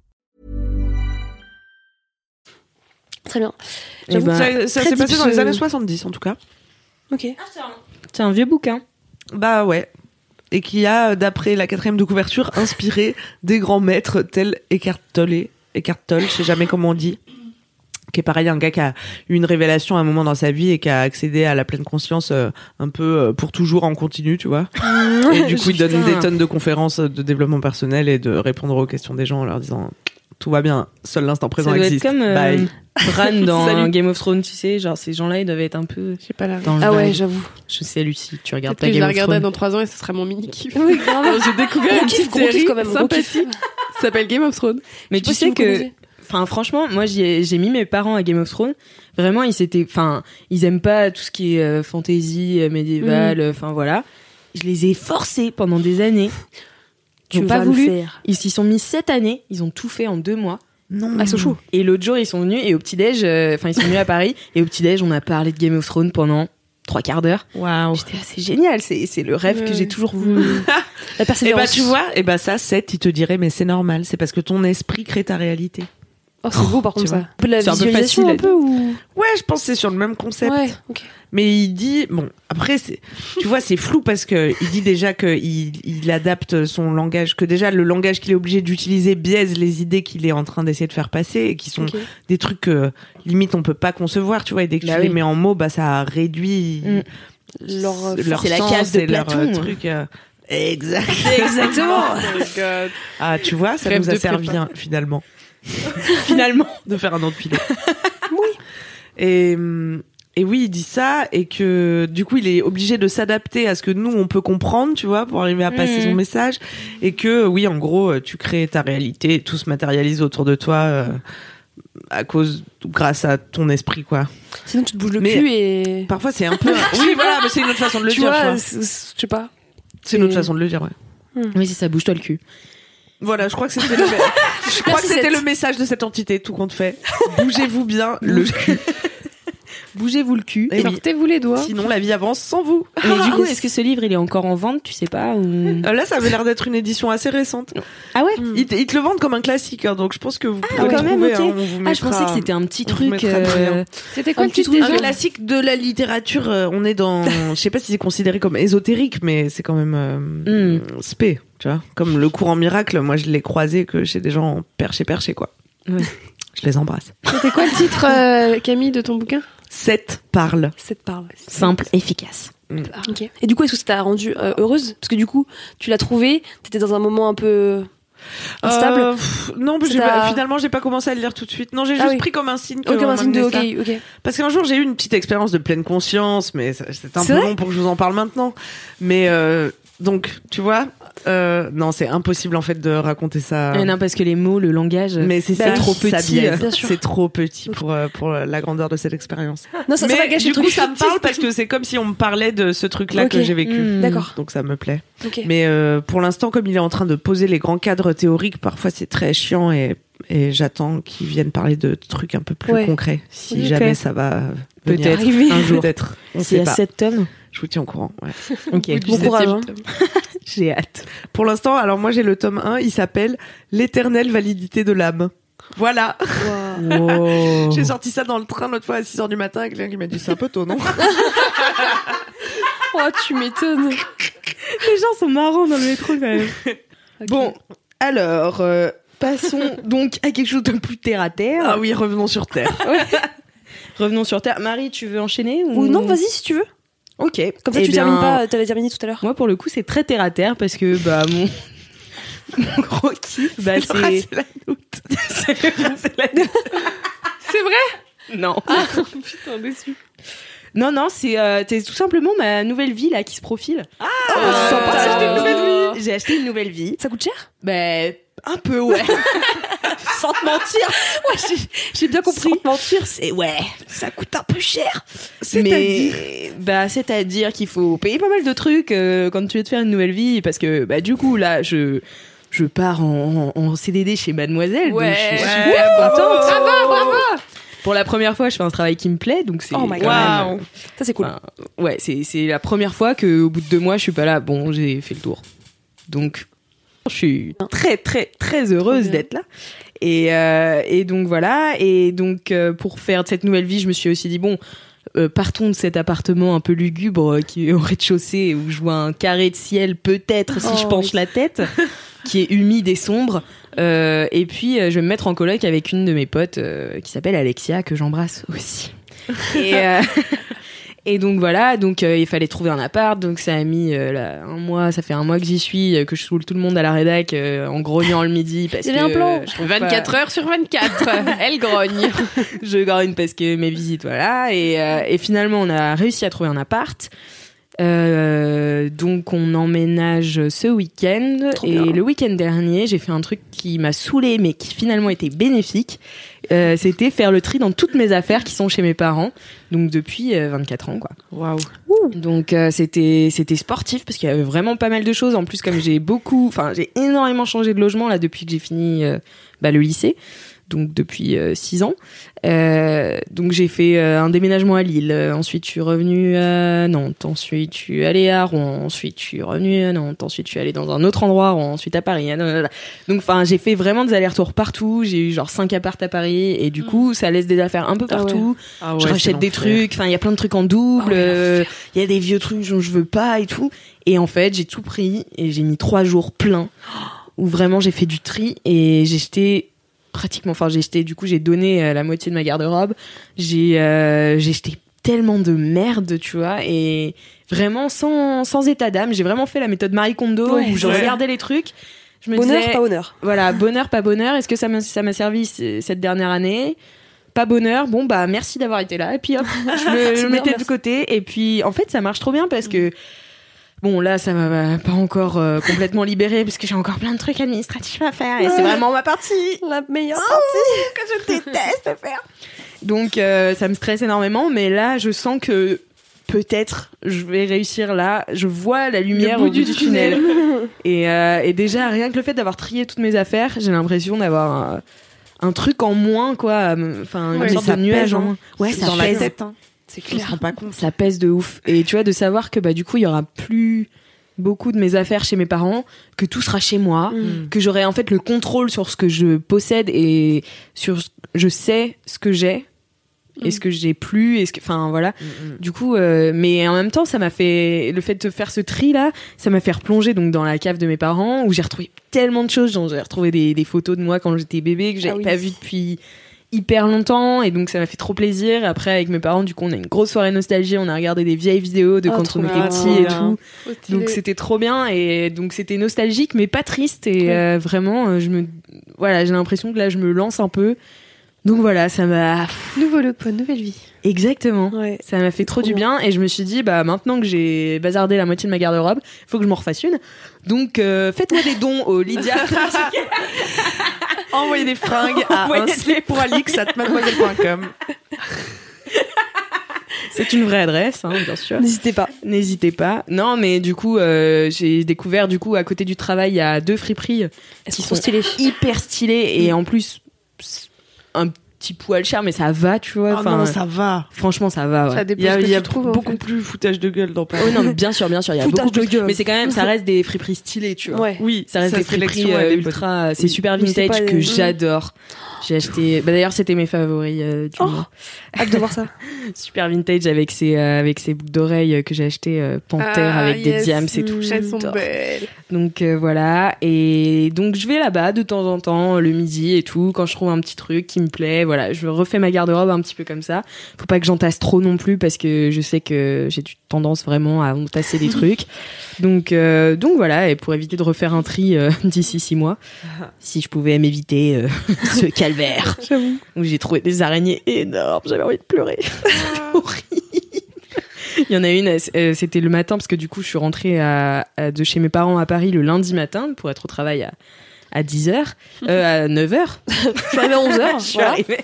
Speaker 2: Très bien.
Speaker 1: Eh
Speaker 2: J'avoue
Speaker 1: ben,
Speaker 3: Ça, ça
Speaker 1: très
Speaker 3: s'est passé
Speaker 1: deep,
Speaker 3: dans les
Speaker 1: ce-
Speaker 3: années 70 en tout cas.
Speaker 2: Ok.
Speaker 3: Ah
Speaker 1: C'est un vieux bouquin.
Speaker 3: Bah ouais. Et qui a, euh, d'après la quatrième de couverture, inspiré des grands maîtres tels Eckhart Tolle. Eckhart Tolle, je sais jamais comment on dit. Qui est pareil, un gars qui a eu une révélation à un moment dans sa vie et qui a accédé à la pleine conscience euh, un peu euh, pour toujours en continu, tu vois.
Speaker 1: Mm.
Speaker 3: Et du coup, il donne
Speaker 1: Putain.
Speaker 3: des tonnes de conférences de développement personnel et de répondre aux questions des gens en leur disant tout va bien, seul l'instant
Speaker 1: Ça
Speaker 3: présent
Speaker 1: doit être
Speaker 3: existe.
Speaker 1: comme euh,
Speaker 3: Bye.
Speaker 1: Bran dans
Speaker 3: Salut.
Speaker 1: Game of Thrones, tu sais. Genre, ces gens-là, ils doivent être un peu
Speaker 4: J'ai pas la rêve.
Speaker 1: dans le
Speaker 2: Ah ouais,
Speaker 1: vibe.
Speaker 2: j'avoue.
Speaker 1: Je sais, Lucie, tu regardes pas
Speaker 4: Peut-être que je
Speaker 1: Game
Speaker 4: la
Speaker 1: of
Speaker 4: regarderai
Speaker 1: Thrones.
Speaker 4: dans 3 ans et ce sera mon mini kiff.
Speaker 2: Oui, grave.
Speaker 4: J'ai découvert
Speaker 2: Gros
Speaker 4: une
Speaker 2: kiff,
Speaker 4: petite
Speaker 2: gros kiff
Speaker 4: série
Speaker 2: quand même, gros kiff.
Speaker 4: sympathique. Ça s'appelle Game of Thrones.
Speaker 1: Mais
Speaker 2: Je sais pas
Speaker 1: tu
Speaker 2: si
Speaker 1: sais
Speaker 2: vous
Speaker 1: que,
Speaker 2: connaissez.
Speaker 1: enfin, franchement, moi, j'y ai- j'ai mis mes parents à Game of Thrones. Vraiment, ils s'étaient, enfin, ils aiment pas tout ce qui est euh, fantasy, euh, médiéval, euh, enfin voilà. Je les ai forcés pendant des années. Ils
Speaker 2: Tu
Speaker 1: ont
Speaker 2: vas
Speaker 1: pas
Speaker 2: le
Speaker 1: voulu.
Speaker 2: faire.
Speaker 1: Ils s'y sont mis cette année. Ils ont tout fait en deux mois.
Speaker 3: Non.
Speaker 2: Ah, c'est chaud.
Speaker 1: Et l'autre jour, ils sont venus et au petit-déj, euh, enfin, ils sont venus à Paris et au petit-déj, on a parlé de Game of Thrones pendant trois quarts d'heure.
Speaker 3: Waouh.
Speaker 1: J'étais, ah, c'est génial, c'est c'est le rêve que
Speaker 4: Ouais.
Speaker 1: j'ai toujours voulu.
Speaker 2: Mmh. La
Speaker 3: Et bah
Speaker 2: persévérance.
Speaker 3: Eh tu vois, et bah ça, Seth, il te dirait, mais c'est normal, c'est parce que ton esprit crée ta réalité.
Speaker 2: Oh, c'est beau par
Speaker 3: Tu
Speaker 2: contre
Speaker 3: vois.
Speaker 2: ça. Un peu de la
Speaker 1: C'est un peu
Speaker 2: visualisation
Speaker 1: facile à
Speaker 2: un peu ou.
Speaker 3: Ouais, je pense que c'est sur le même concept.
Speaker 2: Ouais, ok.
Speaker 3: Mais il dit, bon, après, c'est, tu vois, c'est flou parce que il dit déjà que il, il adapte son langage, que déjà le langage qu'il est obligé d'utiliser biaise les idées qu'il est en train d'essayer de faire passer et qui sont
Speaker 2: Ok.
Speaker 3: des trucs que limite on peut pas concevoir, tu vois, et dès que
Speaker 1: Bah
Speaker 3: tu les
Speaker 1: oui.
Speaker 3: mets en mots, bah ça réduit
Speaker 1: Mm.
Speaker 2: Leur-
Speaker 3: leur
Speaker 1: c'est la
Speaker 3: sens
Speaker 1: case de
Speaker 3: et leur, euh,
Speaker 1: Platon.
Speaker 3: truc. euh, Exact. Exactement. Ah, tu vois, ça
Speaker 4: Rêve
Speaker 3: nous a
Speaker 4: de
Speaker 3: servi
Speaker 4: prépa.
Speaker 3: hein, finalement
Speaker 1: Finalement.
Speaker 3: de faire un nom de filet. oui. Et, hum, et oui, il dit ça et que du coup, il est obligé de s'adapter à ce que nous on peut comprendre, tu vois, pour arriver à passer
Speaker 1: Mhm.
Speaker 3: son message. Et que oui, en gros, euh, tu crées ta réalité, tout se matérialise autour de toi euh, à cause, grâce à ton esprit, quoi.
Speaker 2: Sinon, tu te bouges le
Speaker 3: Mais-
Speaker 2: cul et.
Speaker 3: Parfois, c'est un peu. oui, voilà, mais c'est une autre façon de le
Speaker 2: tu
Speaker 3: dire. tu
Speaker 2: vois,
Speaker 3: vois.
Speaker 2: c'est- c'est- je sais pas.
Speaker 3: C'est une autre façon de le dire. Ouais.
Speaker 1: Oui, c'est ça, bouge-toi le cul.
Speaker 3: Voilà, je crois que c'était le, je crois que c'était le message de cette entité, tout compte fait. Bougez-vous bien le cul.
Speaker 1: Bougez-vous le cul.
Speaker 3: Et oui.
Speaker 4: Sortez-vous les doigts.
Speaker 3: Sinon, la vie avance sans vous.
Speaker 1: Mais du coup, est-ce que ce livre, il est encore en vente Tu sais pas ou...
Speaker 3: Euh, Là, ça avait l'air d'être une édition assez récente.
Speaker 1: Ah ouais
Speaker 2: Hmm.
Speaker 3: Ils, te- ils te le vendent comme un classique, hein, donc je pense que vous pouvez
Speaker 1: Ah,
Speaker 3: le
Speaker 1: quand même,
Speaker 3: trouver.
Speaker 1: ok.
Speaker 3: hein, on vous
Speaker 1: Ah, je
Speaker 3: mettra
Speaker 1: pensais que c'était un petit
Speaker 3: on vous
Speaker 1: truc. euh,
Speaker 3: mettra le lien.
Speaker 4: C'était quoi
Speaker 2: Un
Speaker 4: le titre
Speaker 2: petit
Speaker 4: déjà
Speaker 3: un Ah, classique de la littérature. euh, on est dans, je sais pas si c'est considéré comme ésotérique, mais c'est quand même euh,
Speaker 1: Mm.
Speaker 3: spé, tu vois. Comme le courant miracle, moi je l'ai croisé que chez des gens perchés perchés quoi.
Speaker 1: Ouais.
Speaker 3: Je les embrasse.
Speaker 4: C'était quoi le titre, euh, Camille, de ton bouquin
Speaker 3: Sept parle.
Speaker 2: Cette parle.
Speaker 1: Simple, efficace.
Speaker 2: Ok. Et du coup, est-ce que ça t'a rendue euh, heureuse Parce que du coup, tu l'as trouvé, t'étais dans un moment un peu instable.
Speaker 3: Euh, pff, non, mais
Speaker 2: Ça
Speaker 3: j'ai
Speaker 2: t'a-
Speaker 3: pas- finalement j'ai pas commencé à le lire tout de suite. Non, j'ai
Speaker 2: Ah
Speaker 3: juste
Speaker 2: oui.
Speaker 3: pris comme un signe. que
Speaker 2: ok,
Speaker 3: on
Speaker 2: un signe de ok,
Speaker 3: m'amenait ça.
Speaker 2: ok.
Speaker 3: Parce qu'un jour j'ai eu une petite expérience de pleine conscience, mais ça- c'est un
Speaker 2: C'est
Speaker 3: peu
Speaker 2: vrai
Speaker 3: long pour que je vous en parle maintenant. Mais euh, donc, tu vois, euh, non, c'est impossible en fait de raconter ça.
Speaker 1: non, parce que les mots, le langage.
Speaker 3: Ah. Mais c'est
Speaker 1: Bah
Speaker 3: ça,
Speaker 1: oui, trop
Speaker 3: ça
Speaker 1: petit,
Speaker 3: biaise.
Speaker 1: euh,
Speaker 2: bien sûr.
Speaker 3: C'est trop petit pour euh, pour la grandeur de cette expérience.
Speaker 2: Non, ça,
Speaker 3: mais
Speaker 2: ça va gâcher
Speaker 3: du
Speaker 2: le
Speaker 3: coup,
Speaker 2: truc.
Speaker 3: ça me parle parce que c'est comme si on me parlait de ce truc-là
Speaker 2: Ok.
Speaker 3: que j'ai vécu.
Speaker 1: Hmm.
Speaker 2: D'accord.
Speaker 3: Donc ça me plaît.
Speaker 2: Ok.
Speaker 3: Mais euh, pour l'instant, comme il est en train de poser les grands cadres théoriques, parfois c'est très chiant et Et j'attends qu'ils viennent parler de trucs un peu plus
Speaker 2: Ouais.
Speaker 3: concrets. Si
Speaker 1: Ok.
Speaker 3: jamais ça va venir.
Speaker 1: Peut-être,
Speaker 3: Arriver.
Speaker 1: un jour.
Speaker 3: Peut-être. On
Speaker 1: C'est
Speaker 3: sait
Speaker 1: à
Speaker 3: pas.
Speaker 1: 7 tomes
Speaker 3: Je vous tiens au courant. ouais.
Speaker 1: Ok,
Speaker 2: Bon courage. hein.
Speaker 1: j'ai hâte.
Speaker 3: Pour l'instant, alors moi j'ai le tome 1, il s'appelle L'éternelle validité de l'âme. Voilà,
Speaker 2: Wow.
Speaker 3: j'ai sorti ça dans le train l'autre fois à 6h du matin, quelqu'un qui m'a dit c'est un peu tôt, non
Speaker 2: Oh, tu m'étonnes.
Speaker 1: Les gens sont marrants dans le métro quand même. Bon, alors, euh, passons donc à quelque chose de plus terre à terre.
Speaker 3: Ah oui, revenons sur Terre.
Speaker 1: Revenons sur terre. Marie, tu veux enchaîner ou...
Speaker 2: Ou non, vas-y si tu veux.
Speaker 1: Ok.
Speaker 2: Comme ça,
Speaker 1: Eh
Speaker 2: tu
Speaker 1: bien,
Speaker 2: termines pas. T'allais terminer tout à l'heure.
Speaker 1: Moi, pour le coup, c'est très terre à terre parce que bah mon, mon gros kiff, bah, c'est
Speaker 3: la doute.
Speaker 1: c'est le Rasselanout.
Speaker 4: C'est vrai
Speaker 1: Non.
Speaker 4: Putain, déçu.
Speaker 1: Non, non, c'est euh, t'es tout simplement ma nouvelle vie là qui se profile.
Speaker 2: Ah,
Speaker 1: Euh,
Speaker 2: sympa. T'as acheté une
Speaker 4: nouvelle
Speaker 1: J'ai acheté une nouvelle vie.
Speaker 2: Ça coûte cher
Speaker 1: Ben, un peu, ouais. Sans te mentir.
Speaker 2: J'ai bien compris.
Speaker 1: Sans te mentir, c'est ouais, ça coûte un peu cher.
Speaker 3: C'est-à-dire
Speaker 1: Mais bah, c'est-à-dire qu'il faut payer pas mal de trucs euh, quand tu veux te faire une nouvelle vie parce que bah du coup là, je je pars en, en- en CDD chez Mademoiselle. donc je suis
Speaker 3: Ouais.
Speaker 1: super contente.
Speaker 4: Bravo, bravo
Speaker 1: Pour la première fois, je fais un travail qui me plaît, donc c'est
Speaker 2: Oh my
Speaker 1: quand
Speaker 2: God.
Speaker 1: même-
Speaker 2: Ça, c'est cool.
Speaker 1: Enfin, ouais, c'est c'est la première fois que au bout de deux mois, je suis pas là. Bon, j'ai fait le tour. Donc, je suis très très très heureuse
Speaker 2: Trop bien.
Speaker 1: d'être là. Et, euh, et donc voilà. Et donc euh, pour faire de cette nouvelle vie, je me suis aussi dit bon. euh, partons de cet appartement un peu lugubre euh, qui est au rez-de-chaussée où je vois un carré de ciel peut-être si je
Speaker 2: Oh,
Speaker 1: penche la tête qui est humide et sombre Euh, et puis euh, je vais me mettre en coloc avec une de mes potes euh, qui s'appelle Alexia que j'embrasse aussi et, euh, et donc voilà, donc euh, il fallait trouver un appart, donc ça a mis euh, là, un mois, ça fait un mois que j'y suis, euh, que je saoule tout le monde à la rédac euh, en grognant le midi parce
Speaker 2: Vous
Speaker 1: que
Speaker 2: avez un plan
Speaker 1: euh, je trouve pas-
Speaker 4: 24 heures sur 24, elle grogne.
Speaker 1: je grogne parce que mes visites, voilà. Et, euh, et finalement, on a réussi à trouver un appart. Euh, donc on emménage ce week-end
Speaker 2: Trop
Speaker 1: et
Speaker 2: bien.
Speaker 1: le week-end dernier j'ai fait un truc qui m'a saoulé mais qui finalement était bénéfique Euh, c'était faire le tri dans toutes mes affaires qui sont chez mes parents donc depuis euh, 24 ans quoi
Speaker 3: Waouh.
Speaker 1: donc euh, c'était c'était sportif parce qu'il y avait vraiment pas mal de choses. En plus comme j'ai beaucoup, enfin j'ai énormément changé de logement là depuis que j'ai fini euh, bah, le lycée, donc depuis 6 ans. Euh, donc j'ai fait euh, un déménagement à Lille. Euh, ensuite je suis revenue à Nantes. Ensuite je suis allée à Rouen. Ensuite je suis revenue à Nantes. Ensuite je suis allée dans un autre endroit à Rouen. Ensuite à Paris. Ah, non, non, non. Donc enfin j'ai fait vraiment des allers-retours partout. J'ai eu genre 5 appartes à Paris et du coup ça laisse des affaires un peu
Speaker 2: Mm. Ah ouais.
Speaker 1: partout je rachète des trucs, enfin il y a plein de trucs en
Speaker 2: Ah
Speaker 1: double,
Speaker 2: ouais,
Speaker 1: euh, il y a des vieux trucs dont je veux pas et tout. Et en fait, j'ai tout pris et j'ai mis trois jours pleins où vraiment j'ai fait du tri et j'ai jeté pratiquement, enfin j'ai jeté, du coup j'ai donné euh, la moitié de ma garde-robe, j'ai euh, j'ai jeté tellement de merde, tu vois, et vraiment sans, sans état d'âme, j'ai vraiment fait la méthode Marie Kondo
Speaker 2: Ouais.
Speaker 1: où je
Speaker 3: Ouais.
Speaker 1: regardais les trucs, je me
Speaker 2: Bonheur,
Speaker 1: disais,
Speaker 2: pas honneur.
Speaker 1: voilà, bonheur, pas bonheur. Est-ce que ça m'a ça m'a servi c- cette dernière année Pas bonheur. Bon, bah, merci d'avoir été là. Et puis, hop, je me, je
Speaker 2: C'est bien,
Speaker 1: me mettais de
Speaker 2: merci.
Speaker 1: côté. Et puis, en fait, ça marche trop bien parce que. Bon, là, ça m'a pas encore euh, complètement libérée parce que j'ai encore plein de trucs administratifs à faire et c'est vraiment ma partie
Speaker 2: La meilleure.
Speaker 1: que je déteste faire. Donc, euh, ça me stresse énormément, mais là, je sens que peut-être je vais réussir là. Je vois la lumière
Speaker 4: bout
Speaker 1: au bout
Speaker 4: du
Speaker 1: du, tunnel. et, euh, et déjà, rien que le fait d'avoir trié toutes mes affaires, j'ai l'impression d'avoir un, un truc en moins, quoi. Enfin, une
Speaker 3: Ouais,
Speaker 1: sorte
Speaker 3: ça
Speaker 1: de nuage
Speaker 3: pèse,
Speaker 1: en
Speaker 3: hein.
Speaker 1: moins. Ouais,
Speaker 3: C'est
Speaker 1: ça
Speaker 3: dans la
Speaker 1: pèse.
Speaker 3: tête, hein.
Speaker 2: C'est
Speaker 3: On se rend pas compte.
Speaker 1: Ça pèse de ouf. Et tu vois, de savoir que bah, du coup, il y aura plus beaucoup de mes affaires chez mes parents, que tout sera chez
Speaker 3: Mm.
Speaker 1: moi que j'aurai en fait le contrôle sur ce que je possède et sur ce- je sais ce que j'ai et ce que j'ai plus et ce que enfin voilà
Speaker 3: Mm,
Speaker 1: du coup euh, mais en même temps ça m'a fait le fait de faire ce tri là ça m'a fait replonger donc dans la cave de mes parents où j'ai retrouvé tellement de choses genre j'ai retrouvé des, des photos de moi quand j'étais bébé que j'avais
Speaker 2: Ah oui.
Speaker 1: pas vu depuis hyper longtemps et donc ça m'a fait trop plaisir après avec mes parents du coup on a une grosse soirée nostalgie on a regardé des vieilles vidéos de
Speaker 2: Ah,
Speaker 1: quand
Speaker 2: trop
Speaker 1: on
Speaker 2: bien.
Speaker 1: était petits et tout
Speaker 3: Trop bien.
Speaker 1: donc c'était trop bien et donc c'était nostalgique mais pas triste et euh, vraiment euh, je me voilà j'ai l'impression que là je me lance un peu donc voilà ça m'a
Speaker 4: nouveau
Speaker 2: euh,
Speaker 4: look, nouvelle vie.
Speaker 1: exactement
Speaker 2: Ouais.
Speaker 1: ça m'a fait trop
Speaker 2: trop
Speaker 1: du
Speaker 2: bien.
Speaker 1: bien et je me suis dit bah maintenant que j'ai bazardé la moitié de ma garde-robe faut que je m'en refasse une donc euh, faites-moi des dons au Lydia
Speaker 3: Envoyez des fringues à
Speaker 1: Envoyez
Speaker 3: un
Speaker 1: des
Speaker 3: slip pour Alix at mademoiselle.com.
Speaker 1: c'est une vraie adresse hein, bien sûr
Speaker 2: N'hésitez pas.
Speaker 1: N'hésitez pas. Non, mais du coup, euh, j'ai découvert, du coup, à côté du travail, il y a deux friperies
Speaker 2: Elles
Speaker 1: Qui
Speaker 2: sont trop
Speaker 1: sont-
Speaker 2: stylées.
Speaker 1: hyper stylées et en plus un petit poil cher, mais ça va, tu vois.
Speaker 3: Ah
Speaker 1: enfin,
Speaker 3: non, ça va.
Speaker 1: Franchement, ça va. ouais.
Speaker 4: Ça dépend
Speaker 3: Il y a,
Speaker 4: ce que
Speaker 3: il y a
Speaker 4: tu trouves. en
Speaker 3: beaucoup
Speaker 4: fait.
Speaker 3: plus foutage de gueule dans Paris.
Speaker 1: Oh non, mais bien sûr, bien sûr, il y a
Speaker 2: Foutage
Speaker 1: beaucoup
Speaker 2: de
Speaker 1: plus-
Speaker 2: gueule.
Speaker 1: Mais c'est quand même, ça reste des friperies stylées, tu vois.
Speaker 2: Ouais.
Speaker 3: Oui,
Speaker 1: Ça reste
Speaker 3: sa
Speaker 1: des friperies
Speaker 3: sélection,
Speaker 1: euh,
Speaker 3: elle est
Speaker 1: ultra. C'est super
Speaker 2: Mais c'est
Speaker 1: vintage
Speaker 2: pas-
Speaker 1: que
Speaker 2: Mm.
Speaker 1: j'adore. J'ai acheté. Bah, D'ailleurs, c'était mes favoris euh, du
Speaker 2: Oh.
Speaker 1: mois.
Speaker 2: Hâte de voir ça.
Speaker 1: Super vintage avec ses, euh, avec ses boucles d'oreilles euh, que j'ai acheté euh, panthère
Speaker 4: Ah,
Speaker 1: avec
Speaker 4: yes. Mmh,
Speaker 1: des diams et tout.
Speaker 4: Elles sont
Speaker 1: J'adore.
Speaker 4: belles.
Speaker 1: Donc euh, voilà, et donc je vais là-bas de temps en temps, euh, le midi et tout, quand je trouve un petit truc qui me plaît, voilà, je refais ma garde-robe un petit peu comme ça. Faut pas que j'entasse trop non plus parce que je sais que j'ai du- tendance vraiment à entasser des trucs. Donc, euh, donc voilà, et pour éviter de refaire un tri euh, d'ici six mois, si je pouvais m'éviter euh, ce calvaire, où j'ai trouvé des araignées énormes, j'avais envie de pleurer. C'était horrible. Il y en a une, euh, c'était le matin, parce que du coup, je suis rentrée à- à- de chez mes parents à Paris le lundi matin pour être au travail à, à 10h, euh, à 9h.
Speaker 2: Je suis arrivée à 11h.
Speaker 1: Je suis arrivée.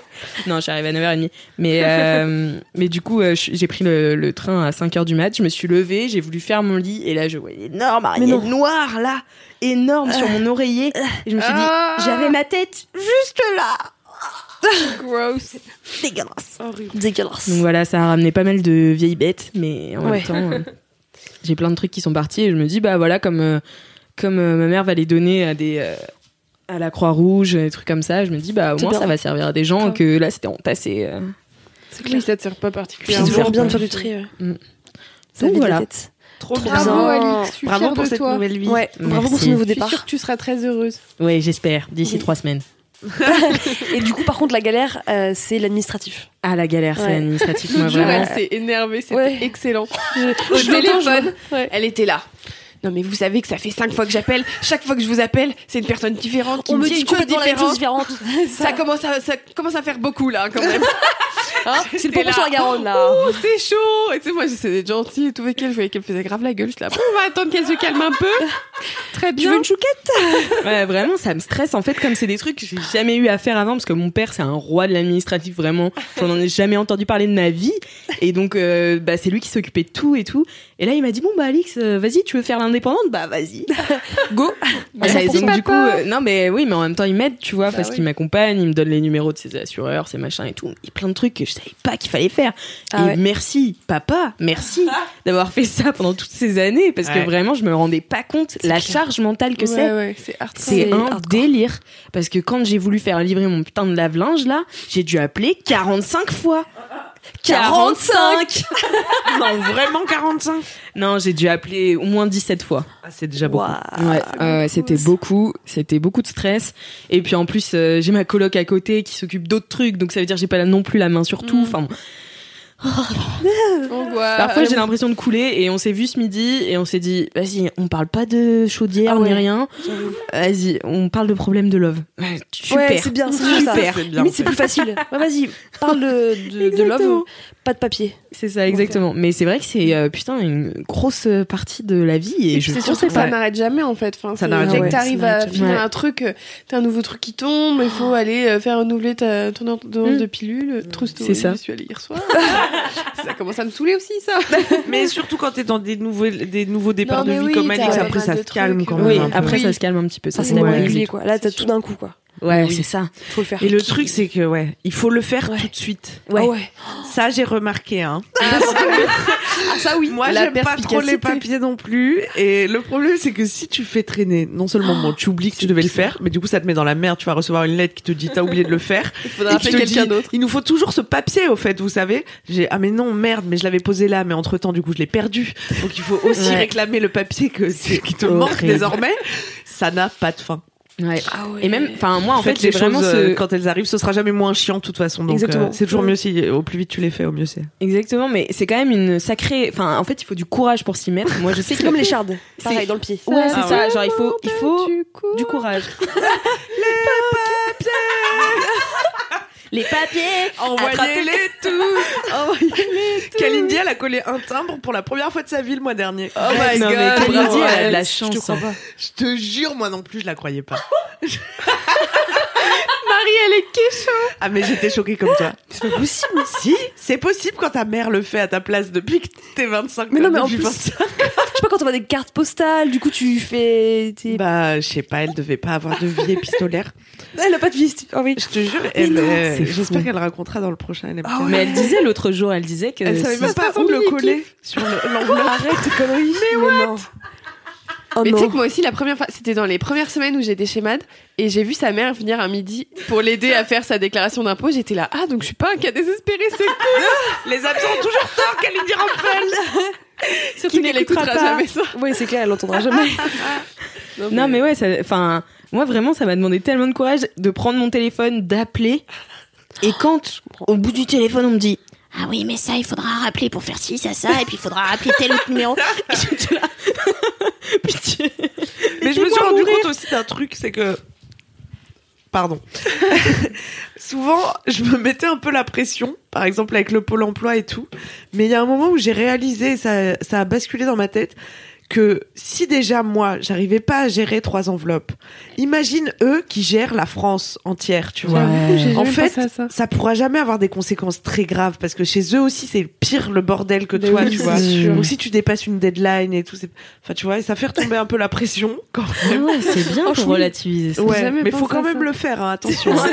Speaker 1: Non, je suis arrivée à 9h30. Mais, euh, mais du coup, euh, je- j'ai pris le, le train à 5h du mat. Je me suis levée, j'ai voulu faire mon lit. Et là, je vois une énorme araignée
Speaker 2: non.
Speaker 1: noire, là, énorme sur mon oreiller. Et je me suis
Speaker 4: Ah.
Speaker 1: dit, j'avais ma tête juste là.
Speaker 4: Gross.
Speaker 2: Dégueulasse. Dégueulasse.
Speaker 1: Donc voilà, ça a ramené pas mal de vieilles bêtes, mais en
Speaker 2: Ouais.
Speaker 1: même temps, euh, j'ai plein de trucs qui sont partis et je me dis, bah voilà, comme, euh, comme euh, ma mère va les donner à des. euh, à la Croix-Rouge, des trucs comme ça, je me dis, bah au
Speaker 2: C'est
Speaker 1: moins
Speaker 2: bien.
Speaker 1: ça va servir à des gens
Speaker 4: Grave.
Speaker 1: que là c'était entassé. euh.
Speaker 4: Oui, ça te sert pas
Speaker 2: C'est
Speaker 4: particulièrement.
Speaker 2: toujours bien de faire du
Speaker 4: euh,
Speaker 2: tri. ouais.
Speaker 1: Mm.
Speaker 2: Ça
Speaker 1: Donc
Speaker 2: vide la
Speaker 1: voilà.
Speaker 2: tête.
Speaker 3: Trop
Speaker 2: Trop
Speaker 3: bien.
Speaker 4: Bravo,
Speaker 2: bien.
Speaker 4: Alix. Je suis
Speaker 3: Bravo
Speaker 4: fière
Speaker 3: pour
Speaker 4: de
Speaker 3: cette
Speaker 4: toi.
Speaker 3: nouvelle vie.
Speaker 2: Ouais, bravo pour ce
Speaker 1: Merci.
Speaker 2: nouveau
Speaker 4: Je suis sûre
Speaker 2: départ.
Speaker 4: que tu seras très heureuse.
Speaker 1: Oui, j'espère, d'ici
Speaker 2: Oui.
Speaker 1: trois semaines.
Speaker 2: Et du coup, par contre, la galère, euh, c'est l'administratif.
Speaker 1: Ah la galère, c'est
Speaker 2: Ouais.
Speaker 1: administratif, moi
Speaker 4: L'autre jour,
Speaker 1: vraiment.
Speaker 4: elle s'est énervée, c'était
Speaker 2: Ouais.
Speaker 4: excellent. Je,
Speaker 2: je l'entends, je
Speaker 4: elle était là. Non mais vous savez que ça fait cinq fois que j'appelle. Chaque fois que je vous appelle, c'est une personne différente qui
Speaker 2: On
Speaker 4: me
Speaker 2: me
Speaker 4: dit
Speaker 2: dit
Speaker 4: une chose
Speaker 2: complètement la même chose
Speaker 4: différente.
Speaker 2: différente.
Speaker 4: Ça commence à ça commence à faire beaucoup là quand même. Hein
Speaker 2: C'est le
Speaker 4: J'étais
Speaker 2: pompon sur
Speaker 4: là.
Speaker 2: la Garonne, là.
Speaker 4: Oh, c'est chaud Et tu sais, moi, j'essayais d'être gentille et tout avec elle. Je voyais qu'elle me faisait grave la gueule. Je suis là, bon, on va attendre qu'elle se calme un peu. Très bien.
Speaker 1: Ouais, vraiment, ça me stresse. En fait, comme c'est des trucs que j'ai jamais eu à faire avant, parce que mon père, c'est un roi de l'administratif, vraiment. J'en ai jamais entendu parler de ma vie. Et donc, euh, bah, c'est lui qui s'occupait de tout et tout. Et là, il m'a dit, bon, bah, Alix, euh, vas-y, tu veux faire l'indépendante? Bah, vas-y. Go.
Speaker 4: Merci,
Speaker 1: Ah, et donc, du
Speaker 4: papa.
Speaker 1: coup, euh, non, mais oui, mais en même temps, il m'aide, tu vois, parce
Speaker 4: oui.
Speaker 1: qu'il m'accompagne, il me donne les numéros de ses assureurs, ses machins et tout. Il y a plein de trucs que je savais pas qu'il fallait faire.
Speaker 2: Ah
Speaker 1: et
Speaker 2: ouais.
Speaker 1: merci, papa, merci d'avoir fait ça pendant toutes ces années, parce
Speaker 3: Ouais.
Speaker 1: que vraiment, je me rendais pas compte la charge mentale que c'est.
Speaker 4: Ouais, ouais, c'est hardcore.
Speaker 1: C'est
Speaker 2: C'est
Speaker 1: un
Speaker 2: hardcore.
Speaker 1: délire. Parce que quand j'ai voulu faire livrer mon putain de lave-linge, là, j'ai dû appeler 45 fois. 45
Speaker 3: Non, vraiment 45
Speaker 1: Non, j'ai dû appeler au moins 17 fois.
Speaker 3: ah, C'est déjà beaucoup.
Speaker 2: Waouh.
Speaker 1: ouais, euh, c'était beaucoup, c'était beaucoup de stress. Et puis en plus, euh, j'ai ma coloc à côté qui s'occupe d'autres trucs, donc ça veut dire que j'ai pas là non plus la main sur
Speaker 2: Mm.
Speaker 1: tout. Enfin,
Speaker 2: Euh,
Speaker 1: bon.
Speaker 4: Angoisse.
Speaker 1: Parfois, j'ai l'impression de couler. Et on s'est vu ce midi et on s'est dit, vas-y, on parle pas de chaudière
Speaker 2: Ah ouais.
Speaker 1: ni rien.
Speaker 2: J'avoue.
Speaker 1: Vas-y, on parle de problèmes de love. Ouais, super.
Speaker 2: Ouais, c'est bien, Ah, c'est mieux ça.
Speaker 1: Super.
Speaker 3: C'est bien
Speaker 2: Limite, c'est
Speaker 3: fait.
Speaker 2: plus facile. Ouais, vas-y, parle de, de, de love,
Speaker 1: Exactement.
Speaker 2: pas de papier.
Speaker 1: C'est ça, exactement. Mais c'est vrai que c'est euh, putain une grosse euh, partie de la vie et,
Speaker 4: Et
Speaker 1: je
Speaker 4: puis c'est
Speaker 1: pense
Speaker 4: sûr
Speaker 1: que
Speaker 4: que ça
Speaker 1: ouais.
Speaker 4: n'arrête jamais en fait. Enfin,
Speaker 3: Ça
Speaker 4: c'est-
Speaker 3: n'arrête
Speaker 4: dès
Speaker 3: jamais.
Speaker 4: que t'arrives
Speaker 2: Ça
Speaker 4: à
Speaker 2: n'arrête
Speaker 4: finir
Speaker 1: jamais.
Speaker 4: un truc, euh, t'as un nouveau truc qui tombe, il faut aller euh, faire renouveler ta, ton ordonnance
Speaker 1: Mm.
Speaker 4: de pilule. True story,
Speaker 1: C'est ça.
Speaker 4: je suis allée hier soir. ça commence à me saouler aussi ça.
Speaker 3: Mais surtout quand t'es dans des, nouvelles, des nouveaux départs
Speaker 4: mais
Speaker 3: de vie
Speaker 4: oui,
Speaker 3: comme
Speaker 4: t'as
Speaker 3: Alix,
Speaker 4: pas
Speaker 3: après
Speaker 4: mal
Speaker 3: ça
Speaker 4: de
Speaker 3: se calme
Speaker 4: trucs.
Speaker 3: quand
Speaker 1: Oui,
Speaker 3: même. un peu.
Speaker 1: après
Speaker 4: Oui.
Speaker 1: ça se calme un petit peu. Ça,
Speaker 2: Ça,
Speaker 1: c'est
Speaker 2: c'est moins
Speaker 1: la
Speaker 2: régulier,
Speaker 1: réalité.
Speaker 2: quoi. Là, t'as
Speaker 4: C'est
Speaker 2: tout
Speaker 4: sûr.
Speaker 2: d'un coup, quoi.
Speaker 1: Ouais,
Speaker 3: Oui.
Speaker 1: c'est ça.
Speaker 2: Faut le faire.
Speaker 3: Et le truc, c'est que, ouais, il faut le faire
Speaker 2: Ouais.
Speaker 3: tout de suite.
Speaker 2: Ouais.
Speaker 1: Ouais.
Speaker 3: Ça, j'ai remarqué, hein.
Speaker 4: Ah ça oui.
Speaker 3: Moi,
Speaker 4: la
Speaker 3: j'aime pas trop
Speaker 4: perspicacité.
Speaker 3: les papiers non plus. Et le problème, c'est que si tu fais traîner, non seulement bon, tu oublies que tu devais le faire, mais du coup, ça te met dans la merde. Tu vas recevoir une lettre qui te dit t'as oublié de le faire.
Speaker 4: Il faudra
Speaker 3: Et qui
Speaker 4: appeler
Speaker 3: te
Speaker 4: quelqu'un
Speaker 3: dit,
Speaker 4: d'autre.
Speaker 3: Il nous faut toujours ce papier, au fait, vous savez. J'ai ah mais non merde, mais je l'avais posé là, mais entre temps, du coup, je l'ai perdu. Donc il faut aussi
Speaker 1: Ouais.
Speaker 3: réclamer le papier que c'est- qui te
Speaker 1: horrible.
Speaker 3: manque désormais. Ça n'a pas de fin.
Speaker 1: Ouais.
Speaker 2: Ah ouais.
Speaker 1: Et même, enfin moi en fait,
Speaker 3: Faites
Speaker 1: j'ai
Speaker 3: les
Speaker 1: vraiment
Speaker 3: choses
Speaker 1: ce Mm.
Speaker 3: euh, quand elles arrivent, ce sera jamais moins chiant de toute façon. Donc
Speaker 2: Exactement.
Speaker 3: euh, c'est toujours mieux si au plus vite tu les fais, au mieux c'est.
Speaker 1: exactement, mais c'est quand même une sacrée. Enfin en fait, il faut du courage pour s'y mettre. Moi je sais
Speaker 2: C'est
Speaker 1: que
Speaker 2: comme les shards. Pareil,
Speaker 1: C'est-
Speaker 2: dans le pied.
Speaker 1: Ouais, c'est
Speaker 3: Ah
Speaker 1: ça. Genre il faut, il faut
Speaker 4: Du coup,
Speaker 1: du courage. les papiers. les papiers.
Speaker 3: Envoyez-les tous Kalindi, elle a collé un timbre pour la première fois de sa vie le mois dernier. Oh my
Speaker 1: Non,
Speaker 3: god
Speaker 1: mais Kalindi,
Speaker 3: bravo,
Speaker 1: elle a de la
Speaker 3: Alex.
Speaker 1: chance. hein.
Speaker 3: Je te jure, moi non plus, je la croyais pas.
Speaker 4: elle est quiche.
Speaker 3: Ah, mais j'étais choquée comme toi.
Speaker 2: C'est pas possible.
Speaker 3: si, c'est possible quand ta mère le fait à ta place depuis que t'es 25
Speaker 2: Mais non, mais en
Speaker 3: depuis
Speaker 2: plus-
Speaker 3: 25.
Speaker 2: Je sais pas, quand on voit des cartes postales, du coup, tu fais. t'es-
Speaker 3: Bah, je sais pas, elle devait pas avoir de vie épistolaire.
Speaker 2: Elle a pas de vie. c'est- Ah oui.
Speaker 3: Je te jure, elle,
Speaker 2: non,
Speaker 3: euh,
Speaker 1: c'est fou.
Speaker 3: j'espère qu'elle racontera dans le prochain LMK.
Speaker 2: Ah ouais. euh,
Speaker 1: Mais elle disait l'autre jour, elle disait que.
Speaker 3: Elle savait
Speaker 1: si-
Speaker 3: même pas où le coller sur le- l'enveloppe.
Speaker 2: Arrête tes conneries. Mais non. Oh
Speaker 4: mais tu sais
Speaker 2: non.
Speaker 4: que moi aussi, la première fois, c'était dans les premières semaines où j'étais chez Mad, et j'ai vu sa mère venir à midi pour l'aider à faire sa déclaration d'impôt. J'étais là, ah, donc je suis pas un cas désespéré, c'est cool.
Speaker 3: Les absents ont toujours tort, Kalindi Rampel
Speaker 4: Surtout qu'elle écoutera jamais ça.
Speaker 2: Oui, c'est clair, elle l'entendra jamais.
Speaker 1: Non, mais ouais, ça- enfin, moi vraiment, ça m'a demandé tellement de courage de prendre mon téléphone, d'appeler. Et quand, au bout du téléphone, on me dit
Speaker 6: Ah oui, mais ça, il faudra rappeler pour faire ci, ça, ça, et puis il faudra rappeler tel autre numéro.
Speaker 1: Pitié.
Speaker 3: Mais je me suis
Speaker 1: Laissez-moi
Speaker 3: rendu
Speaker 1: mourir.
Speaker 3: compte aussi d'un truc, c'est que. Pardon. Souvent, je me mettais un peu la pression, par exemple avec le pôle emploi et tout. Mais il y a un moment où j'ai réalisé, ça, ça a basculé dans ma tête, que si déjà moi, j'arrivais pas à gérer trois enveloppes, imagine eux qui gèrent la France entière, tu vois. En fait, ça. pourra jamais avoir des conséquences très graves parce que chez eux aussi, c'est pire le bordel que toi, tu vois. Donc si tu dépasses une deadline et tout, c'est- enfin tu vois, et ça fait retomber un peu la pression quand même.
Speaker 1: ouais, c'est bien pour relativiser ça.
Speaker 3: Ouais,
Speaker 4: jamais
Speaker 3: mais faut
Speaker 4: pensé
Speaker 3: quand
Speaker 4: à
Speaker 3: même
Speaker 4: ça.
Speaker 3: le faire, hein, attention. hein.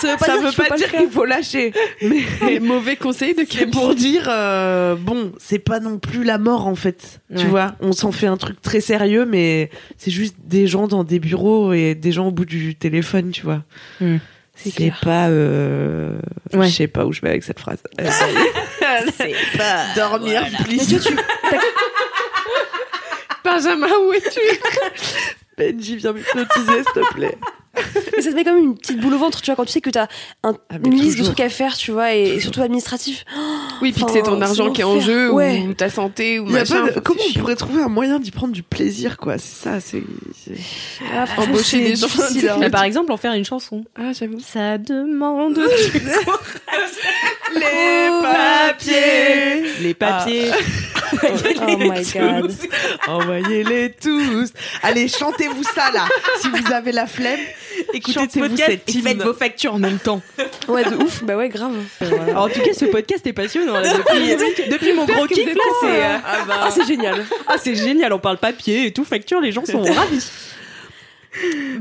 Speaker 2: Ça veut
Speaker 3: Ça veut pas dire qu'il faut lâcher, mais
Speaker 4: Les mauvais conseils de
Speaker 3: c'est
Speaker 4: Camille.
Speaker 3: pour dire euh, bon, c'est pas non plus la mort en fait. Tu
Speaker 1: Ouais.
Speaker 3: vois, on s'en fait un truc très sérieux, mais c'est juste des gens dans des bureaux et des gens au bout du téléphone, tu vois.
Speaker 1: Hmm.
Speaker 3: C'est pas, euh,
Speaker 1: Ouais.
Speaker 3: je sais pas où je vais avec cette phrase. Euh, dormir, please.
Speaker 4: Benjamin, où es-tu
Speaker 3: Benji, viens m'hypnotiser, s'il te plaît.
Speaker 2: Mais ça te met quand même une petite boule au ventre, tu vois, quand tu sais que t'as un,
Speaker 3: Ah, mais
Speaker 2: une liste de
Speaker 3: toujours.
Speaker 2: trucs à faire, tu vois, et, et surtout administratif.
Speaker 4: Oui, puis que c'est ton
Speaker 2: Enfin,
Speaker 4: argent
Speaker 2: c'est
Speaker 4: qui est en
Speaker 2: l'enfer.
Speaker 4: jeu,
Speaker 2: Ouais.
Speaker 4: ou ta santé, ou
Speaker 3: Il y a
Speaker 4: machin.
Speaker 3: pas de-
Speaker 4: enfin,
Speaker 3: Comment
Speaker 4: c'est
Speaker 3: on pourrait trouver un moyen d'y prendre du plaisir, quoi C'est ça, c'est. c'est-
Speaker 2: Ah, franchement,
Speaker 4: embaucher
Speaker 2: c'est
Speaker 4: des gens.
Speaker 2: difficile, hein.
Speaker 1: Mais par exemple, en faire une chanson.
Speaker 4: chiant. Ah, j'avoue. Ah,
Speaker 1: Ça demande
Speaker 3: Les papiers
Speaker 1: les papiers.
Speaker 3: Ah.
Speaker 2: Oh my god.
Speaker 3: Envoyez-les tous Allez, chantez-vous ça, là Si vous avez la flemme,
Speaker 1: Écoutez ce
Speaker 3: Chantez-vous
Speaker 1: podcast
Speaker 3: cette
Speaker 1: et faites
Speaker 3: hymne.
Speaker 1: vos factures en même temps.
Speaker 2: Ouais, de ouf, bah ouais, grave.
Speaker 1: Alors, en tout cas, ce podcast est passionnant. là. Depuis, depuis mon gros kiff, là, c'est euh, ah,
Speaker 2: Ah, c'est génial.
Speaker 1: ah, c'est génial. On parle papier et tout, facture, les gens sont ravis.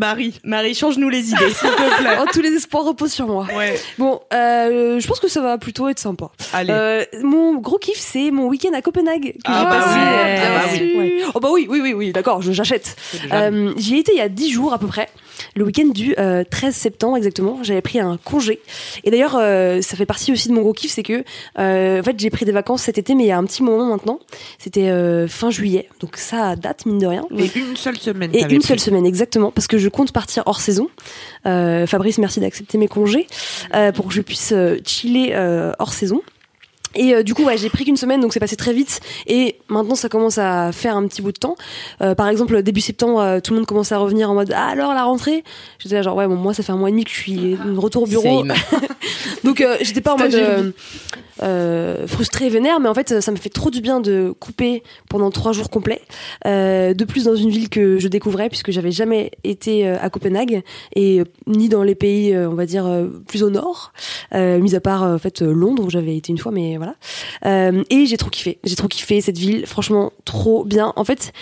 Speaker 1: Marie, Marie, change-nous les idées, s'il te plaît.
Speaker 2: Oh, tous les espoirs reposent sur moi.
Speaker 3: Ouais.
Speaker 2: Bon, euh, je pense que ça va plutôt être sympa.
Speaker 3: Allez.
Speaker 2: Euh, mon gros kiff, c'est mon week-end à Copenhague que
Speaker 3: Ah
Speaker 2: j'ai
Speaker 3: bah
Speaker 2: passé.
Speaker 3: ouais,
Speaker 2: bien
Speaker 3: ah bah
Speaker 2: sûr. Ouais. Oh bah oui, oui, oui, oui, d'accord, je- j'achète. Euh, J'y ai été il y a 10 jours à peu près, le week-end du euh, 13 septembre exactement. J'avais pris un congé. Et d'ailleurs, euh, ça fait partie aussi de mon gros kiff, c'est que euh, en fait, j'ai pris des vacances cet été, mais il y a un petit moment maintenant. C'était euh, fin juillet, donc ça date, mine de rien.
Speaker 3: Et une seule semaine,
Speaker 2: Et
Speaker 3: t'avais
Speaker 2: une
Speaker 3: pris.
Speaker 2: seule semaine, exactement, parce que je compte partir hors saison. Euh, Fabrice, merci d'accepter mes congés euh, pour que je puisse euh, chiller euh, hors saison. Et euh, du coup, ouais, j'ai pris qu'une semaine, donc c'est passé très vite. Et maintenant, ça commence à faire un petit bout de temps. Euh, par exemple, début septembre, euh, tout le monde commence à revenir en mode ah, alors la rentrée. J'étais là genre ouais, bon moi ça fait un mois et demi que je suis de retour au bureau. donc euh, j'étais pas en mode
Speaker 4: Stagiaire.
Speaker 2: euh, euh, frustrée, vénère, mais en fait ça me fait trop du bien de couper pendant trois jours complets. Euh, de plus dans une ville que je découvrais puisque j'avais jamais été euh, à Copenhague et euh, ni dans les pays euh, on va dire euh, plus au nord, euh, mis à part euh, en fait euh, Londres où j'avais été une fois, mais voilà. Euh, et j'ai trop kiffé, j'ai trop kiffé cette ville, franchement trop bien. En fait,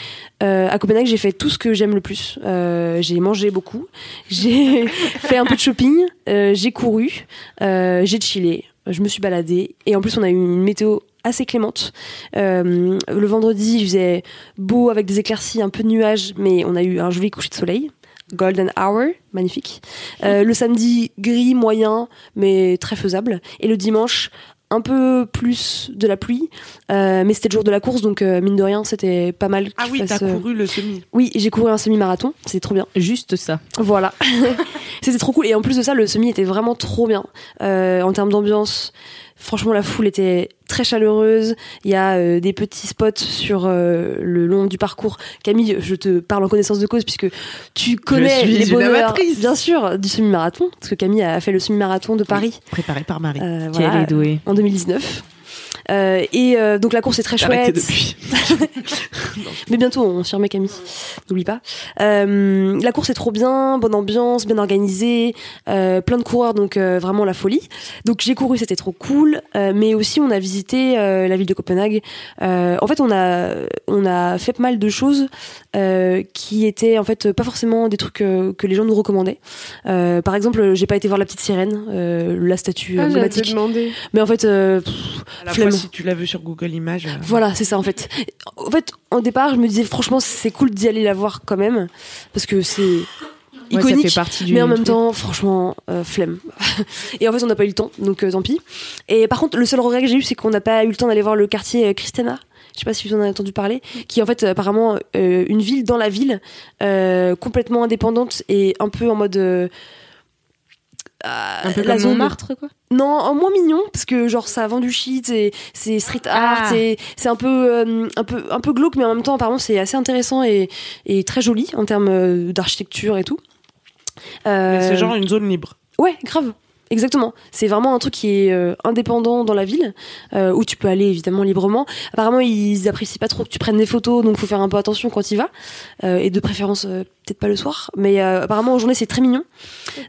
Speaker 2: euh, à Copenhague, j'ai fait tout ce que j'aime le plus. Euh, j'ai mangé beaucoup, j'ai fait un peu de shopping, euh, j'ai couru, euh, j'ai chillé, je me suis baladée. Et en plus, on a eu une météo assez clémente. Euh, le vendredi, il faisait beau avec des éclaircies, un peu de nuages, mais on a eu un joli coucher de soleil. Golden Hour, magnifique. Euh, le samedi, gris, moyen, mais très faisable. Et le dimanche, un peu plus de la pluie, euh, mais c'était le jour de la course, donc euh, mine de rien, c'était pas mal.
Speaker 3: Ah
Speaker 2: qu'il
Speaker 3: oui, t'as
Speaker 2: fasse, euh,
Speaker 3: couru le semi.
Speaker 2: oui, j'ai couru un semi-marathon, c'est trop bien.
Speaker 1: Juste ça.
Speaker 2: Voilà. C'était trop cool. Et en plus de ça, le semi était vraiment trop bien. Euh, en termes d'ambiance, franchement, la foule était très chaleureuse. Il y a euh, des petits spots sur euh, le long du parcours. Camille, je te parle en connaissance de cause puisque tu connais
Speaker 3: suis
Speaker 2: les
Speaker 3: une
Speaker 2: bonheurs,
Speaker 3: amatrice.
Speaker 2: bien sûr, du semi-marathon. Parce que Camille a fait le semi-marathon de Paris.
Speaker 1: Ah,
Speaker 3: Préparé par Marie.
Speaker 2: Euh, voilà,
Speaker 1: douée.
Speaker 2: en 2019. Euh, et euh, donc la course est très
Speaker 3: Arrêtez
Speaker 2: chouette.
Speaker 3: depuis.
Speaker 2: Mais bientôt, on s'y remet Camille. N'oublie pas. Euh, la course est trop bien, bonne ambiance, bien organisée, euh, plein de coureurs, donc euh, vraiment la folie. Donc j'ai couru, c'était trop cool. euh, mais aussi, on a visité euh, la ville de Copenhague. Euh, en fait, on a on a fait pas mal de choses euh, qui étaient en fait pas forcément des trucs euh, que les gens nous recommandaient. Euh, par exemple, j'ai pas été voir la petite sirène, euh, la statue
Speaker 4: Ah, j'avais
Speaker 2: emblématique.
Speaker 4: demandé.
Speaker 2: Mais en fait, euh, pff,
Speaker 3: À la
Speaker 2: Flemme.
Speaker 3: fois, si tu l'as vu sur Google Images. euh,
Speaker 2: voilà, c'est ça en fait. En fait, au départ, je me disais franchement, c'est cool d'y aller la voir quand même parce que c'est
Speaker 1: Ouais,
Speaker 2: iconique.
Speaker 1: ça fait partie du
Speaker 2: mais en même
Speaker 1: truc.
Speaker 2: temps, franchement, euh, flemme. et en fait, on n'a pas eu le temps, donc euh, tant pis. Et par contre, le seul regret que j'ai eu, c'est qu'on n'a pas eu le temps d'aller voir le quartier euh, Christiana. Je sais pas si vous en avez entendu parler, qui est en fait euh, apparemment euh, une ville dans la ville, euh, complètement indépendante et un peu en mode. euh,
Speaker 1: Un peu
Speaker 2: la
Speaker 1: comme
Speaker 2: zone-
Speaker 1: Montmartre, quoi.
Speaker 2: non, en moins mignon parce que genre ça vend du shit, c'est c'est street
Speaker 3: Ah.
Speaker 2: art, c'est c'est un peu euh, un peu un peu glauque mais en même temps apparemment c'est assez intéressant et, et très joli en termes euh, d'architecture et tout. Euh,
Speaker 3: mais C'est genre une zone libre.
Speaker 2: Ouais, grave. Exactement. C'est vraiment un truc qui est euh, indépendant dans la ville, euh, où tu peux aller évidemment librement. Apparemment, ils apprécient pas trop que tu prennes des photos, donc faut faire un peu attention quand tu y vas. Euh, et de préférence, euh, peut-être pas le soir. Mais euh, apparemment, en journée, c'est très mignon.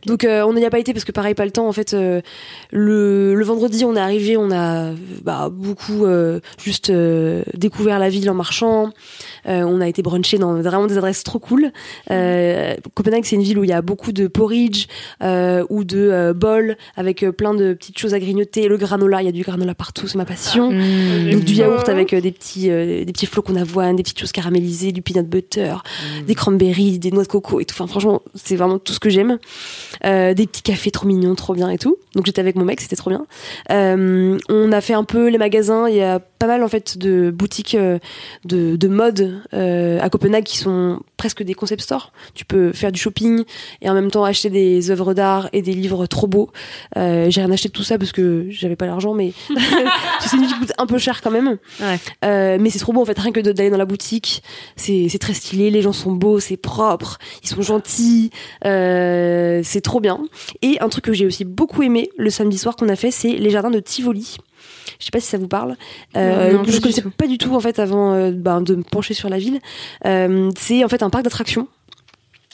Speaker 2: Donc, euh, on n'y a pas été parce que pareil, pas le temps. En fait, euh, le, le vendredi, on est arrivé, on a euh, bah, beaucoup euh, juste euh, découvert la ville en marchant. Euh, on a été brunché dans vraiment des adresses trop cool. Euh, Copenhague, c'est une ville où il y a beaucoup de porridge euh, ou de euh, bols avec euh, plein de petites choses à grignoter. Le granola, il y a du granola partout, c'est ma passion.
Speaker 1: Mmh.
Speaker 2: Donc du yaourt avec euh, des petits euh, des petits flocons d'avoine, des petites choses caramélisées, du peanut butter,
Speaker 3: Mm.
Speaker 2: des cranberries, des noix de coco et tout. Enfin franchement, c'est vraiment tout ce que j'aime. Euh, des petits cafés trop mignons, trop bien et tout. Donc j'étais avec mon mec, c'était trop bien. Euh, on a fait un peu les magasins. Il y a pas mal en fait de boutiques euh, de, de mode euh, à Copenhague qui sont presque des concept stores. Tu peux faire du shopping et en même temps acheter des œuvres d'art et des livres trop beaux. Euh, J'ai rien acheté de tout ça parce que j'avais pas l'argent, mais c'est une vie qui coûte un peu cher quand même.
Speaker 1: Ouais.
Speaker 2: Euh, mais c'est trop beau en fait, rien que de- d'aller dans la boutique, c'est c'est très stylé, les gens sont beaux, c'est propre, ils sont gentils, euh, c'est trop bien. Et un truc que j'ai aussi beaucoup aimé le samedi soir qu'on a fait, c'est les jardins de Tivoli. Je sais pas si ça vous parle. Euh,
Speaker 1: Non, non,
Speaker 2: que
Speaker 1: pas
Speaker 2: je
Speaker 1: du
Speaker 2: connaissais
Speaker 1: tout.
Speaker 2: pas du tout en fait avant euh, ben, de me pencher sur la ville. Euh, c'est en fait un parc d'attractions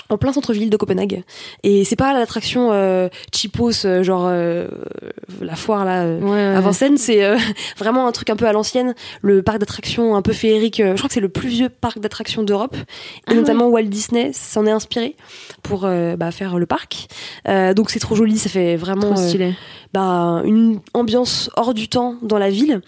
Speaker 2: en plein centre-ville de Copenhague. Et c'est pas l'attraction euh, cheapos, euh, genre euh, la foire là, euh, à Vincennes, c'est euh, vraiment un truc un peu à l'ancienne, le parc d'attractions un peu féerique. euh, Je crois que c'est le plus vieux parc d'attractions d'Europe, et notamment Walt Disney s'en est inspiré pour euh, bah, faire le parc. Euh, donc c'est trop joli, ça fait vraiment euh, bah, une ambiance hors du temps dans la ville.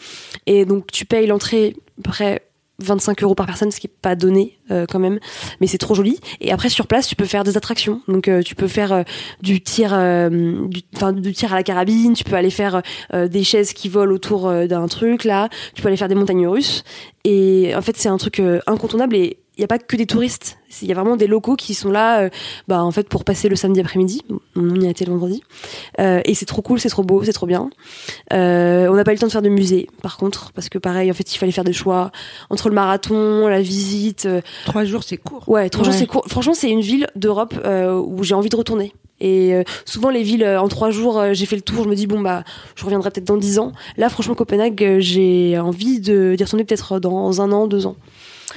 Speaker 2: Et donc tu payes l'entrée à peu près 25 euros par personne, ce qui est pas donné euh, quand même, mais c'est trop joli. Et après sur place, tu peux faire des attractions. Donc euh, tu peux faire euh, du tir, euh, du, enfin, du tir à la carabine. Tu peux aller faire euh, des chaises qui volent autour euh, d'un truc là. Tu peux aller faire des montagnes russes. Et en fait, c'est un truc euh, incontournable. Et il n'y a pas que des touristes. Il y a vraiment des locaux qui sont là, euh, bah en fait pour passer le samedi après-midi. On y a été le vendredi. Euh, et c'est trop cool, c'est trop beau, c'est trop bien. Euh, on n'a pas eu le temps de faire de musée, par contre, parce que pareil, en fait, il fallait faire des choix entre le marathon, la visite. euh,
Speaker 3: Trois jours, c'est court.
Speaker 2: Ouais, trois jours,
Speaker 1: Ouais.
Speaker 2: c'est court. Franchement, c'est une ville d'Europe euh, où j'ai envie de retourner. Et euh, souvent, les villes, euh, en trois jours, euh, j'ai fait le tour, je me dis, bon, bah, je reviendrai peut-être dans dix ans. Là, franchement, Copenhague, euh, j'ai envie de d'y retourner peut-être dans un an, deux ans.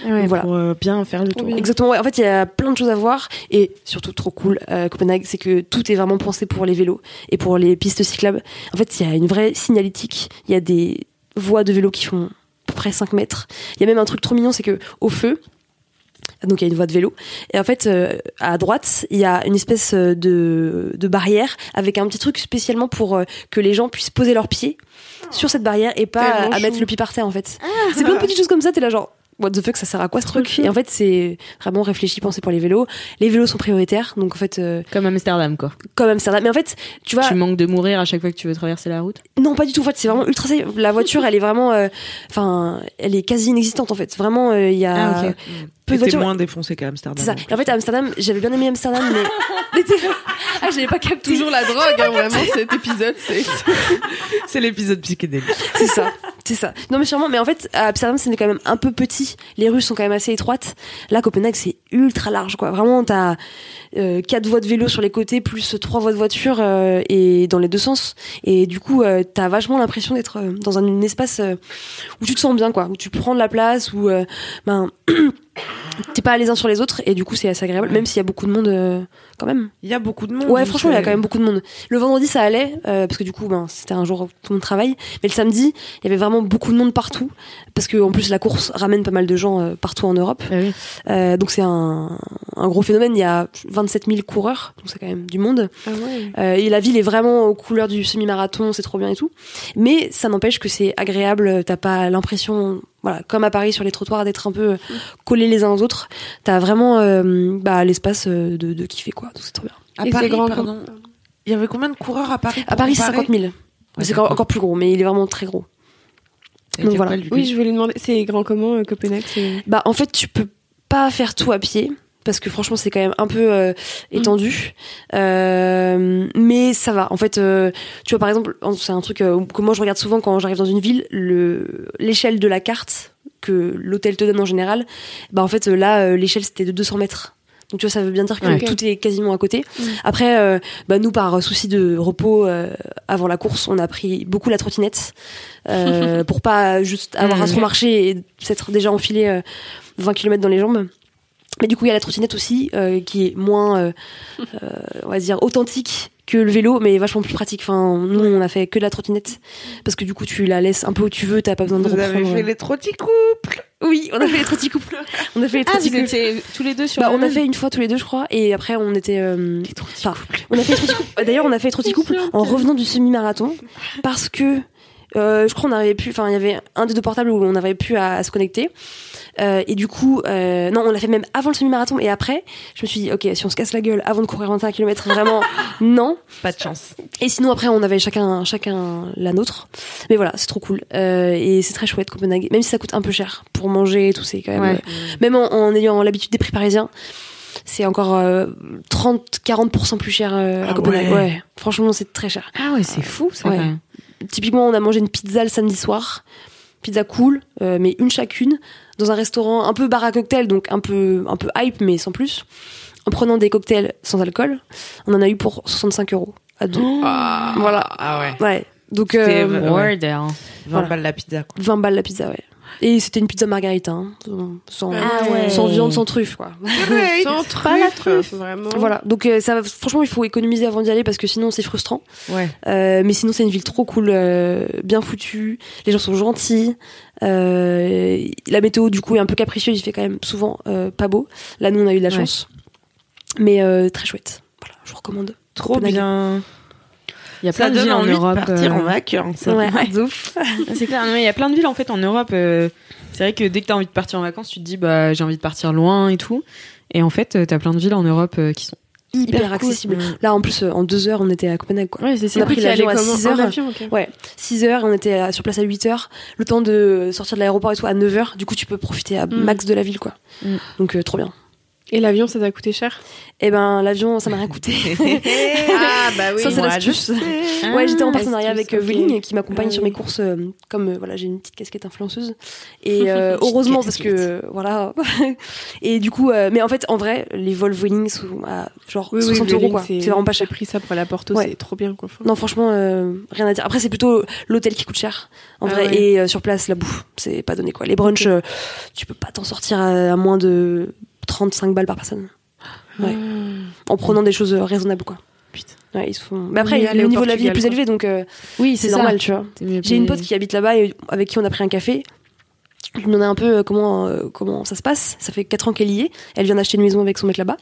Speaker 3: Ouais,
Speaker 2: voilà.
Speaker 3: Pour euh, bien faire le tour.
Speaker 2: Exactement, ouais. en fait il y a plein de choses à voir et surtout trop cool euh, Copenhague, c'est que tout est vraiment pensé pour les vélos et pour les pistes cyclables. En fait il y a une vraie signalétique, il y a des voies de vélos qui font à peu près 5 mètres. Il y a même un truc trop mignon, c'est que au feu, donc il y a une voie de vélo, et en fait euh, à droite il y a une espèce euh, de, de barrière avec un petit truc spécialement pour euh, que les gens puissent poser leurs pieds sur cette barrière et pas
Speaker 4: Tellement
Speaker 2: à, à
Speaker 4: chou.
Speaker 2: mettre le pied par terre en fait. C'est plein de petites choses comme ça, t'es là genre what the fuck, ça sert à quoi ce truc Et en fait, c'est vraiment réfléchi, pensé pour les vélos. Les vélos sont prioritaires, donc en fait, euh,
Speaker 1: Comme Amsterdam, quoi.
Speaker 2: comme Amsterdam. Mais en fait, tu vois,
Speaker 1: Tu manques de mourir à chaque fois que tu veux traverser la route.
Speaker 2: non, pas du tout. En fait, c'est vraiment ultra safe. La voiture, elle est vraiment, euh, enfin, elle est quasi inexistante en fait. Vraiment, euh, il y a
Speaker 1: Ah, ok.
Speaker 2: peu de
Speaker 3: Mm. T'es
Speaker 2: voitures.
Speaker 3: moins défoncé qu'à Amsterdam.
Speaker 2: C'est ça.
Speaker 3: en plus.
Speaker 2: Et en fait, à Amsterdam, j'avais bien aimé Amsterdam, mais. mais t'es- ah, je l'avais pas capté.
Speaker 4: Toujours la drogue, hein, vraiment, cet épisode, c'est.
Speaker 3: C'est l'épisode psychédélique.
Speaker 2: C'est ça. C'est ça. Non, mais sûrement. Mais en fait, à Amsterdam, c'est quand même un peu petit. Les rues sont quand même assez étroites. Là, Copenhague, c'est ultra large, quoi. Vraiment, t'as euh, quatre voies de vélo sur les côtés, plus trois voies de voiture euh, et dans les deux sens. Et du coup, euh, t'as vachement l'impression d'être euh, dans un, un espace euh, où tu te sens bien, quoi. Où tu prends de la place, où euh, ben t'es pas les uns sur les autres. Et du coup, c'est assez agréable, même s'il y a beaucoup de monde euh, quand même.
Speaker 3: Il y a beaucoup de monde.
Speaker 2: Ouais,
Speaker 3: donc,
Speaker 2: franchement, il y a
Speaker 3: euh,
Speaker 2: quand même beaucoup de monde. Le vendredi, ça allait, euh, parce que du coup, ben, c'était un jour où tout le monde travaille. Mais le samedi, il y avait vraiment beaucoup de monde partout, parce que en plus, la course ramène pas mal de gens euh, partout en Europe. Euh, donc c'est un, un gros phénomène. Il y a 27 000 coureurs, donc c'est quand même du monde. Euh, et la ville est vraiment aux couleurs du semi-marathon, c'est trop bien et tout. Mais ça n'empêche que c'est agréable. T'as pas l'impression, voilà, comme à Paris sur les trottoirs, d'être un peu euh, collés les uns aux autres. T'as vraiment euh, bah, l'espace euh, de, de kiffer, quoi. Donc c'est trop bien.
Speaker 3: À
Speaker 4: Et
Speaker 3: Paris,
Speaker 4: c'est grand
Speaker 3: pardon. Il y avait combien de coureurs à Paris
Speaker 2: À Paris, c'est 50 000. Mais c'est encore,
Speaker 3: d'accord.
Speaker 2: encore plus gros, mais il est vraiment très gros.
Speaker 3: Donc
Speaker 2: voilà.
Speaker 3: voilà.
Speaker 4: Oui, je voulais demander, c'est grand comment euh, Copenhague c'est-
Speaker 2: Bah, en fait, tu peux pas faire tout à pied. Parce que franchement, c'est quand même un peu euh,
Speaker 4: Mm.
Speaker 2: étendu, Euh, mais ça va. En fait, euh, tu vois par exemple, en- c'est un truc euh, que moi je regarde souvent quand j'arrive dans une ville, le l'échelle de la carte que l'hôtel te donne en général. Bah en fait, euh, là, euh, l'échelle c'était de 200 mètres. Donc tu vois, ça veut bien dire que
Speaker 4: Ouais.
Speaker 2: tout est quasiment à côté.
Speaker 4: Mm.
Speaker 2: Après, euh, bah nous par souci de repos euh, avant la course, on a pris beaucoup la trottinette euh, pour pas juste avoir
Speaker 4: Mm.
Speaker 2: un trop marché et s'être déjà enfilé euh, 20 km dans les jambes. Mais du coup, il y a la trottinette aussi, euh, qui est moins, euh, euh, on va dire, authentique que le vélo, mais vachement plus pratique. Enfin, nous, on a fait que de la trottinette, parce que du coup, tu la laisses un peu où tu veux, t'as pas besoin de
Speaker 3: Vous avez
Speaker 2: reprendre.
Speaker 3: fait les trotticots
Speaker 2: Oui, on a fait les trotticouples. on a fait les
Speaker 3: Ah,
Speaker 2: trotticouples.
Speaker 5: tous les deux sur
Speaker 2: Bah, on a fait une fois tous les deux, je crois, et après on était. euh, enfin, on a fait les trotticouples. D'ailleurs, on a fait les trotticouples en revenant du semi-marathon parce que euh, je crois on avait pu. Enfin, il y avait un des deux portables où on avait pu à, à se connecter. Euh, et du coup, euh, non, on l'a fait même avant le semi-marathon et après. Je me suis dit, ok, si on se casse la gueule avant de courir 21 km, vraiment, non.
Speaker 3: Pas de chance.
Speaker 2: Et sinon, après, on avait chacun, chacun la nôtre. Mais voilà, c'est trop cool. Euh, et c'est très chouette, Copenhague. Même si ça coûte un peu cher pour manger et tout, c'est quand même.
Speaker 4: Ouais.
Speaker 2: euh, même en, en ayant l'habitude des prix parisiens, c'est encore euh, 30-40% plus cher euh, à
Speaker 3: Ah
Speaker 2: Copenhague.
Speaker 3: ouais.
Speaker 2: Ouais. Franchement, c'est très cher.
Speaker 5: Ah ouais, c'est fou ça.
Speaker 2: Ouais.
Speaker 5: quand même.
Speaker 2: Typiquement, on a mangé une pizza le samedi soir. Pizza cool, euh, mais une chacune, dans un restaurant un peu bar à cocktail, donc un peu, un peu hype, mais sans plus. En prenant des cocktails sans alcool, on en a eu pour 65 euros à deux. Voilà.
Speaker 3: Ah ouais.
Speaker 2: Ouais. Donc
Speaker 3: C'était
Speaker 2: euh,
Speaker 3: Ouais.
Speaker 5: Order.
Speaker 1: hein.
Speaker 3: 20
Speaker 2: Voilà.
Speaker 3: balles la pizza. quoi.
Speaker 2: 20 balles la pizza, ouais. Et c'était une pizza margarita, hein, sans,
Speaker 6: Ah ouais.
Speaker 2: sans viande, sans truffe, quoi.
Speaker 4: Sans
Speaker 5: Pas la
Speaker 4: truffe, vraiment.
Speaker 2: Voilà, donc euh, ça, va- franchement, il faut économiser avant d'y aller parce que sinon c'est frustrant.
Speaker 3: Ouais.
Speaker 2: Euh, mais sinon, c'est une ville trop cool, euh, bien foutue. Les gens sont gentils. Euh, la météo, du coup, est un peu capricieuse. Il fait quand même souvent euh, pas beau. Là, nous, on a eu de la
Speaker 5: Ouais.
Speaker 2: chance, mais euh, très chouette. Voilà, je vous recommande.
Speaker 3: Trop
Speaker 2: Copenhague.
Speaker 3: bien.
Speaker 5: Il y a
Speaker 3: Ça
Speaker 5: plein de
Speaker 3: donne
Speaker 5: villes en
Speaker 3: envie
Speaker 5: Europe.
Speaker 3: de partir
Speaker 5: euh,
Speaker 3: en vacances. ça.
Speaker 2: Ouais.
Speaker 3: De ouf.
Speaker 5: C'est clair, non, mais il y a plein de villes en fait en Europe. euh, c'est vrai que dès que t'as envie de partir en vacances, tu te dis bah j'ai envie de partir loin et tout. Et en fait, euh, t'as plein de villes en Europe euh, qui sont
Speaker 2: Hyper,
Speaker 5: cool.
Speaker 2: accessible. Là, en plus, euh, en deux heures, on était à Copenhague, quoi.
Speaker 4: Ouais, c'est
Speaker 2: On a pris l'avion à 6 heures.
Speaker 4: avion, ok.
Speaker 2: Ouais, 6 heures, on était à- sur place à 8 heures. Le temps de sortir de l'aéroport et tout à 9 heures. Du coup, tu peux profiter à
Speaker 4: Mm.
Speaker 2: max de la ville, quoi.
Speaker 5: Mm.
Speaker 2: Donc, euh, trop bien.
Speaker 4: Et l'avion, ça t'a coûté cher
Speaker 2: Eh ben, l'avion, ça m'a rien coûté.
Speaker 3: ah bah oui.
Speaker 2: Ça, c'est
Speaker 3: moi,
Speaker 2: l'astuce.
Speaker 3: je sais.
Speaker 2: ouais, j'étais en
Speaker 4: Ah,
Speaker 2: partenariat
Speaker 4: astuce,
Speaker 2: avec euh,
Speaker 4: ok.
Speaker 2: Vueling qui m'accompagne
Speaker 4: Ah
Speaker 2: sur
Speaker 4: oui.
Speaker 2: mes courses. euh, comme euh, voilà, j'ai une petite casquette influenceuse. Et euh, heureusement, parce que euh, voilà. et du coup, euh, mais en fait, en vrai, les vols Vueling sont à genre 60 euros,
Speaker 4: Vueling,
Speaker 2: quoi. C'est vraiment pas cher.
Speaker 4: J'ai pris ça pour la Porto,
Speaker 2: Ouais.
Speaker 4: c'est trop bien quoi. Enfin,
Speaker 2: Non, franchement, euh, rien à dire. Après, c'est plutôt l'hôtel qui coûte cher, en
Speaker 4: Ah
Speaker 2: vrai,
Speaker 4: ouais.
Speaker 2: et euh, sur place, la bouffe, c'est pas donné quoi. Les brunchs, euh, tu peux pas t'en sortir à, à moins de 35 balles par personne. Ouais. En prenant des choses euh, raisonnables quoi.
Speaker 4: Ah. Putain.
Speaker 2: Ouais, ils se font. Mais après,
Speaker 4: mieux aller
Speaker 2: le
Speaker 4: au
Speaker 2: niveau de la vie est
Speaker 4: Portugal,
Speaker 2: plus élevé,
Speaker 4: quoi.
Speaker 2: donc euh,
Speaker 5: Oui,
Speaker 2: c'est normal, tu vois. J'ai une pote qui habite là-bas et avec qui on a pris un café. Je lui demandais un peu euh, comment, euh, comment ça se passe. Ça fait 4 ans qu'elle y est. Elle vient d'acheter une maison avec son mec là-bas.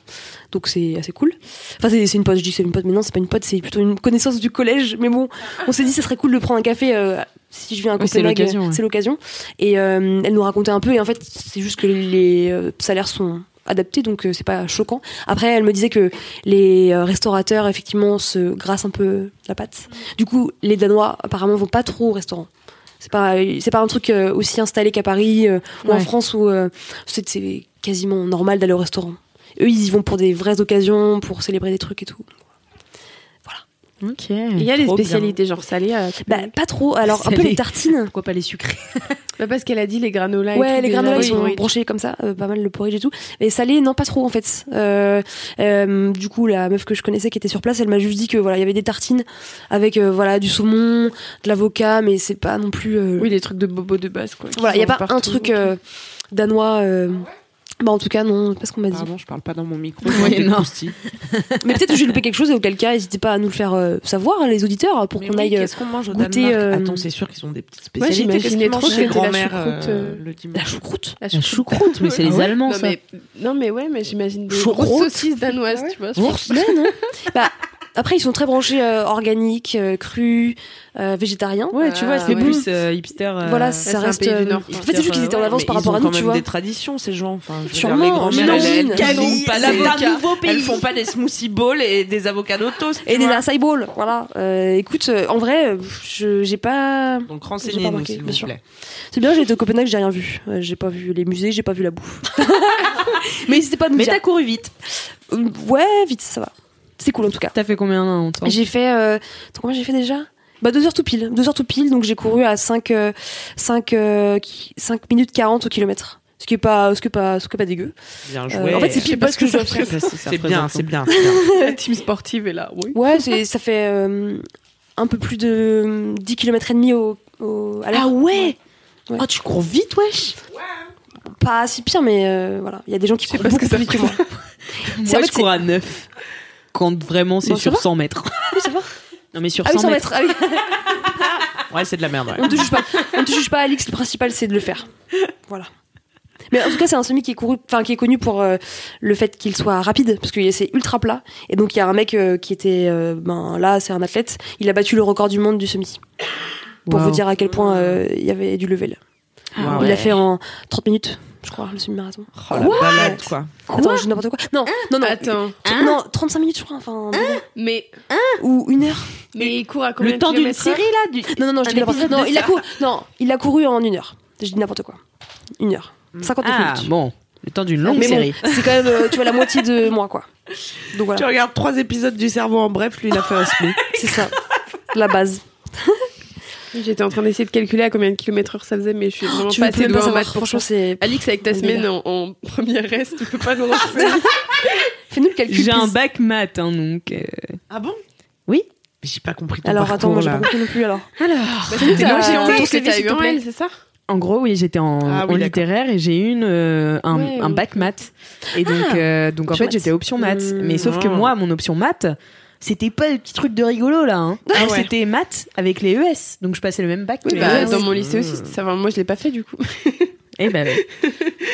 Speaker 2: Donc c'est assez cool. Enfin, c'est c'est une pote, je dis c'est une pote, mais non, c'est pas une pote, c'est plutôt une connaissance du collège. Mais bon, on s'est dit ça serait cool de prendre un café euh, si je viens à
Speaker 5: Ouais, c'est
Speaker 2: Copenhague.
Speaker 5: l'occasion, ouais.
Speaker 2: C'est l'occasion. Et euh, elle nous racontait un peu. Et en fait, c'est juste que les euh, salaires sont adaptés, donc euh, c'est pas choquant. Après, elle me disait que les euh, restaurateurs, effectivement, se grassent un peu la patte. Du coup, les Danois, apparemment, vont pas trop au restaurant. C'est pas, c'est pas un truc euh, aussi installé qu'à Paris euh, ou en
Speaker 5: Ouais.
Speaker 2: France où euh, c'est c'est quasiment normal d'aller au restaurant. Eux, ils y vont pour des vraies occasions, pour célébrer des trucs et tout. Voilà.
Speaker 1: Ok.
Speaker 4: Il y a les
Speaker 1: Trop bien.
Speaker 4: spécialités genre salées. euh,
Speaker 2: Bah, pas trop. Alors, un peu
Speaker 1: Salé.
Speaker 2: les tartines.
Speaker 1: Pourquoi pas les sucrés
Speaker 4: bah, parce qu'elle a dit les granolas. et
Speaker 2: Ouais,
Speaker 4: tout,
Speaker 2: les
Speaker 4: déjà,
Speaker 2: granolas, ils
Speaker 4: oui,
Speaker 2: sont
Speaker 4: oui.
Speaker 2: branchés comme ça, euh, pas mal le porridge et tout. Mais salé, non, pas trop en fait. Euh, euh, du coup, la meuf que je connaissais qui était sur place, elle m'a juste dit que voilà, il y avait des tartines avec euh, voilà du saumon, de l'avocat, mais c'est pas non plus. euh,
Speaker 4: Oui, les trucs de bobo de base quoi. qui
Speaker 2: voilà, il y a
Speaker 4: sont
Speaker 2: pas un
Speaker 4: partout.
Speaker 2: truc euh, danois. euh, Bah en tout cas non, c'est pas ce qu'on m'a dit.
Speaker 3: Pardon, je parle pas dans mon micro.
Speaker 1: Ouais,
Speaker 3: j'ai des
Speaker 1: non.
Speaker 3: croustilles.
Speaker 2: Mais peut-être que j'ai loupé quelque chose et auquel cas, n'hésitez pas à nous le faire euh, savoir les auditeurs pour
Speaker 3: Mais
Speaker 2: qu'on
Speaker 3: oui,
Speaker 2: aille euh,
Speaker 3: Qu'est-ce qu'on mange au
Speaker 2: goûter,
Speaker 3: Danemark
Speaker 2: euh,
Speaker 3: Attends, c'est sûr qu'ils ont des petites
Speaker 4: Ouais,
Speaker 3: spécialités. Qu'est-ce
Speaker 4: j'imaginais
Speaker 3: qu'ils
Speaker 4: trop
Speaker 3: mangent
Speaker 4: que c'était
Speaker 3: chez
Speaker 4: la
Speaker 3: grand-mère euh,
Speaker 4: choucroute, euh,
Speaker 3: le
Speaker 2: la
Speaker 3: dimanche
Speaker 2: choucroute.
Speaker 4: La
Speaker 1: La
Speaker 4: choucroute.
Speaker 1: choucroute, mais c'est
Speaker 4: Ah
Speaker 1: les
Speaker 4: ouais.
Speaker 1: Allemands,
Speaker 4: non,
Speaker 1: ça.
Speaker 4: Mais, non mais ouais, mais j'imagine des
Speaker 2: Choucroute.
Speaker 4: grosses saucisses danoises, tu vois.
Speaker 2: Ouais, non Bah après ils sont très branchés euh, organiques, euh, crus, euh, végétariens.
Speaker 4: Ouais, tu
Speaker 1: Ah,
Speaker 4: vois,
Speaker 2: c'est
Speaker 4: c'est
Speaker 2: bon.
Speaker 4: plus,
Speaker 5: euh,
Speaker 1: hipster.
Speaker 2: voilà,
Speaker 4: c'est
Speaker 2: ça
Speaker 4: un
Speaker 2: reste.
Speaker 4: pays du
Speaker 2: euh,
Speaker 4: Nord,
Speaker 2: en
Speaker 4: quoi.
Speaker 2: fait, c'est juste qu'ils étaient en avance par rapport à nous, tu vois.
Speaker 3: des traditions, ces gens. Enfin, je veux dire,
Speaker 2: Sûrement,
Speaker 3: les grand-mères, elles,
Speaker 2: j'imagine.
Speaker 3: elles, elles
Speaker 2: Camille,
Speaker 3: ont pas
Speaker 2: c'est un
Speaker 3: d'avocat.
Speaker 1: nouveau
Speaker 3: Elles font pas des smoothie bowls et des avocats toast. tu
Speaker 2: Et des
Speaker 3: vois.
Speaker 2: acai balls, voilà. Euh, écoute, euh, en vrai, euh, je j'ai pas.
Speaker 3: Donc
Speaker 2: J'ai pas
Speaker 3: renseignez-nous,
Speaker 2: remarqué,
Speaker 3: s'il
Speaker 2: bien
Speaker 3: vous
Speaker 2: sûr.
Speaker 3: plaît.
Speaker 2: C'est bien, j'ai été au Copenhague, j'ai rien vu. Euh, j'ai pas vu les musées, j'ai pas vu la bouffe. Mais n'hésitez pas à nous
Speaker 1: Mais
Speaker 2: dire.
Speaker 1: t'as couru vite.
Speaker 2: Euh, Ouais, vite, ça va. C'est cool en tout cas.
Speaker 1: T'as fait combien en temps
Speaker 2: J'ai fait. Euh... attends, combien j'ai fait déjà Bah, deux heures tout pile. Deux heures tout pile, donc j'ai couru à 5, euh, 5, euh, qui- 5 minutes 40 au kilomètre. Ce qui est pas, ce qui est pas, ce qui est pas dégueu.
Speaker 3: Bien
Speaker 2: Euh,
Speaker 3: joué.
Speaker 2: en fait, c'est pile pas ce que je dois faire.
Speaker 3: C'est bien, c'est bien.
Speaker 4: La team sportive est là, oui.
Speaker 2: Ouais, c'est- ça fait euh, un peu plus de euh, 10 km et demi au, au- à l'heure.
Speaker 1: Ah ouais
Speaker 2: Ouais.
Speaker 1: Oh, tu cours vite, wesh
Speaker 2: Pas si pire, mais euh, voilà. Il y a des gens qui courent beaucoup plus vite que moi. C'est- en
Speaker 1: Moi,
Speaker 2: fait,
Speaker 1: je cours à 9. Quand vraiment, c'est
Speaker 2: Bon, ça
Speaker 1: sur
Speaker 2: va.
Speaker 1: 100 mètres.
Speaker 2: Oui, ça va.
Speaker 1: Non, mais sur
Speaker 2: Ah oui,
Speaker 1: 100
Speaker 2: 100
Speaker 1: mètres.
Speaker 2: mètres. Ah oui.
Speaker 3: Ouais, c'est de la merde. ouais.
Speaker 2: On ne te juge pas. On ne te juge pas, Alix. Le principal, c'est de le faire. Voilà. Mais en tout cas, c'est un semi qui est couru, enfin qui est connu pour euh, le fait qu'il soit rapide, parce que c'est ultra plat. Et donc il y a un mec euh, qui était, euh, ben là, c'est un athlète. Il a battu le record du monde du semi. Pour
Speaker 1: Wow.
Speaker 2: vous dire à quel point euh, il y avait du level.
Speaker 3: Ah
Speaker 2: Il
Speaker 3: ouais.
Speaker 2: l'a fait en 30 minutes, je crois, le semi-marathon.
Speaker 3: Oh, la balade, quoi.
Speaker 2: Attends, j'ai n'importe quoi. Non, non, non.
Speaker 4: Attends,
Speaker 2: Tr- Non, 35 minutes, je crois. Enfin,
Speaker 4: mais
Speaker 3: Ah.
Speaker 2: ou une heure.
Speaker 4: mais il court à combien
Speaker 1: Le temps
Speaker 4: de
Speaker 1: d'une
Speaker 4: kilomètres heure
Speaker 1: série, là du...
Speaker 2: Non, non, non, je dis n'importe quoi. Non, il a couru. Non, il a couru en une heure. Je dis n'importe quoi. Une heure. 59
Speaker 1: Ah,
Speaker 2: minutes.
Speaker 1: bon. Le temps d'une longue
Speaker 2: Mais bon,
Speaker 1: série.
Speaker 2: c'est quand même, euh, tu vois, la moitié de moi, quoi. Donc
Speaker 3: Tu
Speaker 2: voilà,
Speaker 3: regardes trois épisodes du cerveau en bref, lui, il a fait un SMIC.
Speaker 2: c'est ça. La base.
Speaker 4: J'étais en train d'essayer de calculer à combien de kilomètres heure ça faisait, mais je suis vraiment
Speaker 2: Tu
Speaker 4: pas
Speaker 2: peux
Speaker 4: assez
Speaker 2: même pas
Speaker 4: loin en
Speaker 2: savoir.
Speaker 4: maths pour
Speaker 2: Franchement,
Speaker 4: ça.
Speaker 2: c'est.
Speaker 4: Alix, avec ta
Speaker 2: On est
Speaker 4: semaine
Speaker 2: là.
Speaker 4: en, en première reste, tu peux pas nous renseigner.
Speaker 2: Fais-nous le calcul.
Speaker 1: J'ai un
Speaker 2: please.
Speaker 1: bac maths, hein, donc. euh,
Speaker 3: Ah bon
Speaker 1: Oui.
Speaker 3: Mais J'ai pas compris ton
Speaker 2: Alors attends,
Speaker 3: parcours,
Speaker 2: moi j'ai
Speaker 3: là.
Speaker 2: pas compris non plus alors.
Speaker 4: T'es
Speaker 2: Euh,
Speaker 4: loin, j'ai
Speaker 2: ton
Speaker 4: envie que
Speaker 2: CV,
Speaker 4: t'as
Speaker 2: s'il
Speaker 4: eu
Speaker 2: te
Speaker 4: en
Speaker 2: plaît.
Speaker 4: L, c'est ça
Speaker 1: En gros, oui, j'étais en,
Speaker 3: Ah oui,
Speaker 1: en
Speaker 3: d'accord.
Speaker 1: littéraire et j'ai eu une, euh, un,
Speaker 4: Ouais,
Speaker 1: un
Speaker 4: ouais.
Speaker 1: bac maths. Et donc, euh, donc en
Speaker 2: option
Speaker 1: fait, j'étais option maths.
Speaker 3: Mmh.
Speaker 1: Mais sauf que
Speaker 3: Ah.
Speaker 1: moi, mon option maths, c'était pas le petit truc de rigolo là. hein.
Speaker 3: Ah
Speaker 1: Moi,
Speaker 3: ouais.
Speaker 1: C'était maths avec les ES. Donc je passais le même bac que
Speaker 4: Oui,
Speaker 1: les E
Speaker 4: bah,
Speaker 1: ES.
Speaker 4: dans mon lycée
Speaker 3: Mmh.
Speaker 4: aussi, c'était ça. Enfin, moi, je l'ai pas fait du coup.
Speaker 1: Et bah, ouais.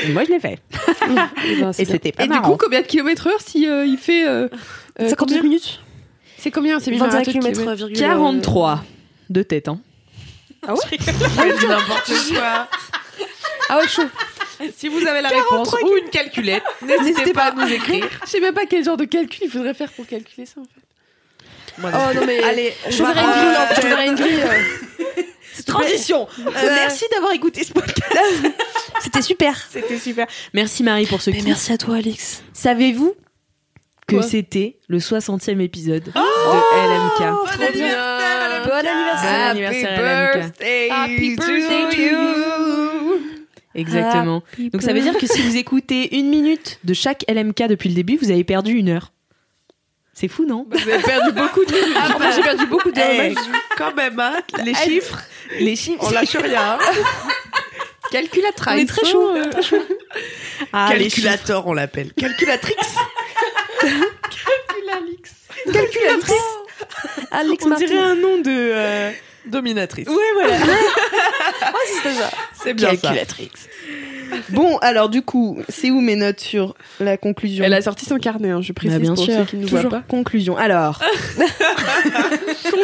Speaker 1: Et moi, je l'ai fait.
Speaker 2: Eh
Speaker 1: Et
Speaker 2: ben,
Speaker 1: c'était pas
Speaker 4: Et du
Speaker 1: marrant.
Speaker 4: coup, combien de kilomètres heure si euh, il fait. euh, euh,
Speaker 2: 52
Speaker 4: combien
Speaker 2: minutes
Speaker 4: C'est combien C'est
Speaker 2: 21
Speaker 4: marathon de
Speaker 2: km.
Speaker 4: kilomètres.
Speaker 2: virgule, euh,
Speaker 1: 43 de tête, hein.
Speaker 3: Je Ah dis n'importe quoi.
Speaker 2: Ah ouais, chaud.
Speaker 3: Si vous avez la réponse ou une calculette, n'hésitez pas à nous écrire.
Speaker 4: Je sais même pas quel genre de calcul il faudrait faire pour calculer ça en fait.
Speaker 3: Moi,
Speaker 2: Oh non, mais.
Speaker 3: Allez, on
Speaker 2: je te
Speaker 3: va
Speaker 2: verrai une grille. hein, Je te verrai une grille. euh.
Speaker 1: Transition. Euh, Merci d'avoir écouté ce podcast.
Speaker 2: C'était super.
Speaker 1: C'était super. Merci Marie pour ce
Speaker 2: Mais
Speaker 1: kiff.
Speaker 2: merci à toi, Alix.
Speaker 1: Savez-vous que
Speaker 4: Quoi
Speaker 1: c'était le 60e épisode de LMK
Speaker 4: Trop bien.
Speaker 2: Bon anniversaire.
Speaker 1: Bon anniversaire, LMK.
Speaker 4: Happy birthday to you.
Speaker 1: Exactement.
Speaker 2: Ah,
Speaker 1: Donc ça veut dire que si vous écoutez une minute de chaque LMK depuis le début, vous avez perdu une heure. C'est fou, non
Speaker 4: Vous avez perdu beaucoup de minutes.
Speaker 2: Ah, bah, j'ai perdu beaucoup de.
Speaker 3: Hey, quand même, hein, les chiffres,
Speaker 1: Les chiffres.
Speaker 3: on lâche rien. hein.
Speaker 4: Calcul à trace.
Speaker 2: On est très
Speaker 4: Oh,
Speaker 2: chaud. euh, très chaud.
Speaker 1: Ah, les chiffres.
Speaker 3: Calculator, on l'appelle. Calculatrix.
Speaker 2: Calculatrice. Alix
Speaker 1: On
Speaker 2: Martin.
Speaker 1: dirait un nom de. euh,
Speaker 3: Dominatrice.
Speaker 1: Ouais, voilà.
Speaker 4: Ah,
Speaker 3: C'est bien ça.
Speaker 5: Bon, alors du coup, c'est où mes notes sur la conclusion
Speaker 4: Elle a sorti son carnet, hein, je précise
Speaker 1: Bah, bien
Speaker 4: pour
Speaker 1: sûr.
Speaker 4: ceux qui ne nous voient
Speaker 1: Toujours Euh,
Speaker 4: pas.
Speaker 1: conclusion. Alors,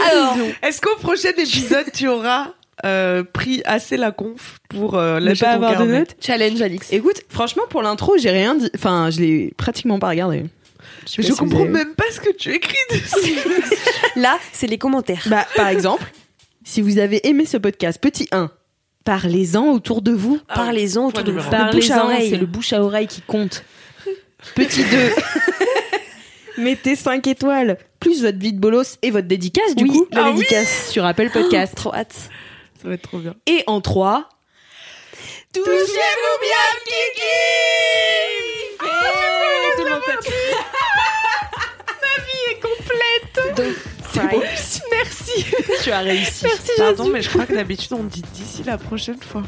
Speaker 2: Alors,
Speaker 3: Est-ce qu'au prochain épisode, tu auras euh, pris assez la conf pour euh,
Speaker 1: ne
Speaker 3: lâcher
Speaker 1: pas
Speaker 3: ton
Speaker 1: avoir de
Speaker 3: carnet
Speaker 1: notes.
Speaker 4: Challenge, Alix.
Speaker 5: Écoute, franchement, pour l'intro, j'ai rien dit. Enfin, je l'ai pratiquement pas regardé.
Speaker 3: Mais
Speaker 5: sais
Speaker 3: je
Speaker 5: pas si vous
Speaker 3: comprends
Speaker 5: avez-
Speaker 3: même pas ce que tu écris dessus.
Speaker 2: là, c'est les commentaires.
Speaker 5: Bah, par exemple, si vous avez aimé ce podcast, petit 1, parlez-en autour de vous.
Speaker 1: Ah,
Speaker 2: Parlez-en autour de vous.
Speaker 3: numéro
Speaker 2: Le Ah, bouche à
Speaker 1: Parlez-en,
Speaker 2: oreille.
Speaker 1: c'est le bouche à oreille qui compte. Petit 2. Mettez 5 étoiles, plus votre vie de bolos et votre dédicace, du
Speaker 2: Oui.
Speaker 1: coup, la
Speaker 2: Ah oui
Speaker 1: dédicace sur Apple Podcast.
Speaker 2: Trop hâte.
Speaker 4: Ça va être trop bien.
Speaker 1: Et en 3,
Speaker 2: Touchez-vous bien,
Speaker 4: Merci.
Speaker 1: tu as réussi.
Speaker 4: Merci,
Speaker 3: Pardon, mais je crois que d'habitude on dit d'ici la prochaine fois.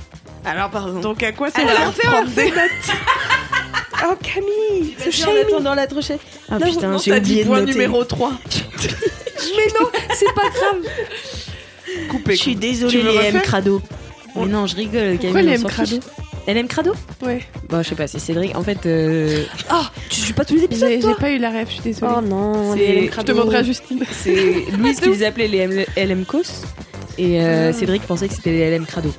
Speaker 1: Alors, pardon.
Speaker 3: Donc à quoi ça
Speaker 1: Alors,
Speaker 3: sert de prendre des notes
Speaker 2: Oh Camille, ce
Speaker 1: Vas-y, en attendant la trochée. Ah putain,
Speaker 3: Non,
Speaker 1: j'ai
Speaker 3: t'as dit
Speaker 1: oublié de
Speaker 3: point
Speaker 1: noter.
Speaker 3: numéro 3.
Speaker 2: Mais non, c'est pas grave.
Speaker 3: Coupé.
Speaker 1: Je suis désolée,
Speaker 3: Tu veux
Speaker 1: les M
Speaker 3: refaire
Speaker 1: crado. Mais non, je rigole,
Speaker 4: Pourquoi
Speaker 1: Camille.
Speaker 4: les
Speaker 1: on s'en
Speaker 4: M. Crado
Speaker 1: fiche. Elle aime crado
Speaker 4: Ouais.
Speaker 1: Bon, je sais pas, c'est Cédric. En fait, euh,
Speaker 2: Ah, tu joues pas tous les épisodes
Speaker 4: J'ai j'ai
Speaker 2: toi
Speaker 4: pas eu la rêve, je suis désolée.
Speaker 2: Oh non,
Speaker 1: C'est-
Speaker 2: les Hélène
Speaker 1: je
Speaker 4: je
Speaker 2: Crado.
Speaker 4: demanderai à Justine.
Speaker 1: c'est Louise qui les appelait les M- LM Cos. Et euh, Cédric pensait que c'était les LM crado.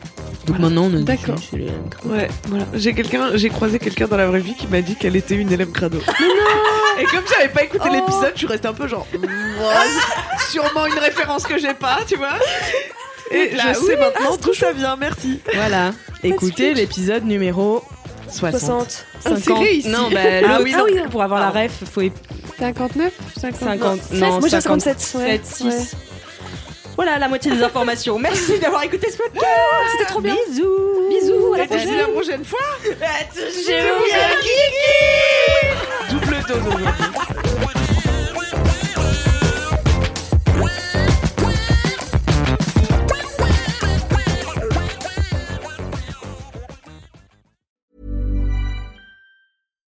Speaker 1: Donc maintenant, on a dit
Speaker 4: D'accord.
Speaker 1: que c'est les LM crado.
Speaker 3: Ouais, voilà. J'ai quelqu'un, j'ai croisé quelqu'un dans la vraie vie qui m'a dit qu'elle était une élève crado. Et comme j'avais pas écouté
Speaker 2: Oh.
Speaker 3: l'épisode, je suis restée un peu genre, Mouah, sûrement une référence que j'ai pas, tu vois. Et je sais maintenant d'où ça vient. Merci.
Speaker 1: Voilà. Écoutez l'épisode numéro 60.
Speaker 2: 60.
Speaker 1: 50.
Speaker 4: Inséré ici.
Speaker 1: Non, bah,
Speaker 3: Ah
Speaker 1: l'autre,
Speaker 3: oui,
Speaker 2: Ah oui,
Speaker 1: pour avoir la ref, faut é-
Speaker 4: 59
Speaker 1: 50.
Speaker 2: Moi
Speaker 1: Non,
Speaker 2: j'ai
Speaker 1: 50.
Speaker 2: 57. Ouais.
Speaker 1: 7, 6. Voilà la moitié des informations. Merci d'avoir écouté ce podcast. Ah, C'était trop bien. Bisous.
Speaker 2: Bisous, à la
Speaker 3: Et d'ici
Speaker 2: prochaine.
Speaker 3: la prochaine fois, double dose aujourd'hui.